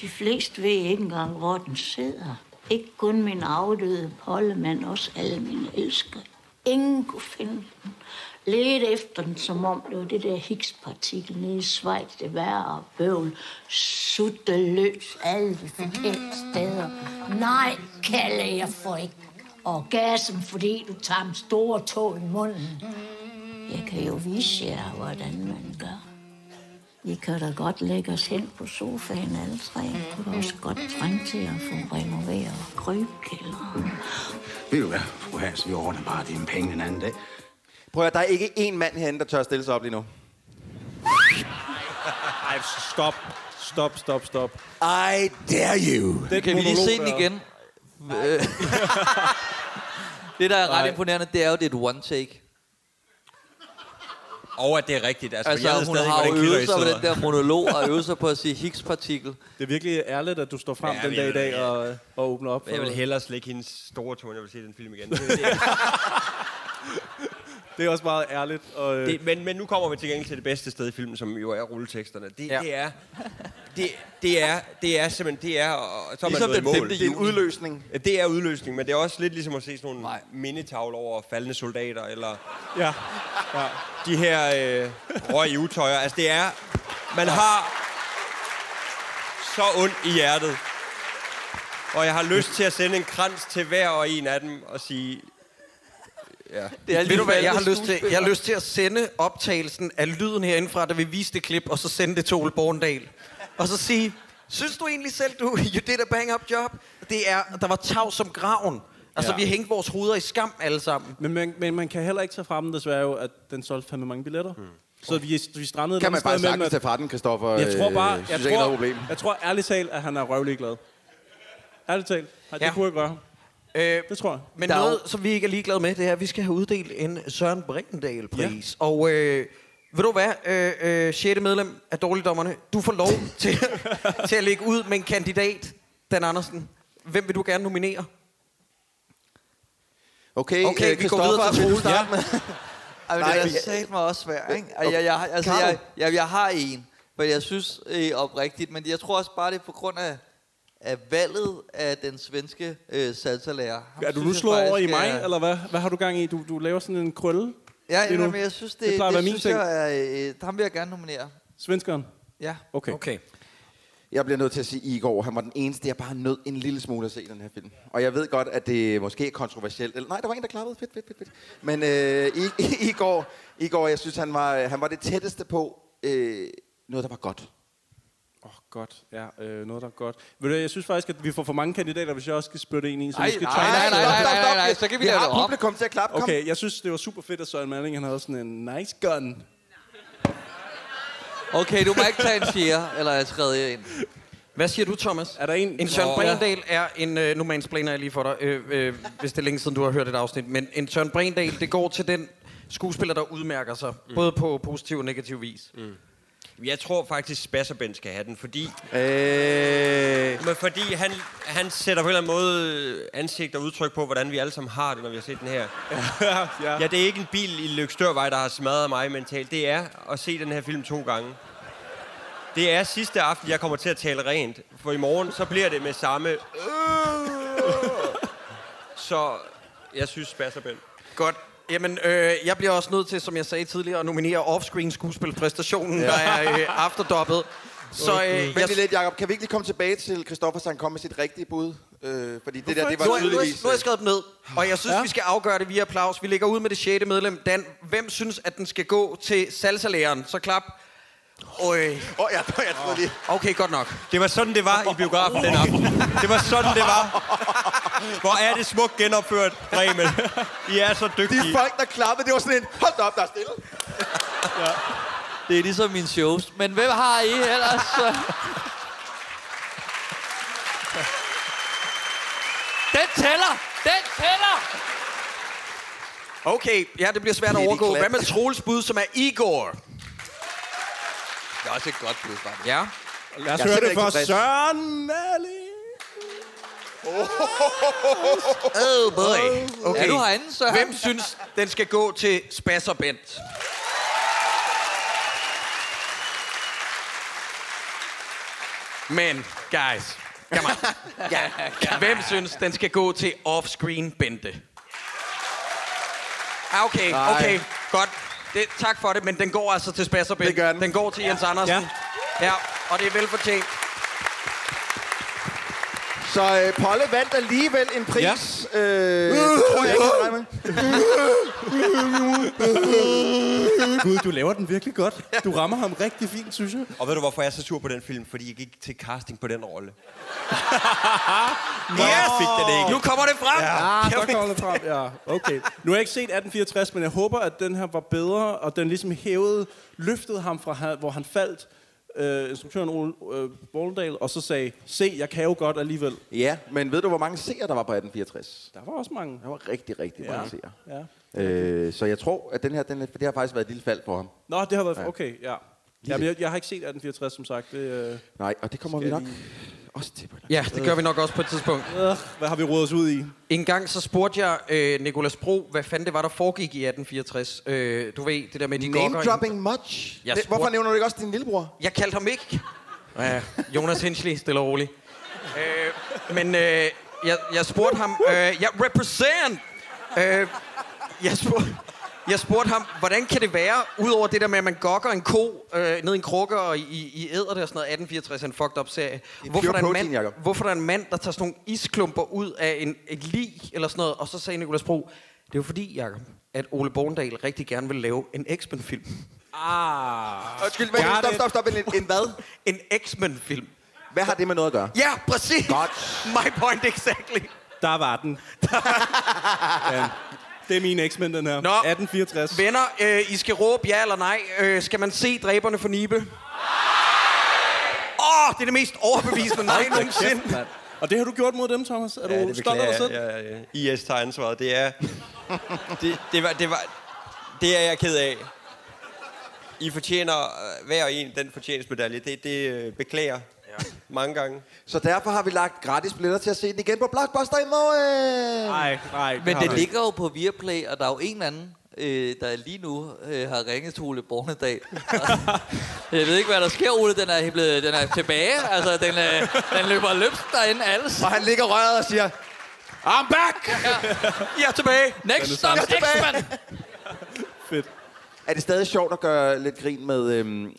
De fleste ved ikke engang, hvor den sidder. Ikke kun min afdøde Polle, men også alle mine elskere. Ingen kunne finde den. Lidt efter den, som om det var det der Higgs-partikel nede i Schweiz, det værre bøvl. Sutte løs alle de forkerte steder. Nej, Kalle, jeg får ikke orgasm, fordi du tager en stor tog i munden. Jeg kan jo vise jer, hvordan man gør. Vi kan da godt lægge os hen på sofaen alle tre. Jeg kunne også godt trænge til at få renoveret krybkælderen.
Ved du hvad, fru Hans, vi ordner bare dine penge en anden dag.
Prøv at høre, der er ikke én mand herinde, der tør stille sig op lige nu.
Ej, stop. Stop, stop, stop.
I dare you.
Den
kan vi lige
monolog
se den
der.
igen? Øh. det, der er ret
Nej.
imponerende, det er jo, det er et one take.
Og at det er rigtigt. Altså,
Altså,
altså jeg ved
hun
stadig,
har
hvordan
jo
kilder I
øvet sig på
sidder.
den der monolog og øvet sig på at sige Higgs-partikel.
Det er virkelig ærligt, at du står frem
Ja,
ja, den
vi
dag i
er-
dag og, øh, og åbner op for
Jeg vil
noget.
hellere slikke hendes store tone, jeg vil se den film igen. Det, det,
Det er også meget ærligt. Og, øh,
det, men, men nu kommer vi til gengæld til det bedste sted i filmen, som jo er rulleteksterne. Det, ja. det er... Det, det, er, det er simpelthen, det er, og så er
Ligesom
man nået i
den
mål.
femte Det er en juni. udløsning.
Det er udløsning, men det er også lidt ligesom at se sådan nogle Nej. mindetavler over faldende soldater, eller
ja. ja.
de her øh, røg i utøjer. Altså, det er... Man har så ondt i hjertet. Og jeg har lyst til at sende en krans til hver og en af dem og sige... Ja.
Det er Ved du hvad, jeg har, lyst til, jeg har lyst til at sende optagelsen af lyden herindefra, der vil vise det klip, og så sende det til Ole Borndal. Og så sige,
Synes du egentlig selv, du, you did a bang-up job? Det er, der var tav som graven. Altså,
Ja.
ja. vi hængte vores hoveder i skam alle sammen.
Men man, men man kan heller ikke tage fra dem, desværre jo, at den solgte fandme mange billetter. Mm. Så vi, vi strandede et
Kan man
andet sted
bare
imellem,
sagtens
at-
tage fra den, Christoffer?
Jeg tror bare,
øh, synes
jeg,
ikke, der er noget
tror,
problem.
jeg tror ærligt talt, at han er røvlig glad. Ærligt talt. Nej, det
Ja.
kunne jeg gøre.
Øh,
det tror jeg.
Men noget, som vi ikke er ligeglade med, det er, at vi skal have uddelt en Søren Brindendal-pris. Ja. Og øh, ved du hvad, øh, øh, 6. medlem af Dårligdommerne, du får lov til, til at lægge ud med en kandidat, Dan Andersen. Hvem vil du gerne nominere?
Okay,
Okay,
øh,
vi går videre til
Christoffer, vil du
Troels.
starte med?
Ej, men
Nej,
det er
vi-
sat mig også svært, ikke?
Okay.
Jeg, jeg, jeg, altså,
Karl?
jeg, jeg, jeg har en, for jeg synes øh, oprigtigt, men jeg tror også bare, det er på grund af, af valget af den svenske øh, salsa-lærer. Ham
Er du nu
synes jeg
slået over i
faktisk
mig,
er-
eller hvad? Hvad har du gang i? Du, du laver sådan en krølle?
Ja,
lige nu.
ja men jeg synes, det,
det
det,
plejer
det,
at
det
være min
synes
ting.
jeg er... Øh, ham vil jeg gerne nominere.
Svenskeren?
Ja.
Okay.
okay.
Jeg bliver nødt til at sige Igor. Han var den eneste, jeg bare nød en lille smule at se i den her film. Og jeg ved godt, at det måske er kontroversielt. Eller, nej, der var en, der klappede. Fedt, fedt, fedt. fedt. Men øh, I, I, Igor, Igor, jeg synes, han var, øh, han var det tætteste på øh, noget, der var godt.
Godt, ja. Øh, noget, der er godt. Ved du, hvad, jeg synes faktisk, at vi får for mange kandidater, hvis jeg også skal spytte en i. Så
Ej,
vi skal
nej,
tegne-
nej, nej, nej, nej, nej, nej, nej, så kan vi Vi lave har det om.
publikum til at klappe. Kom.
Okay, jeg synes, det var super fedt, at Søren Malling han havde sådan en nice gun.
Okay, du må ikke tage en fjerde eller en tredje ind.
Hvad siger du, Thomas?
Er der en?
En Søren
Nå,
Brindendal er en... Øh, nu mansplaner jeg lige for dig, øh, øh, hvis det er længe siden, du har hørt et afsnit. Men en Søren Brindendal, det går til den skuespiller, der udmærker sig. Mm. Både på positiv og negativ vis. Mm.
Jeg tror faktisk, Spasserben skal have den, fordi...
Øh...
Men fordi han, han sætter på en eller anden måde øh, ansigt og udtryk på, hvordan vi alle sammen har det, når vi har set den her.
ja.
ja, det er ikke en bil i Lykstørvej, der har smadret mig mentalt. Det er at se den her film to gange. Det er sidste aften, jeg kommer til at tale rent. For i morgen, så bliver det med samme... Øh. så jeg synes, Spasserben.
Godt. Jamen, øh, jeg bliver også nødt til, som jeg sagde tidligere, at nominere offscreen skuespilpræstationen, ja. der er øh, afterdoppet. Så øh,
Okay.
jeg...
Vent lige lidt, Jacob. Kan vi ikke lige komme tilbage til Christoffer, så han kom med sit rigtige bud? Øh, fordi det der, det var
nu, har- nu, har-
tydeligvis... øh,
nu har jeg skrevet dem ned, og jeg synes, ja. vi skal afgøre det via applaus. Vi ligger ud med det 6. medlem. Dan, hvem synes, at den skal gå til salsalæreren? Så klap. Åh, oh, jeg,
jeg troede lige.
Okay, godt nok.
Det var sådan, det var i biografen den aften. Det var sådan, det var. Hvor er det smukt genopført, Bremen. I er så dygtige.
De folk, der klappede, det var sådan en... Hold da op, der er stille.
Det er ligesom mine shows. Men hvem har I ellers?
Den tæller! Den tæller!
Okay, ja, det bliver svært at
Kitty
overgå.
klap.
Hvad med Troels bud, som er Igor?
Det er også et godt bud, faktisk.
Ja.
Lad os høre det for Søren Malling.
Oh boy. Okay.
Er du herinde, Søren?
Hvem synes, den skal gå til Spasser Bent? Men, guys, come on. Ja. Hvem synes, den skal gå til offscreen Bente? Ah, Okay,
Nej.
okay, godt. Det, tak for det, men den går altså til Spasser Bent. Det gør den. Den går til Jens Andersen. Ja. ja, og det er velfortjent.
Så øh, Polle vandt alligevel en pris. Ja. Øh, tror jeg ikke, han regner med.
Gud, du laver den virkelig godt. Du rammer ham rigtig fint, synes jeg.
Og ved du, hvorfor jeg er så sur på den film? Fordi jeg gik til casting på den rolle.
Nå,
yes! Fik den ikke.
Nu kommer det frem.
Ja, så Ah, kommer det frem, ja. Okay. Nu har jeg ikke set 1864, men jeg håber, at den her var bedre, og den ligesom hævede, løftede ham fra, her- hvor han faldt, øh, instruktøren Ole øh, Borgendal, og så sagde, se, jeg kan jo godt alligevel.
Ja, men ved du, hvor mange seere der var på 1864?
Der var også mange.
Der var rigtig, rigtig
Ja.
mange seere.
Ja.
Øh, så jeg tror, at den her, den, det har faktisk været et lille fald for ham.
Nå, det har været...
Ja.
Okay, ja. Jamen, jeg, jeg har ikke set 1864, som sagt. Det, øh,
Nej, og det kommer vi
Skal
nok
jeg
også til på et
Ja, det gør vi nok også på et tidspunkt.
Øh, Hvad har vi rodet os ud i?
En gang så spurgte jeg øh, Nikolas Bro, hvad fanden det var, der foregik i 1864. Øh, du ved, det der med de gokker...
Name dropping much?
Jeg
Det,
spurgte-
hvorfor nævner du ikke også din lillebror?
Jeg kaldte ham ikke. Ja, Jonas Hinchely, stille og roligt. Øh, men øh, jeg, jeg spurgte ham... Øh, jeg represent! Øh, jeg, spurgte, jeg spurgte ham, hvordan kan det være, udover det der med, at man gokker en ko øh, ned i en krukke og i, i æder det og sådan noget, 1864 er en fucked up serie. Hvorfor der, er en
protein,
mand, hvorfor der er en mand, der tager sådan nogle isklumper ud af en, et lig eller sådan noget, og så sagde Nicolas Bro, det er jo fordi, Jacob, at Ole Borndal rigtig gerne vil lave en X-Men-film.
Ah.
Undskyld, men stop, stop, stop. En, en hvad?
En X-Men-film.
Hvad har det med noget at gøre?
Ja, præcis. Godt. My point exactly.
Der var den. ja. Det er min eksmænd, den her.
Nå.
1864.
Venner, øh, I skal råbe ja eller nej. Øh, skal man se dræberne for Nibe? Åh, oh, det er det mest overbevisende nej
Hold da kæft,
nogensinde.
mand. Og det har du gjort mod dem, Thomas? Er du stolt af dig selv?
Ja, ja, ja. IS tager ansvaret. Det er... Det, det, var, det, var, det er jeg ked af. I fortjener øh, hver en den fortjensmedalje. Det, det øh, beklager ja. mange gange.
Så derfor har vi lagt gratis billetter til at se den igen på Blockbuster i morgen.
Nej, nej.
Men det ligger jo på Viaplay, og der er jo en eller anden, øh, der lige nu øh, har ringet til Ole Bornedal. jeg ved ikke, hvad der sker, Ole. Den er, blevet, den er tilbage. Altså, den, øh, den løber løbsk derinde alles.
Og han ligger røret og siger,
I'm back! Ja. Jeg er tilbage.
Next stop,
Jeg er
next
tilbage.
man.
Ah.
Er det stadig sjovt at gøre lidt grin med... Øhm,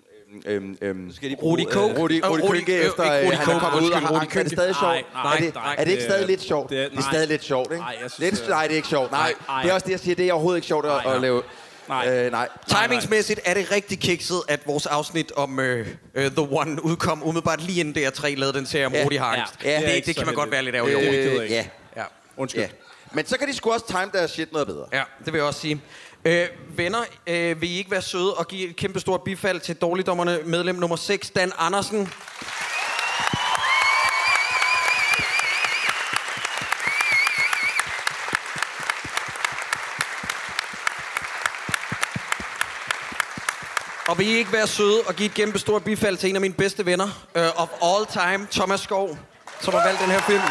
Øhm, øhm, skal
de
bruge, Rudi
Rudi,
Coke?
Rudi,
Øh, Rudi-
Rudi Kønke
øh,
efter, øh,
ikke Rudi
han er
Coke,
kommet ud
undskyld,
af
Rudi
Rudi Er det
Kønke.
stadig sjovt?
Nej, nej,
er, det,
nej,
er det ikke
det-
stadig lidt sjovt?
det
Det
er-
er, det er
nej.
stadig lidt sjovt, ikke?
Nej, jeg synes, øh,
lidt,
det er-
nej, det er ikke sjovt. Nej,
Nej, nej.
det er også det, jeg siger. Det er overhovedet ikke sjovt at, at lave.
Nej.
Øh, nej.
Timingsmæssigt er det rigtig kikset, at vores afsnit om øh, øh, The One udkom umiddelbart lige inden DR3 lavede den serie om ja. Rudi Harkens. Ja. Ja. Det, det, det kan man godt være lidt ærgerlig over.
Øh, ja.
ja.
Undskyld.
Ja. Men så kan de sgu også time deres shit noget bedre.
Ja, det vil jeg også sige. Øh, venner, øh, vil I ikke være søde og give et kæmpe stort bifald til dårligdommerne medlem nummer 6, Dan Andersen? Og vil I ikke være søde og give et kæmpe stort bifald til en af mine bedste venner øh, of all time, Thomas Skov, som har valgt den her film.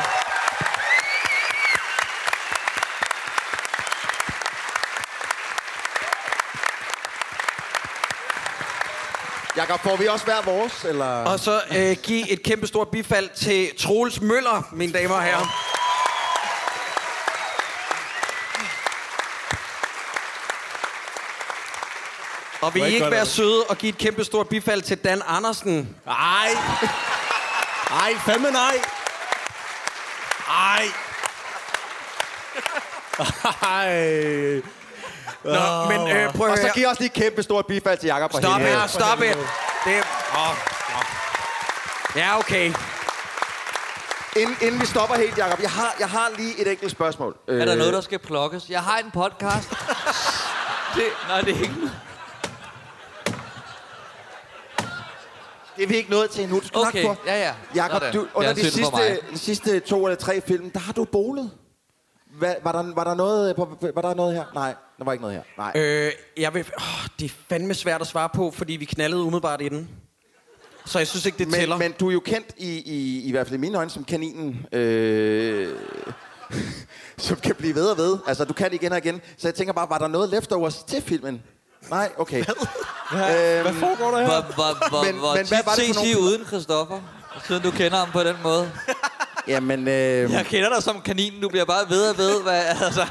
Jakob, får vi også hver vores? Eller?
Og så øh, give et kæmpe stort bifald til Troels Møller, mine damer og herrer. Og vil
Må
I
jeg
ikke
godt
være
have det?
søde og give et kæmpe stort bifald til Dan Andersen?
Nej. Nej, fandme nej. Nej. Ej.
Nå, men øh, prøv
Og
at
så
høre.
giv os lige et kæmpe stort bifald til Jakob.
Stop her, stop her. Det... Åh, åh. Ja, okay.
Inden, inden vi stopper helt, Jakob, jeg har, jeg har lige et enkelt spørgsmål. Øh,
Er der noget, der skal plukkes? Jeg har en podcast. det, nej, det er ikke...
Det er vi ikke nået til endnu. Du skal
Okay,
nok få.
ja, ja.
Jakob,
Sådan.
du, under
Jeg er
de
synd for
sidste, de sidste to eller tre film, der har du bolet. Hva, var, der, var, der noget, øh, på, var der noget her? Nej, der var ikke noget her. Nej.
Øh, jeg vil... Oh, det er fandme svært at svare på, fordi vi knaldede umiddelbart inden. Så jeg synes ikke, det
men,
tæller.
Men du er jo kendt i, i, i hvert fald i mine øjne som kaninen, øh, som kan blive ved og ved. Altså, du kan det igen og igen. Så jeg tænker bare, var der noget leftovers til filmen? Nej, okay. Hvad,
hvad foregår der
Øhm, Hvor, hvor, hvor,
Men-
hvor
men
tit
hvad var det for
ses
nogle
I
film?
uden Christoffer? Siden du kender ham på den måde.
Jamen, øh,
Jeg kender dig som kaninen. Du bliver bare ved og ved. Hvad, altså,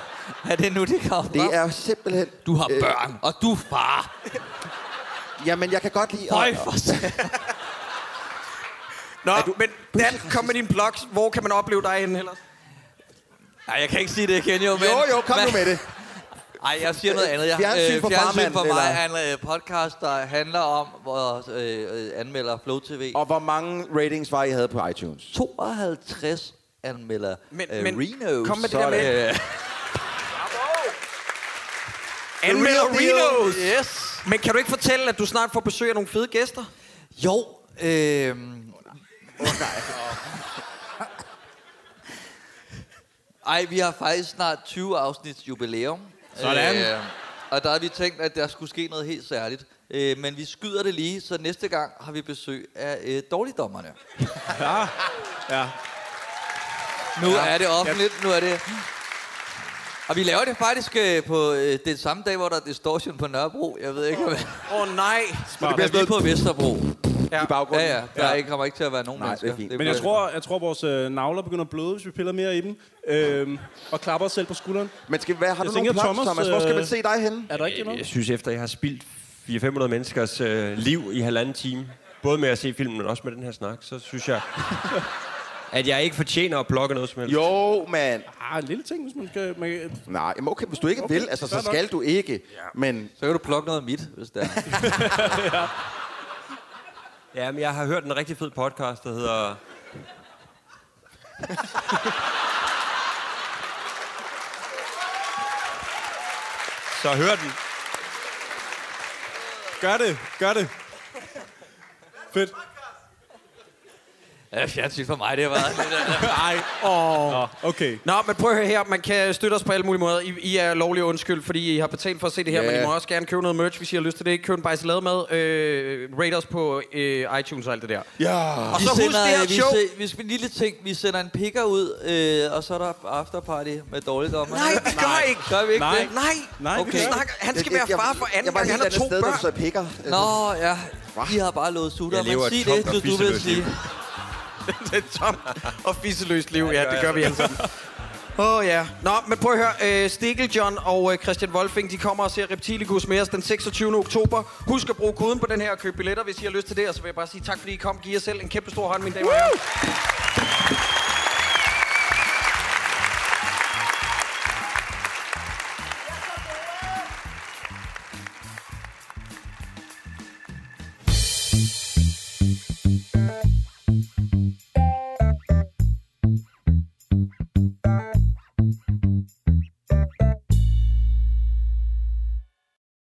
er det nu, det kommer frem?
det er jo simpelthen... øh,
Du har børn, og du er
Ah.
far.
Jamen, jeg kan godt lide...
Høj for satan.
Nå, du, men Dan, kom med din blogs. Hvor kan man opleve dig henne ellers?
Nej, jeg kan ikke sige det, Kenjo. Men,
Jo, jo, kom
men,
nu med det.
Nej, jeg siger noget andet. Jeg, øh,
Fjernsyn for
fjernsyn
farmand,
for mig
eller?
er en øh, podcast, der handler om, hvor øh, øh, anmelder Flow TV.
Og hvor mange ratings var I havde på iTunes?
52 anmelder
Men-
øh,
men
Reno.
kom med det
Sådan.
der med.
Øh,
Anmelder
real deal.
Renos! Yes. Men kan du ikke fortælle, at du snart får besøg af nogle fede gæster?
Jo, øh,
øhm.
Ej, vi har faktisk snart 20 afsnits jubilæum. Øh,
Sådan.
og der har vi tænkt, at der skulle ske noget helt særligt. Øh, men vi skyder det lige, så næste gang har vi besøg af øh, dårligdommerne.
Ja. ja.
Nu ja. er det offentligt, nu er det... Og vi laver det faktisk øh, på øh, den samme dag, hvor der er distortion på Nørrebro. Jeg ved ikke, hvad...
Åh oh, nej!
Så det bliver sådan på Vesterbro.
Ja. I
baggrunden. Ja, ja. Der
Ja.
ja. Ikke, kommer ikke til at være nogen
Nej, det er
mennesker.
fint.
er
Men jeg
bare-
tror, jeg tror vores øh, navler begynder at bløde, hvis vi piller mere i dem. Øhm, og klapper os selv på skulderen.
Men skal, hvad, har
Jeg
du nogen
tænker,
plads, Thomas?
Thomas,
Thomas? Hvor skal
øh,
man se dig henne?
Er der
Øh,
ikke noget?
Jeg synes, efter jeg har spildt 400-500 menneskers øh, liv i halvanden time, både med at se filmen, men også med den her snak, så synes jeg, at jeg ikke fortjener at blokke noget som helst.
Jo, mand.
Ah, en lille ting, hvis man skal... Man, kan-
Nej, jamen okay, hvis du ikke
Okay,
okay, vil, altså, så
fair nok.
skal du ikke. Men
Så kan du plukke noget af mit, hvis det er.
Ja, men jeg har hørt en rigtig fed podcast, der hedder... Så hør den.
Gør det, gør det. Fedt.
Ja, fjernsyn for mig, det har været lidt
Nej, åh, okay.
Nå, men prøv at høre her. Man kan støtte os på alle mulige måder. I, I er lovlig undskyld, fordi I har betalt for at se det her,
Ja.
men I må også gerne købe noget merch, hvis I har lyst til det. Køb en bajsalade med. Øh, rate os på øh, iTunes og alt det der.
Ja.
Og så husk det her
vi,
show.
se- vi skal lige lidt tænke, vi sender en pikker ud, øh, og så er der afterparty med dårligdommer.
Nej, vi gør ikke.
Gør vi ikke
Nej.
det?
Nej. Nej, vi gør ikke. Han skal være far for anden gang. Han har to børn.
pikker. Nå, ja. De har bare lovet sutter.
Jeg lever
Men
et
sig
tomt
det,
og
du, du vil
fisseløst
sige.
det er tomt og fisseløst liv. Ja, det gør vi alle sammen. Åh oh, ja. Nå, men prøv at høre. Øh, Stikkel John og øh, Christian Wolfing, de kommer og ser Reptilicus med os den 26. oktober. Husk at bruge koden på den her og købe billetter, hvis I har lyst til det. Og så vil jeg bare sige tak, fordi I kom. Giv jer selv en kæmpe stor hånd, mine damer og herrer.